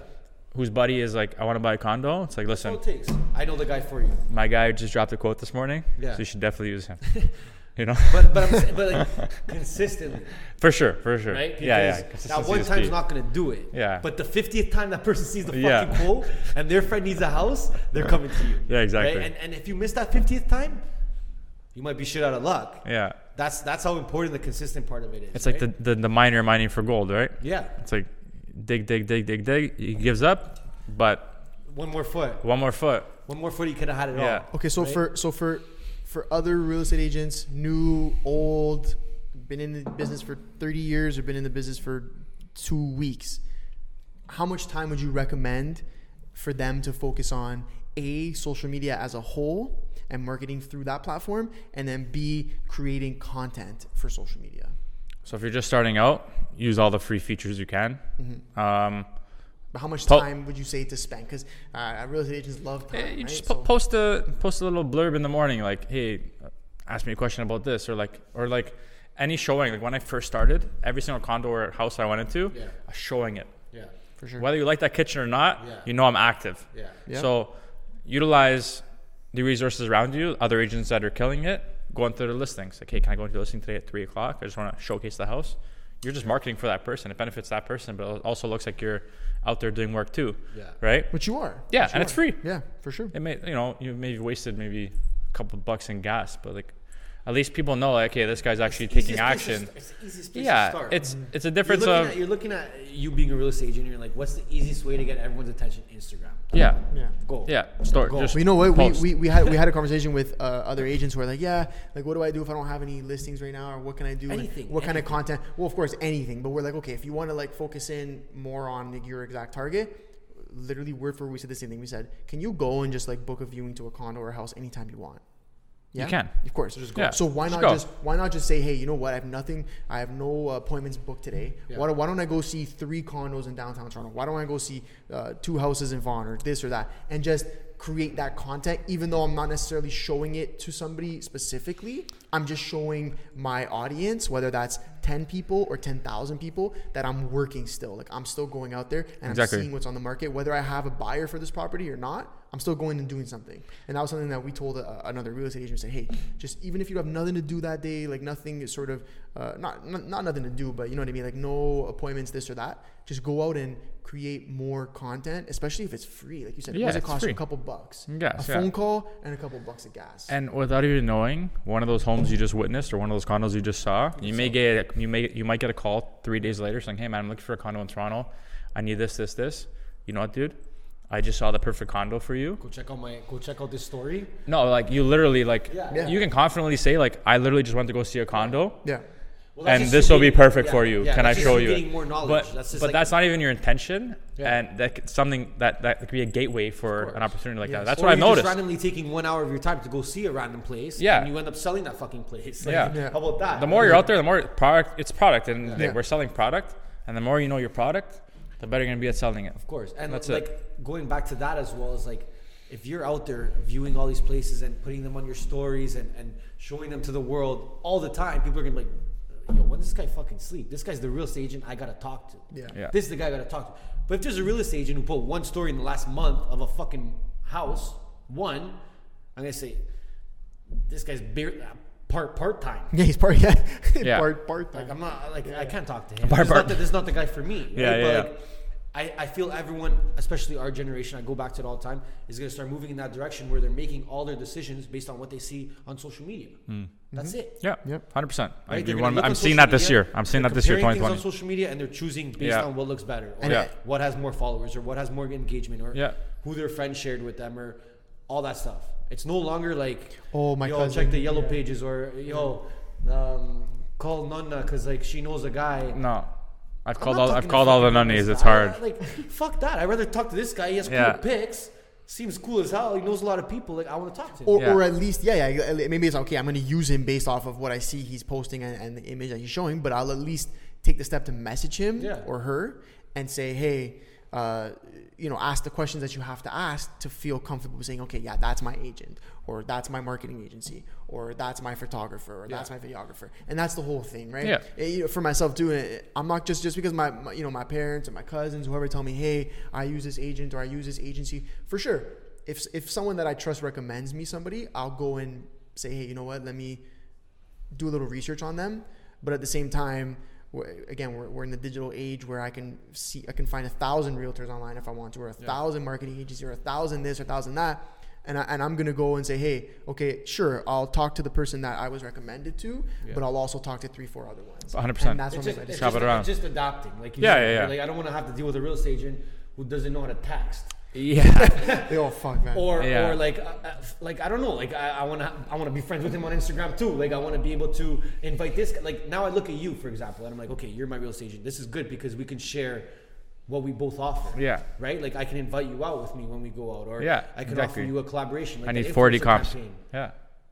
Speaker 3: whose buddy is like, I want to buy a condo. It's like,
Speaker 4: That's
Speaker 3: listen,
Speaker 4: all it takes. I know the guy for you.
Speaker 3: my guy just dropped a quote this morning.
Speaker 4: Yeah.
Speaker 3: So you should definitely use him. you know?
Speaker 4: But but I'm saying, but like consistently.
Speaker 3: for sure, for sure.
Speaker 4: right?
Speaker 3: yeah, yeah.
Speaker 4: Because that
Speaker 3: consistency
Speaker 4: one
Speaker 3: is
Speaker 4: time's
Speaker 3: key.
Speaker 4: not going to do it.
Speaker 3: Yeah.
Speaker 4: But the 50th time that person sees the
Speaker 3: Yeah.
Speaker 4: fucking quote and their friend needs a house, they're coming to you.
Speaker 3: Yeah, exactly.
Speaker 4: And, and if you miss that 50th time, you might be shit out of luck.
Speaker 3: Yeah.
Speaker 4: That's that's how important the consistent part of it is.
Speaker 3: It's like
Speaker 4: right?
Speaker 3: the, the, the miner mining for gold, right?
Speaker 4: Yeah.
Speaker 3: It's like dig, dig, dig, dig, dig. He gives up, but
Speaker 4: One more foot.
Speaker 3: one more foot.
Speaker 4: One more foot, you could have had it
Speaker 3: Yeah.
Speaker 4: all.
Speaker 2: Okay, so
Speaker 4: Right?
Speaker 2: for so for for other real estate agents, new, old, been in the business for 30 years or been in the business for 2 weeks, how much time would you recommend for them to focus on a social media as a whole and marketing through that platform and then b creating content for social media?
Speaker 3: So if you're just starting out, use all the free features you can.
Speaker 4: Mm-hmm.
Speaker 3: Um,
Speaker 2: But how much
Speaker 3: Po-
Speaker 2: time would you say to spend? Because uh, real estate agents love time.
Speaker 3: eh, you
Speaker 2: right?
Speaker 3: just
Speaker 2: So-
Speaker 3: po- post a post a little blurb in the morning, like, "Hey, uh, ask me a question about this," or like, or like any showing. Like when I first started, every single condo or house I went into,
Speaker 4: Yeah.
Speaker 3: I was showing it.
Speaker 4: Yeah.
Speaker 2: for sure.
Speaker 3: Whether you like that kitchen or not,
Speaker 4: Yeah.
Speaker 3: you know I'm active.
Speaker 4: Yeah.
Speaker 2: Yeah.
Speaker 3: So utilize the resources around you, other agents that are killing it, go into their listings. Like, hey, can I go into your listing today at three o'clock? I just want to showcase the house. You're just marketing for that person. It benefits that person, but it also looks like you're out there doing work too.
Speaker 4: Yeah.
Speaker 3: Right?
Speaker 2: Which you are.
Speaker 3: Yeah,
Speaker 2: Which you
Speaker 3: and it's
Speaker 2: are.
Speaker 3: free.
Speaker 2: Yeah, for sure.
Speaker 3: It may you know, you maybe wasted maybe a couple bucks in gas, but like at least people know like, hey, this guy's actually taking
Speaker 4: Easiest place to
Speaker 3: action.
Speaker 4: st- It's the easiest place to
Speaker 3: Yeah.
Speaker 4: start. Mm-hmm.
Speaker 3: It's it's a
Speaker 4: you're
Speaker 3: difference
Speaker 4: looking,
Speaker 3: of
Speaker 4: at, you're looking at you being a real estate agent. And you're like, what's the easiest way to get everyone's attention? Instagram.
Speaker 3: Yeah.
Speaker 2: Yeah.
Speaker 4: Go.
Speaker 3: Yeah. Start
Speaker 4: Go.
Speaker 3: just
Speaker 2: Well, you know what? We,
Speaker 3: post.
Speaker 2: we, we had we had a conversation with uh, other agents who are like, yeah, like what do I do if I don't have any listings right now, or what can I do? And
Speaker 4: Anything,
Speaker 2: What kind of content? Well, of course, anything. But we're like, okay, if you want to like focus in more on like, your exact target, literally word for word, we said the same thing. We said, can you go and just like book a viewing to a condo or a house anytime you want? Yeah?
Speaker 3: can.
Speaker 2: Of course, just go.
Speaker 3: Yeah,
Speaker 2: So why
Speaker 3: just
Speaker 2: not
Speaker 3: go.
Speaker 2: just why not just say, hey, you know what? I have nothing. I have no appointments booked today. Why, why don't I go see three condos in downtown Toronto? Why don't I go see uh, two houses in Vaughan or this or that, and just create that content, even though I'm not necessarily showing it to somebody specifically. I'm just showing my audience, whether that's 10 people or 10,000 people, that I'm working still. Like I'm still going out there and
Speaker 3: Exactly.
Speaker 2: I'm seeing what's on the market, whether I have a buyer for this property or not. I'm still going and doing something. And that was something that we told uh another real estate agent. Say, hey, just even if you have nothing to do that day, like nothing is sort of uh, not, not not nothing to do, but you know what I mean, like no appointments, this or that. Just go out and create more content, especially if it's free. Like you said,
Speaker 3: Yeah,
Speaker 2: what does it
Speaker 3: it's
Speaker 2: cost you?
Speaker 3: free.
Speaker 2: A couple bucks,
Speaker 3: Yes,
Speaker 2: a
Speaker 3: yeah.
Speaker 2: phone call, and a couple bucks of gas.
Speaker 3: And without even knowing, one of those homes you just witnessed or one of those condos you just saw, you may get a, you may you might get a call three days later saying, "Hey man, I'm looking for a condo in Toronto. I need this, this, this. You know what, dude? I just saw the perfect condo for you.
Speaker 4: Go check out my. Go check out this story.
Speaker 3: No, like you literally like
Speaker 4: Yeah. Yeah.
Speaker 3: you can confidently say like I literally just went to go see a condo.
Speaker 2: yeah,
Speaker 4: Well, that's
Speaker 3: And
Speaker 4: just
Speaker 3: this
Speaker 4: you
Speaker 3: will be
Speaker 4: getting-
Speaker 3: perfect
Speaker 4: yeah,
Speaker 3: for you.
Speaker 4: yeah,
Speaker 3: Can
Speaker 4: that's
Speaker 3: I
Speaker 4: just
Speaker 3: show
Speaker 4: you?
Speaker 3: you?
Speaker 4: Getting more knowledge.
Speaker 3: But,
Speaker 4: that's just
Speaker 3: but
Speaker 4: like,
Speaker 3: that's not even your intention,
Speaker 4: Yeah.
Speaker 3: and that could- something that that could be a gateway for an opportunity like that. That's
Speaker 4: or
Speaker 3: what I've
Speaker 4: you're
Speaker 3: noticed.
Speaker 4: Just randomly taking one hour of your time to go see a random place.
Speaker 3: Yeah.
Speaker 4: And you end up selling that fucking place. Like,
Speaker 3: Yeah.
Speaker 2: Yeah.
Speaker 4: How about that?
Speaker 3: The more you're out there, the more product it's product, and they-
Speaker 2: Yeah.
Speaker 3: we're selling product. And the more you know your product, the better you're gonna be at selling it.
Speaker 4: Of course. And
Speaker 3: That's
Speaker 4: like going back to that as well is like if you're out there viewing all these places and putting them on your stories and, and showing them to the world all the time, people are gonna be like, yo, when does this guy fucking sleep? This guy's the real estate agent I gotta talk to.
Speaker 2: Yeah.
Speaker 3: Yeah.
Speaker 4: This is the guy I gotta talk to. But if there's a real estate agent who put one story in the last month of a fucking house, one, I'm gonna say, this guy's bare, part part time.
Speaker 2: Yeah, he's part. Yeah,
Speaker 6: Yeah.
Speaker 2: part part.
Speaker 4: Like
Speaker 2: time.
Speaker 4: I'm not like I can't talk to him.
Speaker 6: Bar-
Speaker 4: It's
Speaker 6: bar-
Speaker 4: not that this is not the guy for me. right?
Speaker 6: Yeah, yeah,
Speaker 4: But like, I, I feel everyone, especially our generation, I go back to it all the time, is gonna start moving in that direction where they're making all their decisions based on what they see on social media.
Speaker 6: Hmm.
Speaker 4: That's it.
Speaker 6: Yeah,
Speaker 2: Yep.
Speaker 6: hundred percent. I
Speaker 4: Right?
Speaker 6: agree.
Speaker 4: They're gonna
Speaker 6: One,
Speaker 4: look
Speaker 6: I'm
Speaker 4: on
Speaker 6: seeing
Speaker 4: social
Speaker 6: that this
Speaker 4: media,
Speaker 6: year. I'm seeing
Speaker 4: they're
Speaker 6: that this year,
Speaker 4: comparing things
Speaker 6: 2020.
Speaker 4: on social media, and they're choosing based
Speaker 6: Yeah.
Speaker 4: on what looks better, or
Speaker 6: Yeah.
Speaker 4: what has more followers, or what has more engagement, or
Speaker 6: Yeah.
Speaker 4: who their friend shared with them, or all that stuff. It's no longer like,
Speaker 2: Oh, my
Speaker 4: yo,
Speaker 2: cousin.
Speaker 4: check the yellow pages, or yo, um, call Nonna because like she knows a guy.
Speaker 6: No, I've
Speaker 4: I'm
Speaker 6: called
Speaker 4: not
Speaker 6: all.
Speaker 4: talking
Speaker 6: I've
Speaker 4: to
Speaker 6: called all the
Speaker 4: fucking
Speaker 6: nunnies.
Speaker 4: this
Speaker 6: It's
Speaker 4: guy.
Speaker 6: hard.
Speaker 4: Like, fuck that. I'd rather talk to this guy. He has
Speaker 6: Yeah.
Speaker 4: cool pics. Seems cool as hell. He knows a lot of people. Like, I want to talk to him.
Speaker 2: Or,
Speaker 6: Yeah.
Speaker 2: or at least, yeah, yeah. at le- Maybe it's okay. I'm going to use him based off of what I see he's posting and, and the image that he's showing. But I'll at least take the step to message him
Speaker 4: Yeah.
Speaker 2: or her and say, hey, uh, you know, ask the questions that you have to ask to feel comfortable saying, okay, yeah, that's my agent, or that's my marketing agency, or that's my photographer, or that's my videographer, and that's the whole thing, right?
Speaker 6: Yeah.
Speaker 2: Eh, you know, for myself too, eh, I'm not just just because my, my you know my parents or my cousins whoever tell me, hey, I use this agent or I use this agency for sure. If if someone that I trust recommends me somebody, I'll go and say, hey, you know what? Let me do a little research on them. But at the same time, we're, again, we're, we're in the digital age where I can see I can find a thousand realtors online if I want to, or a thousand marketing agencies, or a thousand this, or a thousand that. And, I, and I'm gonna go and say, hey, okay, sure, I'll talk to the person that I was recommended to, but I'll also talk to three, four other ones.
Speaker 6: 100%.
Speaker 2: And that's what makes
Speaker 4: It's just,
Speaker 2: my
Speaker 4: it's
Speaker 2: decision.
Speaker 6: Shop
Speaker 4: just-
Speaker 6: it around.
Speaker 4: it's just adapting. Like, you
Speaker 6: Yeah,
Speaker 4: said,
Speaker 6: yeah, yeah.
Speaker 4: Like, I don't want to have to deal with a real estate agent who doesn't know how to tax.
Speaker 6: Yeah.
Speaker 2: They all fuck, man.
Speaker 4: Or,
Speaker 6: Yeah.
Speaker 4: or like, uh, uh, like I don't know. Like, I, I want to, I want to be friends with him on Instagram too. Like, I want to be able to invite this. guy. Like, now I look at you, for example, and I'm like, okay, you're my real estate agent. This is good because we can share what we both offer.
Speaker 6: Yeah.
Speaker 4: Right. Like, I can invite you out with me when we go out, or
Speaker 6: Yeah,
Speaker 4: I can
Speaker 6: exactly.
Speaker 4: offer you a collaboration. Like
Speaker 6: I
Speaker 4: the
Speaker 6: need 40
Speaker 4: influencer
Speaker 6: comps.
Speaker 4: campaign
Speaker 6: Yeah.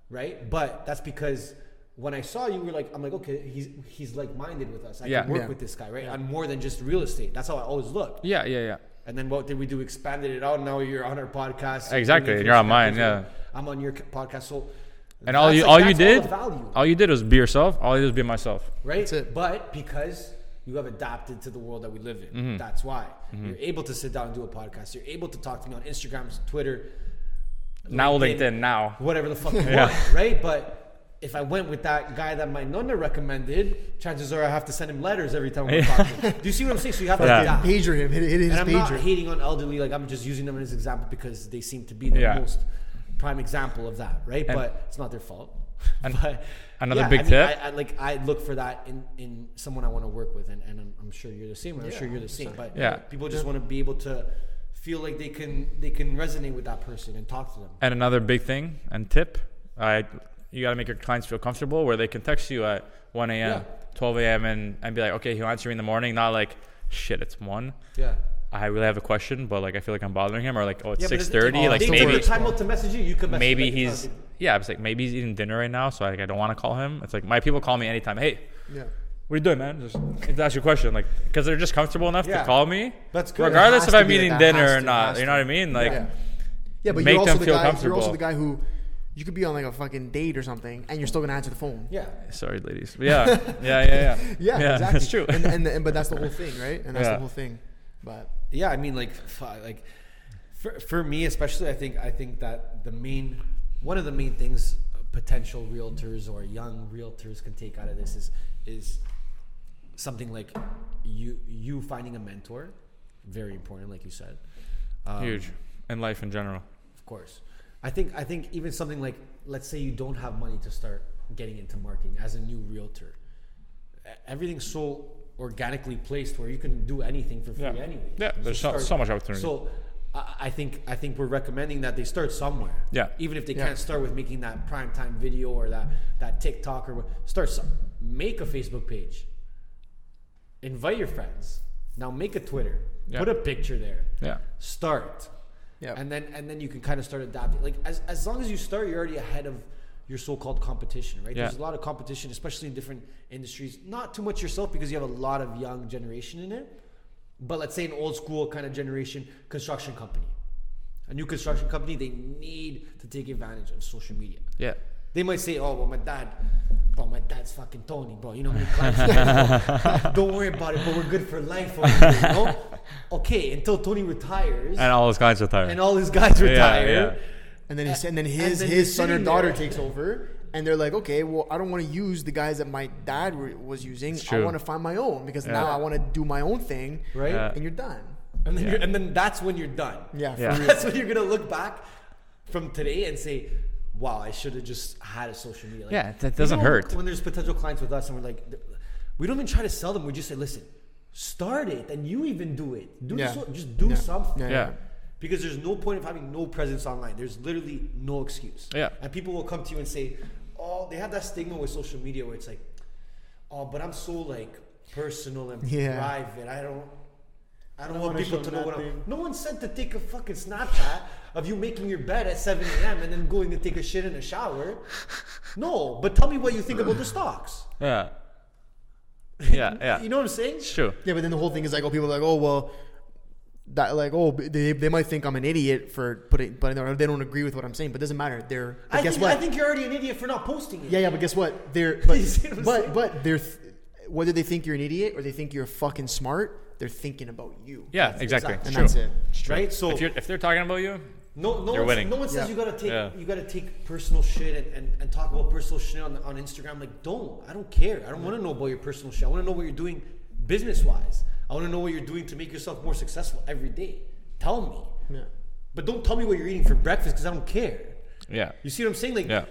Speaker 4: right? But that's because when I saw you, we were like, I'm like, okay, he's he's like minded with us. I
Speaker 6: Yeah.
Speaker 4: can work
Speaker 2: Yeah.
Speaker 4: with this guy, right? I'm more than just real estate. That's how I always look.
Speaker 6: Yeah. Yeah. Yeah.
Speaker 4: And then what did we do? Expanded it out. Now you're on our podcast. You're
Speaker 6: Exactly,
Speaker 4: doing
Speaker 6: and you're on
Speaker 4: influencer
Speaker 6: mine,
Speaker 4: campaigns,
Speaker 6: yeah.
Speaker 4: I'm on your c- podcast. So
Speaker 6: And all
Speaker 4: that's
Speaker 6: you
Speaker 4: like-
Speaker 6: all you
Speaker 4: that's all
Speaker 6: did
Speaker 4: the value.
Speaker 6: all you did was be yourself. All you did was be myself.
Speaker 4: right?
Speaker 2: That's it.
Speaker 4: But because you have adapted to the world that we live in,
Speaker 6: Mm-hmm.
Speaker 4: that's why you're able to sit down and do a podcast. You're able to talk to me on Instagram, Twitter,
Speaker 6: Now
Speaker 4: LinkedIn.
Speaker 6: LinkedIn. Now.
Speaker 4: whatever the fuck you
Speaker 6: Yeah.
Speaker 4: want, right? But if I went with that guy that my nonna recommended, chances are I have to send him letters every time we
Speaker 6: Yeah.
Speaker 4: talk. to him. Do you see what I'm saying? So you have to
Speaker 6: Yeah.
Speaker 4: adapt.
Speaker 2: pager him, hit, hit his
Speaker 4: And I'm not
Speaker 2: pager.
Speaker 4: hating on elderly. Like I'm just using them as an example because they seem to be the
Speaker 6: Yeah.
Speaker 4: most prime example of that, right? but it's not their fault.
Speaker 6: and
Speaker 4: but
Speaker 6: another
Speaker 4: yeah,
Speaker 6: big
Speaker 4: I mean,
Speaker 6: tip?
Speaker 4: I, I, like I look for that in, in someone I want to work with, and, and I'm, I'm sure you're the same. and I'm sure you're the same. But
Speaker 6: Yeah.
Speaker 4: people just want to be able to feel like they can they can resonate with that person and talk to them.
Speaker 6: And another big thing and tip, I you gotta make your clients feel comfortable where they can text you at 1 a.m.,
Speaker 4: Yeah.
Speaker 6: 12 a.m. and and be like, okay, he'll answer me in the morning. Not like, shit, it's one.
Speaker 4: Yeah.
Speaker 6: I really have a question, but like I feel like I'm bothering him, or like, oh, it's
Speaker 4: Yeah, but
Speaker 6: six
Speaker 4: if-
Speaker 6: thirty.
Speaker 4: if
Speaker 6: Like
Speaker 4: they took
Speaker 6: maybe
Speaker 4: the time out to message you. You could message
Speaker 6: maybe
Speaker 4: like,
Speaker 6: he's
Speaker 4: uh,
Speaker 6: yeah. I was like maybe he's eating dinner right now, so like I don't want to call him. It's like my people call me anytime. Hey,
Speaker 2: yeah.
Speaker 6: what are you doing, man? Just need to ask you a question, like because they're just comfortable enough
Speaker 4: Yeah.
Speaker 6: to call me.
Speaker 4: That's good.
Speaker 6: Regardless
Speaker 2: It
Speaker 6: if
Speaker 2: has to
Speaker 6: I'm
Speaker 2: be,
Speaker 6: eating
Speaker 2: that
Speaker 6: dinner
Speaker 2: has
Speaker 6: or
Speaker 2: to,
Speaker 6: not,
Speaker 2: has
Speaker 6: you
Speaker 2: to.
Speaker 6: know what I mean? Like
Speaker 2: yeah. Yeah, but
Speaker 6: make
Speaker 2: you're also
Speaker 6: them
Speaker 2: the
Speaker 6: feel
Speaker 2: guy. You're also
Speaker 6: comfortable.
Speaker 2: the guy who you could be on like a fucking date or something, and you're still gonna answer the phone.
Speaker 4: yeah.
Speaker 6: sorry, ladies. But yeah, yeah, yeah, yeah.
Speaker 2: Yeah, exactly.
Speaker 6: That's true.
Speaker 2: And, and, and but that's the whole thing, right? And that's
Speaker 6: Yeah.
Speaker 2: the whole thing. But
Speaker 4: Yeah, I mean, like, fu- like for, for me especially, I think I think that the main one of the main things uh, potential realtors or young realtors can take out of this is is something like you you finding a mentor, very important, like you said. Um,
Speaker 6: Huge in life in general.
Speaker 4: Of course. I think I think even something like let's say you don't have money to start getting into marketing as a new realtor. E- Everything's so organically placed where you can do anything for free
Speaker 6: Yeah.
Speaker 4: anyway.
Speaker 6: Yeah, there's so- so much opportunity.
Speaker 4: So I I think I think we're recommending that they start somewhere.
Speaker 6: Yeah.
Speaker 4: Even if they
Speaker 2: Yeah.
Speaker 4: can't start with making that prime time video or that that TikTok or what, start some, make a Facebook page. Invite your friends. Now make a Twitter.
Speaker 6: Yeah.
Speaker 4: Put a picture there
Speaker 6: Yeah,
Speaker 4: start
Speaker 2: Yeah.
Speaker 4: and then and then you can kind of start adapting like as, as long as you start you're already ahead of your so-called competition right
Speaker 6: Yeah.
Speaker 4: there's a lot of competition especially in different industries not too much yourself because you have a lot of young generation in it but let's say an old school kind of generation construction company a new construction company they need to take advantage of social media
Speaker 6: yeah.
Speaker 4: they might say, "Oh, well, my dad, bro, my dad's fucking Tony, bro. You know how many clients? he has, bro? Don't worry about it, but we're good for life over here." You know? Okay, until Tony retires
Speaker 6: And
Speaker 4: and,
Speaker 6: all those kinds of tired.
Speaker 4: all his guys retire,
Speaker 6: yeah.
Speaker 2: and then his and then
Speaker 4: and
Speaker 2: his
Speaker 4: then you're
Speaker 2: his son or
Speaker 4: sitting
Speaker 2: daughter
Speaker 4: there.
Speaker 2: takes over, and they're like, okay, well, I don't want to use the guys that my dad were, was using. I
Speaker 3: true.
Speaker 2: want to find my own because
Speaker 3: Yeah.
Speaker 2: now I want to do my own thing.
Speaker 4: Right?
Speaker 3: Yeah.
Speaker 2: And you're done.
Speaker 4: And then
Speaker 3: Yeah.
Speaker 4: you're, and then that's when you're done.
Speaker 2: Yeah, for
Speaker 3: Yeah.
Speaker 2: real.
Speaker 4: That's when you're gonna look back from today and say, "Wow, I should have just had a social media." Like,
Speaker 3: Yeah, that
Speaker 4: you
Speaker 3: doesn't
Speaker 4: know,
Speaker 3: hurt.
Speaker 4: When there's potential clients with us, and we're like, th- we don't even try to sell them. We just say, "Listen, start it, and you even do it. Do the
Speaker 2: Yeah.
Speaker 4: so- just do
Speaker 2: Yeah.
Speaker 4: something."
Speaker 2: Yeah.
Speaker 3: Yeah.
Speaker 4: Because there's no point of having no presence online. There's literally no excuse.
Speaker 3: Yeah.
Speaker 4: And people will come to you and say, "Oh, they have that stigma with social media where it's like, oh, but I'm so like personal and
Speaker 2: Yeah.
Speaker 4: private. I don't." I don't,
Speaker 7: don't
Speaker 4: want
Speaker 7: wanna
Speaker 4: people
Speaker 7: show
Speaker 4: to know what I'm.
Speaker 7: nothing."
Speaker 4: No one said to take a fucking Snapchat of you making your bed at 7 a.m. and then going to take a shit in a shower. No, but tell me what you think about the stocks.
Speaker 3: Yeah. Yeah,
Speaker 4: You
Speaker 3: yeah.
Speaker 4: know what I'm saying?
Speaker 3: It's true.
Speaker 2: Yeah, but then the whole thing is like, oh, people are like, oh, well, that like, oh, they, they might think I'm an idiot for putting, but they don't agree with what I'm saying. But it doesn't matter. They're. But
Speaker 4: I
Speaker 2: guess
Speaker 4: think,
Speaker 2: what?
Speaker 4: I think you're already an idiot for not posting it.
Speaker 2: yeah, yeah, but guess what? They're.
Speaker 4: You
Speaker 2: But
Speaker 4: see what I'm saying?
Speaker 2: but, but they're. Th- whether they think you're an idiot or they think you're fucking smart, they're thinking about you.
Speaker 3: Yeah, exactly.
Speaker 4: exactly.
Speaker 3: It's
Speaker 2: and
Speaker 3: true.
Speaker 2: that's it.
Speaker 4: Right? So
Speaker 3: If you're if they're talking about you,
Speaker 4: No, no,
Speaker 3: You're
Speaker 4: one,
Speaker 3: winning.
Speaker 4: no one says
Speaker 2: Yeah.
Speaker 4: you gotta take
Speaker 3: Yeah.
Speaker 4: you gotta take personal shit and, and, and talk about personal shit on, on Instagram. Like, don't. I don't care. I don't want to know about your personal shit. I want to know what you're doing business wise. I want to know what you're doing to make yourself more successful every day. Tell me,
Speaker 2: Yeah.
Speaker 4: but don't tell me what you're eating for breakfast because I don't care.
Speaker 3: yeah.
Speaker 4: You see what I'm saying? Like,
Speaker 3: Yeah.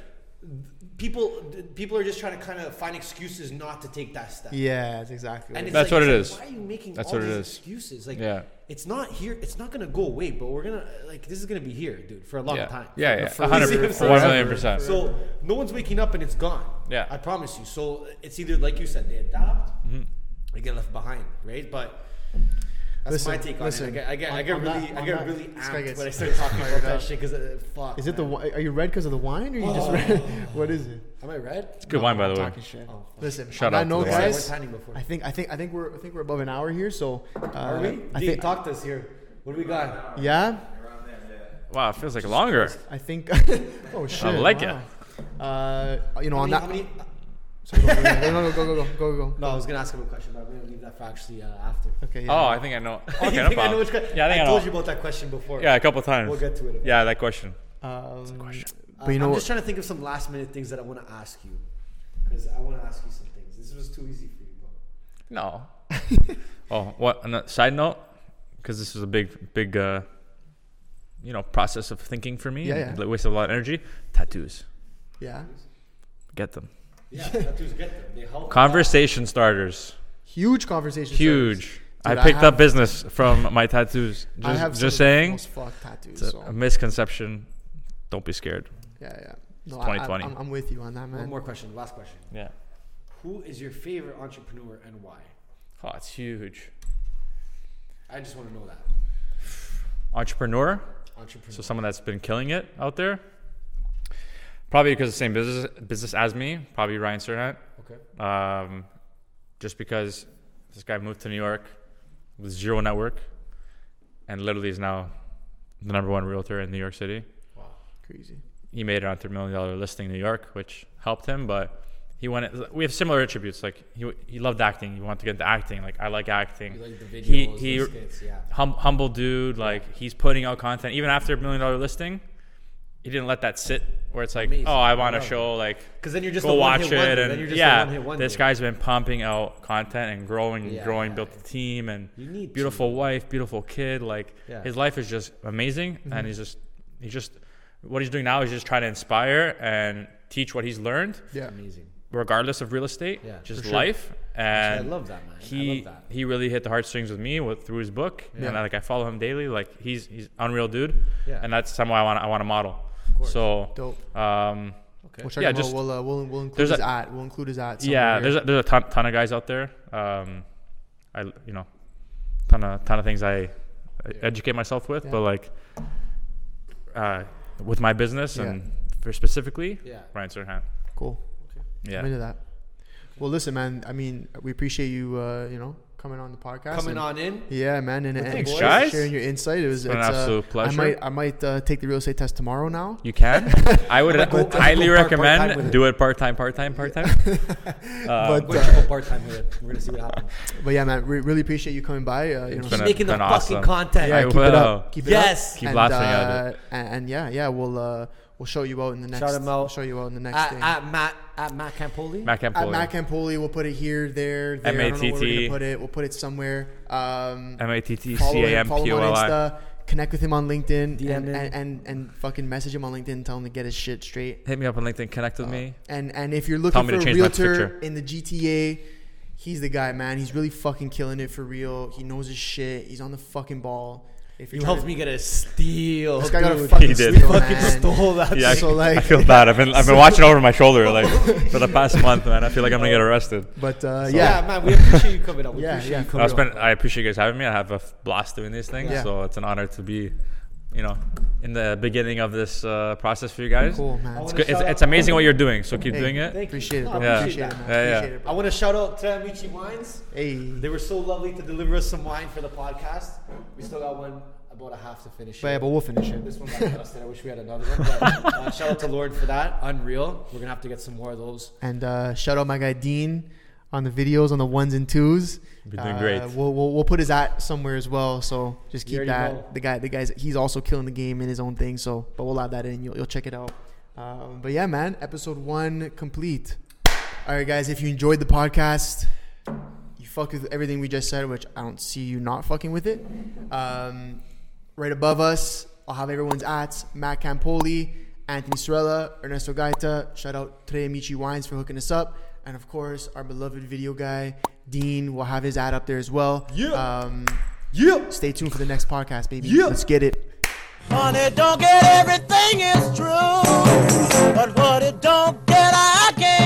Speaker 4: people people are just trying to kind of find excuses not to take that step.
Speaker 2: Yeah, that's exactly.
Speaker 4: And
Speaker 2: what
Speaker 4: it's
Speaker 3: That's
Speaker 4: like,
Speaker 3: what
Speaker 4: it's
Speaker 3: it
Speaker 4: like,
Speaker 3: is.
Speaker 4: Why are you making
Speaker 3: That's
Speaker 4: all
Speaker 3: what it
Speaker 4: these
Speaker 3: is.
Speaker 4: excuses? Like,
Speaker 3: Yeah.
Speaker 4: it's not here. It's not gonna go away. But we're gonna like this is gonna be here, dude, for a long
Speaker 3: Yeah.
Speaker 4: time.
Speaker 3: Yeah, yeah.
Speaker 4: For-
Speaker 3: 100%,
Speaker 4: you see what I'm saying?
Speaker 3: 1 million percent.
Speaker 4: So no one's waking up and it's gone.
Speaker 3: Yeah.
Speaker 4: I promise you. So it's either like you said, they adapt,
Speaker 3: Mm-hmm.
Speaker 4: they get left behind, right? But. That's
Speaker 2: Listen,
Speaker 4: my take on
Speaker 2: listen.
Speaker 4: it. I get, I get, I
Speaker 2: On-
Speaker 4: get
Speaker 2: on
Speaker 4: really,
Speaker 2: that-
Speaker 4: I
Speaker 2: on
Speaker 4: get
Speaker 2: that,
Speaker 4: really
Speaker 2: this guy
Speaker 4: amped
Speaker 2: gets
Speaker 4: when I start talking about
Speaker 2: fired
Speaker 4: that
Speaker 2: up.
Speaker 4: shit because uh, fuck.
Speaker 2: Is it the?
Speaker 4: man.
Speaker 2: wi- Are you red because of the wine, or you just red? what is it?
Speaker 4: Am I red?
Speaker 3: Good wine by the way.
Speaker 2: Talking shit.
Speaker 4: Oh, fuck.
Speaker 2: Listen, on
Speaker 3: Shout out
Speaker 2: that
Speaker 3: to
Speaker 2: note,
Speaker 3: the
Speaker 4: Sorry,
Speaker 2: guys.
Speaker 4: We're tiny before.
Speaker 2: I think I think I think we're I think we're above an hour here. So uh,
Speaker 4: Are we?
Speaker 2: I
Speaker 4: Dean,
Speaker 2: think
Speaker 4: talk to us here. What do we got?
Speaker 2: yeah.
Speaker 3: Wow, it feels like longer.
Speaker 2: I think. oh shit!
Speaker 3: like
Speaker 2: wow. Uh, you know,
Speaker 4: How
Speaker 2: on
Speaker 4: many,
Speaker 2: that.
Speaker 4: how many-
Speaker 2: Sorry, go, go, go, go, go, go, go, go.
Speaker 4: no, I was gonna ask him a question, but I'm gonna leave that for actually uh, after.
Speaker 2: Okay. Yeah.
Speaker 3: Oh, I think I know. Okay,
Speaker 4: You
Speaker 3: no
Speaker 4: think I know
Speaker 3: problem.
Speaker 4: which que-
Speaker 3: yeah, I think I,
Speaker 4: told
Speaker 3: know.
Speaker 4: you about that question before.
Speaker 3: Yeah, a couple times.
Speaker 4: We'll get to it.
Speaker 3: Yeah, that question.
Speaker 2: Um,
Speaker 4: Uh,
Speaker 2: But you know,
Speaker 4: I'm
Speaker 2: what?
Speaker 4: just trying to think of some last minute things that I want to ask you because I want to ask you some things. This was too easy for you, bro.
Speaker 3: No. oh, what? On a side note, because this is a big, big, uh, you know, process of thinking for me.
Speaker 2: Yeah,
Speaker 3: and
Speaker 2: yeah.
Speaker 3: it Wasted a lot of energy. Tattoos,
Speaker 2: yeah.
Speaker 3: get them.
Speaker 4: Yeah, tattoos get them. They help.
Speaker 3: Conversation starters,
Speaker 2: Huge conversation.
Speaker 3: huge.
Speaker 2: starters.
Speaker 3: I
Speaker 2: Dude, I
Speaker 3: picked
Speaker 2: have-
Speaker 3: up business from my tattoos. Just,
Speaker 2: I have some
Speaker 3: just
Speaker 2: of the
Speaker 3: saying,
Speaker 2: Most fucked tattoos.
Speaker 3: it's a, um,
Speaker 2: so.
Speaker 3: a misconception. Don't be scared.
Speaker 2: Yeah, yeah. No,
Speaker 3: 2020.
Speaker 2: I, I'm, I'm with you on that, man.
Speaker 4: One more question. Last question.
Speaker 3: Yeah.
Speaker 4: Who is your favorite entrepreneur and why?
Speaker 3: Oh, it's huge.
Speaker 4: I just want to know that.
Speaker 3: Entrepreneur.
Speaker 4: Entrepreneur.
Speaker 3: So someone that's been killing it out there. Probably because the same business business as me. Probably Ryan Serhant.
Speaker 4: okay.
Speaker 3: um, just because this guy moved to New York with zero network and literally is now the number one realtor in New York City.
Speaker 4: Wow.
Speaker 2: Crazy.
Speaker 3: He made it on $3 million listing in New York, which helped him, but he went, we have similar attributes. Like he, he loved acting. He wanted to get into acting. Like I like acting.
Speaker 4: You like the videos,
Speaker 3: He-
Speaker 4: he,
Speaker 3: he-
Speaker 4: the skits, yeah.
Speaker 3: hum, humble dude. Like he's putting out content even after a million dollar listing. He didn't let that sit where it's like,
Speaker 4: Amazing.
Speaker 3: oh, I want
Speaker 4: I
Speaker 3: to
Speaker 4: love
Speaker 3: show like
Speaker 4: Because then you're just
Speaker 3: go
Speaker 4: a
Speaker 3: watch
Speaker 4: one-hit
Speaker 3: it
Speaker 4: wonder.
Speaker 3: and
Speaker 4: then you're just a
Speaker 3: yeah,
Speaker 4: one-hit wonder.
Speaker 3: this guy's been pumping out content and growing and
Speaker 4: Yeah,
Speaker 3: growing,
Speaker 4: yeah,
Speaker 3: built a team and
Speaker 4: You need
Speaker 3: beautiful wife, beautiful kid. Like
Speaker 4: Yeah. Mm-hmm.
Speaker 3: his life is just amazing, and he's just he's just what he's doing now is just trying to inspire and teach what he's learned,
Speaker 2: Yeah.
Speaker 4: Amazing.
Speaker 3: regardless of real estate,
Speaker 4: Yeah,
Speaker 3: just
Speaker 4: for sure.
Speaker 3: life. And
Speaker 4: love that, man. I
Speaker 3: He
Speaker 4: love that.
Speaker 3: he really hit the heartstrings with me with, through his book, and I, like I follow him daily. Like he's he's unreal dude,
Speaker 4: Yeah.
Speaker 3: and that's someone I want I want to model.
Speaker 4: course.
Speaker 3: So,
Speaker 2: Dope.
Speaker 3: um,
Speaker 4: Okay.
Speaker 2: We'll check
Speaker 3: Yeah,
Speaker 2: him out.
Speaker 3: just-
Speaker 2: We'll, uh, we'll, we'll include
Speaker 3: there's
Speaker 2: his
Speaker 3: a-
Speaker 2: at. We'll include his at.
Speaker 3: yeah,
Speaker 2: somewhere
Speaker 3: there's
Speaker 2: here.
Speaker 3: a, there's a ton, ton of guys out there. Um, I you know, ton of ton of things I I educate myself with,
Speaker 2: Yeah.
Speaker 3: but like, uh, with my business
Speaker 2: Yeah.
Speaker 3: and for specifically,
Speaker 4: Yeah.
Speaker 3: Ryan Serhant.
Speaker 2: cool. I'm
Speaker 4: uh,
Speaker 3: Yeah,
Speaker 2: into that. Well, listen, man. I mean, we appreciate you. Uh, you know, coming on the podcast.
Speaker 4: Coming
Speaker 2: and-
Speaker 4: on in.
Speaker 2: Yeah, man. And, and
Speaker 3: Thanks,
Speaker 2: boys,
Speaker 3: guys.
Speaker 2: sharing your insight. It was
Speaker 3: been an
Speaker 2: it's, uh,
Speaker 3: absolute
Speaker 2: I
Speaker 3: pleasure.
Speaker 2: might I might uh, take the real estate test tomorrow now.
Speaker 3: you can. I would
Speaker 4: go- I'm gonna
Speaker 3: highly
Speaker 4: go part- part-time
Speaker 3: recommend
Speaker 4: with it.
Speaker 3: do it part time, part time, part time.
Speaker 2: but
Speaker 4: We're
Speaker 2: uh,
Speaker 4: triple part time with it. We're gonna see what happens.
Speaker 2: but yeah, man. We really appreciate you coming by. Uh, you know,
Speaker 3: been
Speaker 4: Just
Speaker 3: a-
Speaker 4: making the
Speaker 3: been
Speaker 4: fucking
Speaker 3: awesome.
Speaker 4: content.
Speaker 2: yeah,
Speaker 3: I
Speaker 2: keep it
Speaker 3: will.
Speaker 2: up. Keep it up.
Speaker 4: Yes.
Speaker 3: Keep
Speaker 2: and,
Speaker 3: laughing
Speaker 2: uh,
Speaker 3: at
Speaker 2: And, and yeah, yeah. We'll uh, We'll show you out in the next.
Speaker 4: Shout him out.
Speaker 2: We'll show you out in the next
Speaker 4: At,
Speaker 2: thing.
Speaker 4: at Matt at Matt Campoli.
Speaker 3: Matt
Speaker 2: at
Speaker 3: Campoli.
Speaker 2: Matt Campoli, we'll put it here, there, there. I don't know where we're
Speaker 3: MATT.
Speaker 2: gonna put it. We'll put it somewhere. Um,
Speaker 3: M A T T
Speaker 2: follow
Speaker 3: C A
Speaker 2: him,
Speaker 3: M
Speaker 2: follow
Speaker 3: P
Speaker 2: him
Speaker 3: O
Speaker 2: on
Speaker 3: L I.
Speaker 2: Insta. Connect with him on LinkedIn
Speaker 4: DM
Speaker 2: and,
Speaker 4: him.
Speaker 2: and, and and fucking message him on LinkedN. Tell him to get his shit straight.
Speaker 3: Hit me up on LinkedIn. Connect with me.
Speaker 2: And and if you're
Speaker 3: Tell
Speaker 2: looking for
Speaker 3: me to
Speaker 2: a
Speaker 3: change my
Speaker 2: realtor
Speaker 3: picture.
Speaker 2: in the GTA, he's the guy, man. He's really fucking killing it for real. He knows his shit. He's on the fucking ball. If
Speaker 4: He
Speaker 2: trying
Speaker 4: helped
Speaker 2: to-
Speaker 4: me get a steal.
Speaker 2: This guy got a
Speaker 4: Oh, dude.
Speaker 2: fucking
Speaker 3: He did.
Speaker 2: steal,
Speaker 4: fucking
Speaker 2: man.
Speaker 4: stole that.
Speaker 3: Yeah, I-
Speaker 2: So
Speaker 3: I
Speaker 2: like,
Speaker 3: feel bad. I've been I've been watching over my shoulder like for the past month, man. I feel like I'm gonna get arrested.
Speaker 2: but uh,
Speaker 4: So-
Speaker 2: yeah,
Speaker 4: yeah, man, we appreciate you coming up. We
Speaker 2: Yeah,
Speaker 4: appreciate
Speaker 2: yeah.
Speaker 4: you coming
Speaker 3: I
Speaker 4: up.
Speaker 3: spent. I appreciate you guys having me. I have a f- blast doing these things,
Speaker 2: Yeah.
Speaker 3: so it's an honor to be, you know, in the beginning of this uh, process for you guys.
Speaker 2: cool, man.
Speaker 3: It's, good. it's, it's amazing what you're doing. So keep
Speaker 2: Hey,
Speaker 3: doing it.
Speaker 4: Thank you.
Speaker 2: Appreciate it,
Speaker 4: No,
Speaker 2: bro.
Speaker 4: I
Speaker 3: Yeah.
Speaker 2: Appreciate it,
Speaker 4: that.
Speaker 2: man.
Speaker 3: Yeah, yeah.
Speaker 2: Appreciate it,
Speaker 4: I
Speaker 2: bro.
Speaker 4: want to shout out Tiramichi Wines.
Speaker 2: Hey.
Speaker 4: They were so lovely to deliver us some wine for the podcast. We still got one about a half to finish.
Speaker 2: But
Speaker 4: it.
Speaker 2: yeah, but we'll finish it.
Speaker 4: This one got dusted. I wish we had another one. But, uh, shout out to Lauren for that. Unreal. We're gonna have to get some more of those.
Speaker 2: And uh, shout out my guy Dean on the videos on the ones and twos.
Speaker 3: You've been doing
Speaker 2: Uh,
Speaker 3: great.
Speaker 2: We'll, we'll, we'll put his at somewhere as well. So just
Speaker 4: There
Speaker 2: keep
Speaker 4: you
Speaker 2: that.
Speaker 4: go.
Speaker 2: The guy, the guys, he's also killing the game in his own thing. So, but we'll add that in. You'll, you'll check it out. Um, but yeah, man, episode one complete. All right, guys, if you enjoyed the podcast, you fucked with everything we just said, which I don't see you not fucking with it. Um, right above us, I'll have everyone's ats Matt Campoli, Anthony Sorella, Ernesto Gaita. Shout out Tre Amici Wines for hooking us up. And of course, our beloved video guy, Dean, will have his ad up there as well.
Speaker 4: Yeah.
Speaker 2: Um,
Speaker 4: Yeah.
Speaker 2: stay tuned for the next podcast, baby.
Speaker 4: Yeah.
Speaker 2: Let's get it.
Speaker 1: Money don't get everything is true, but what it don't get, I can.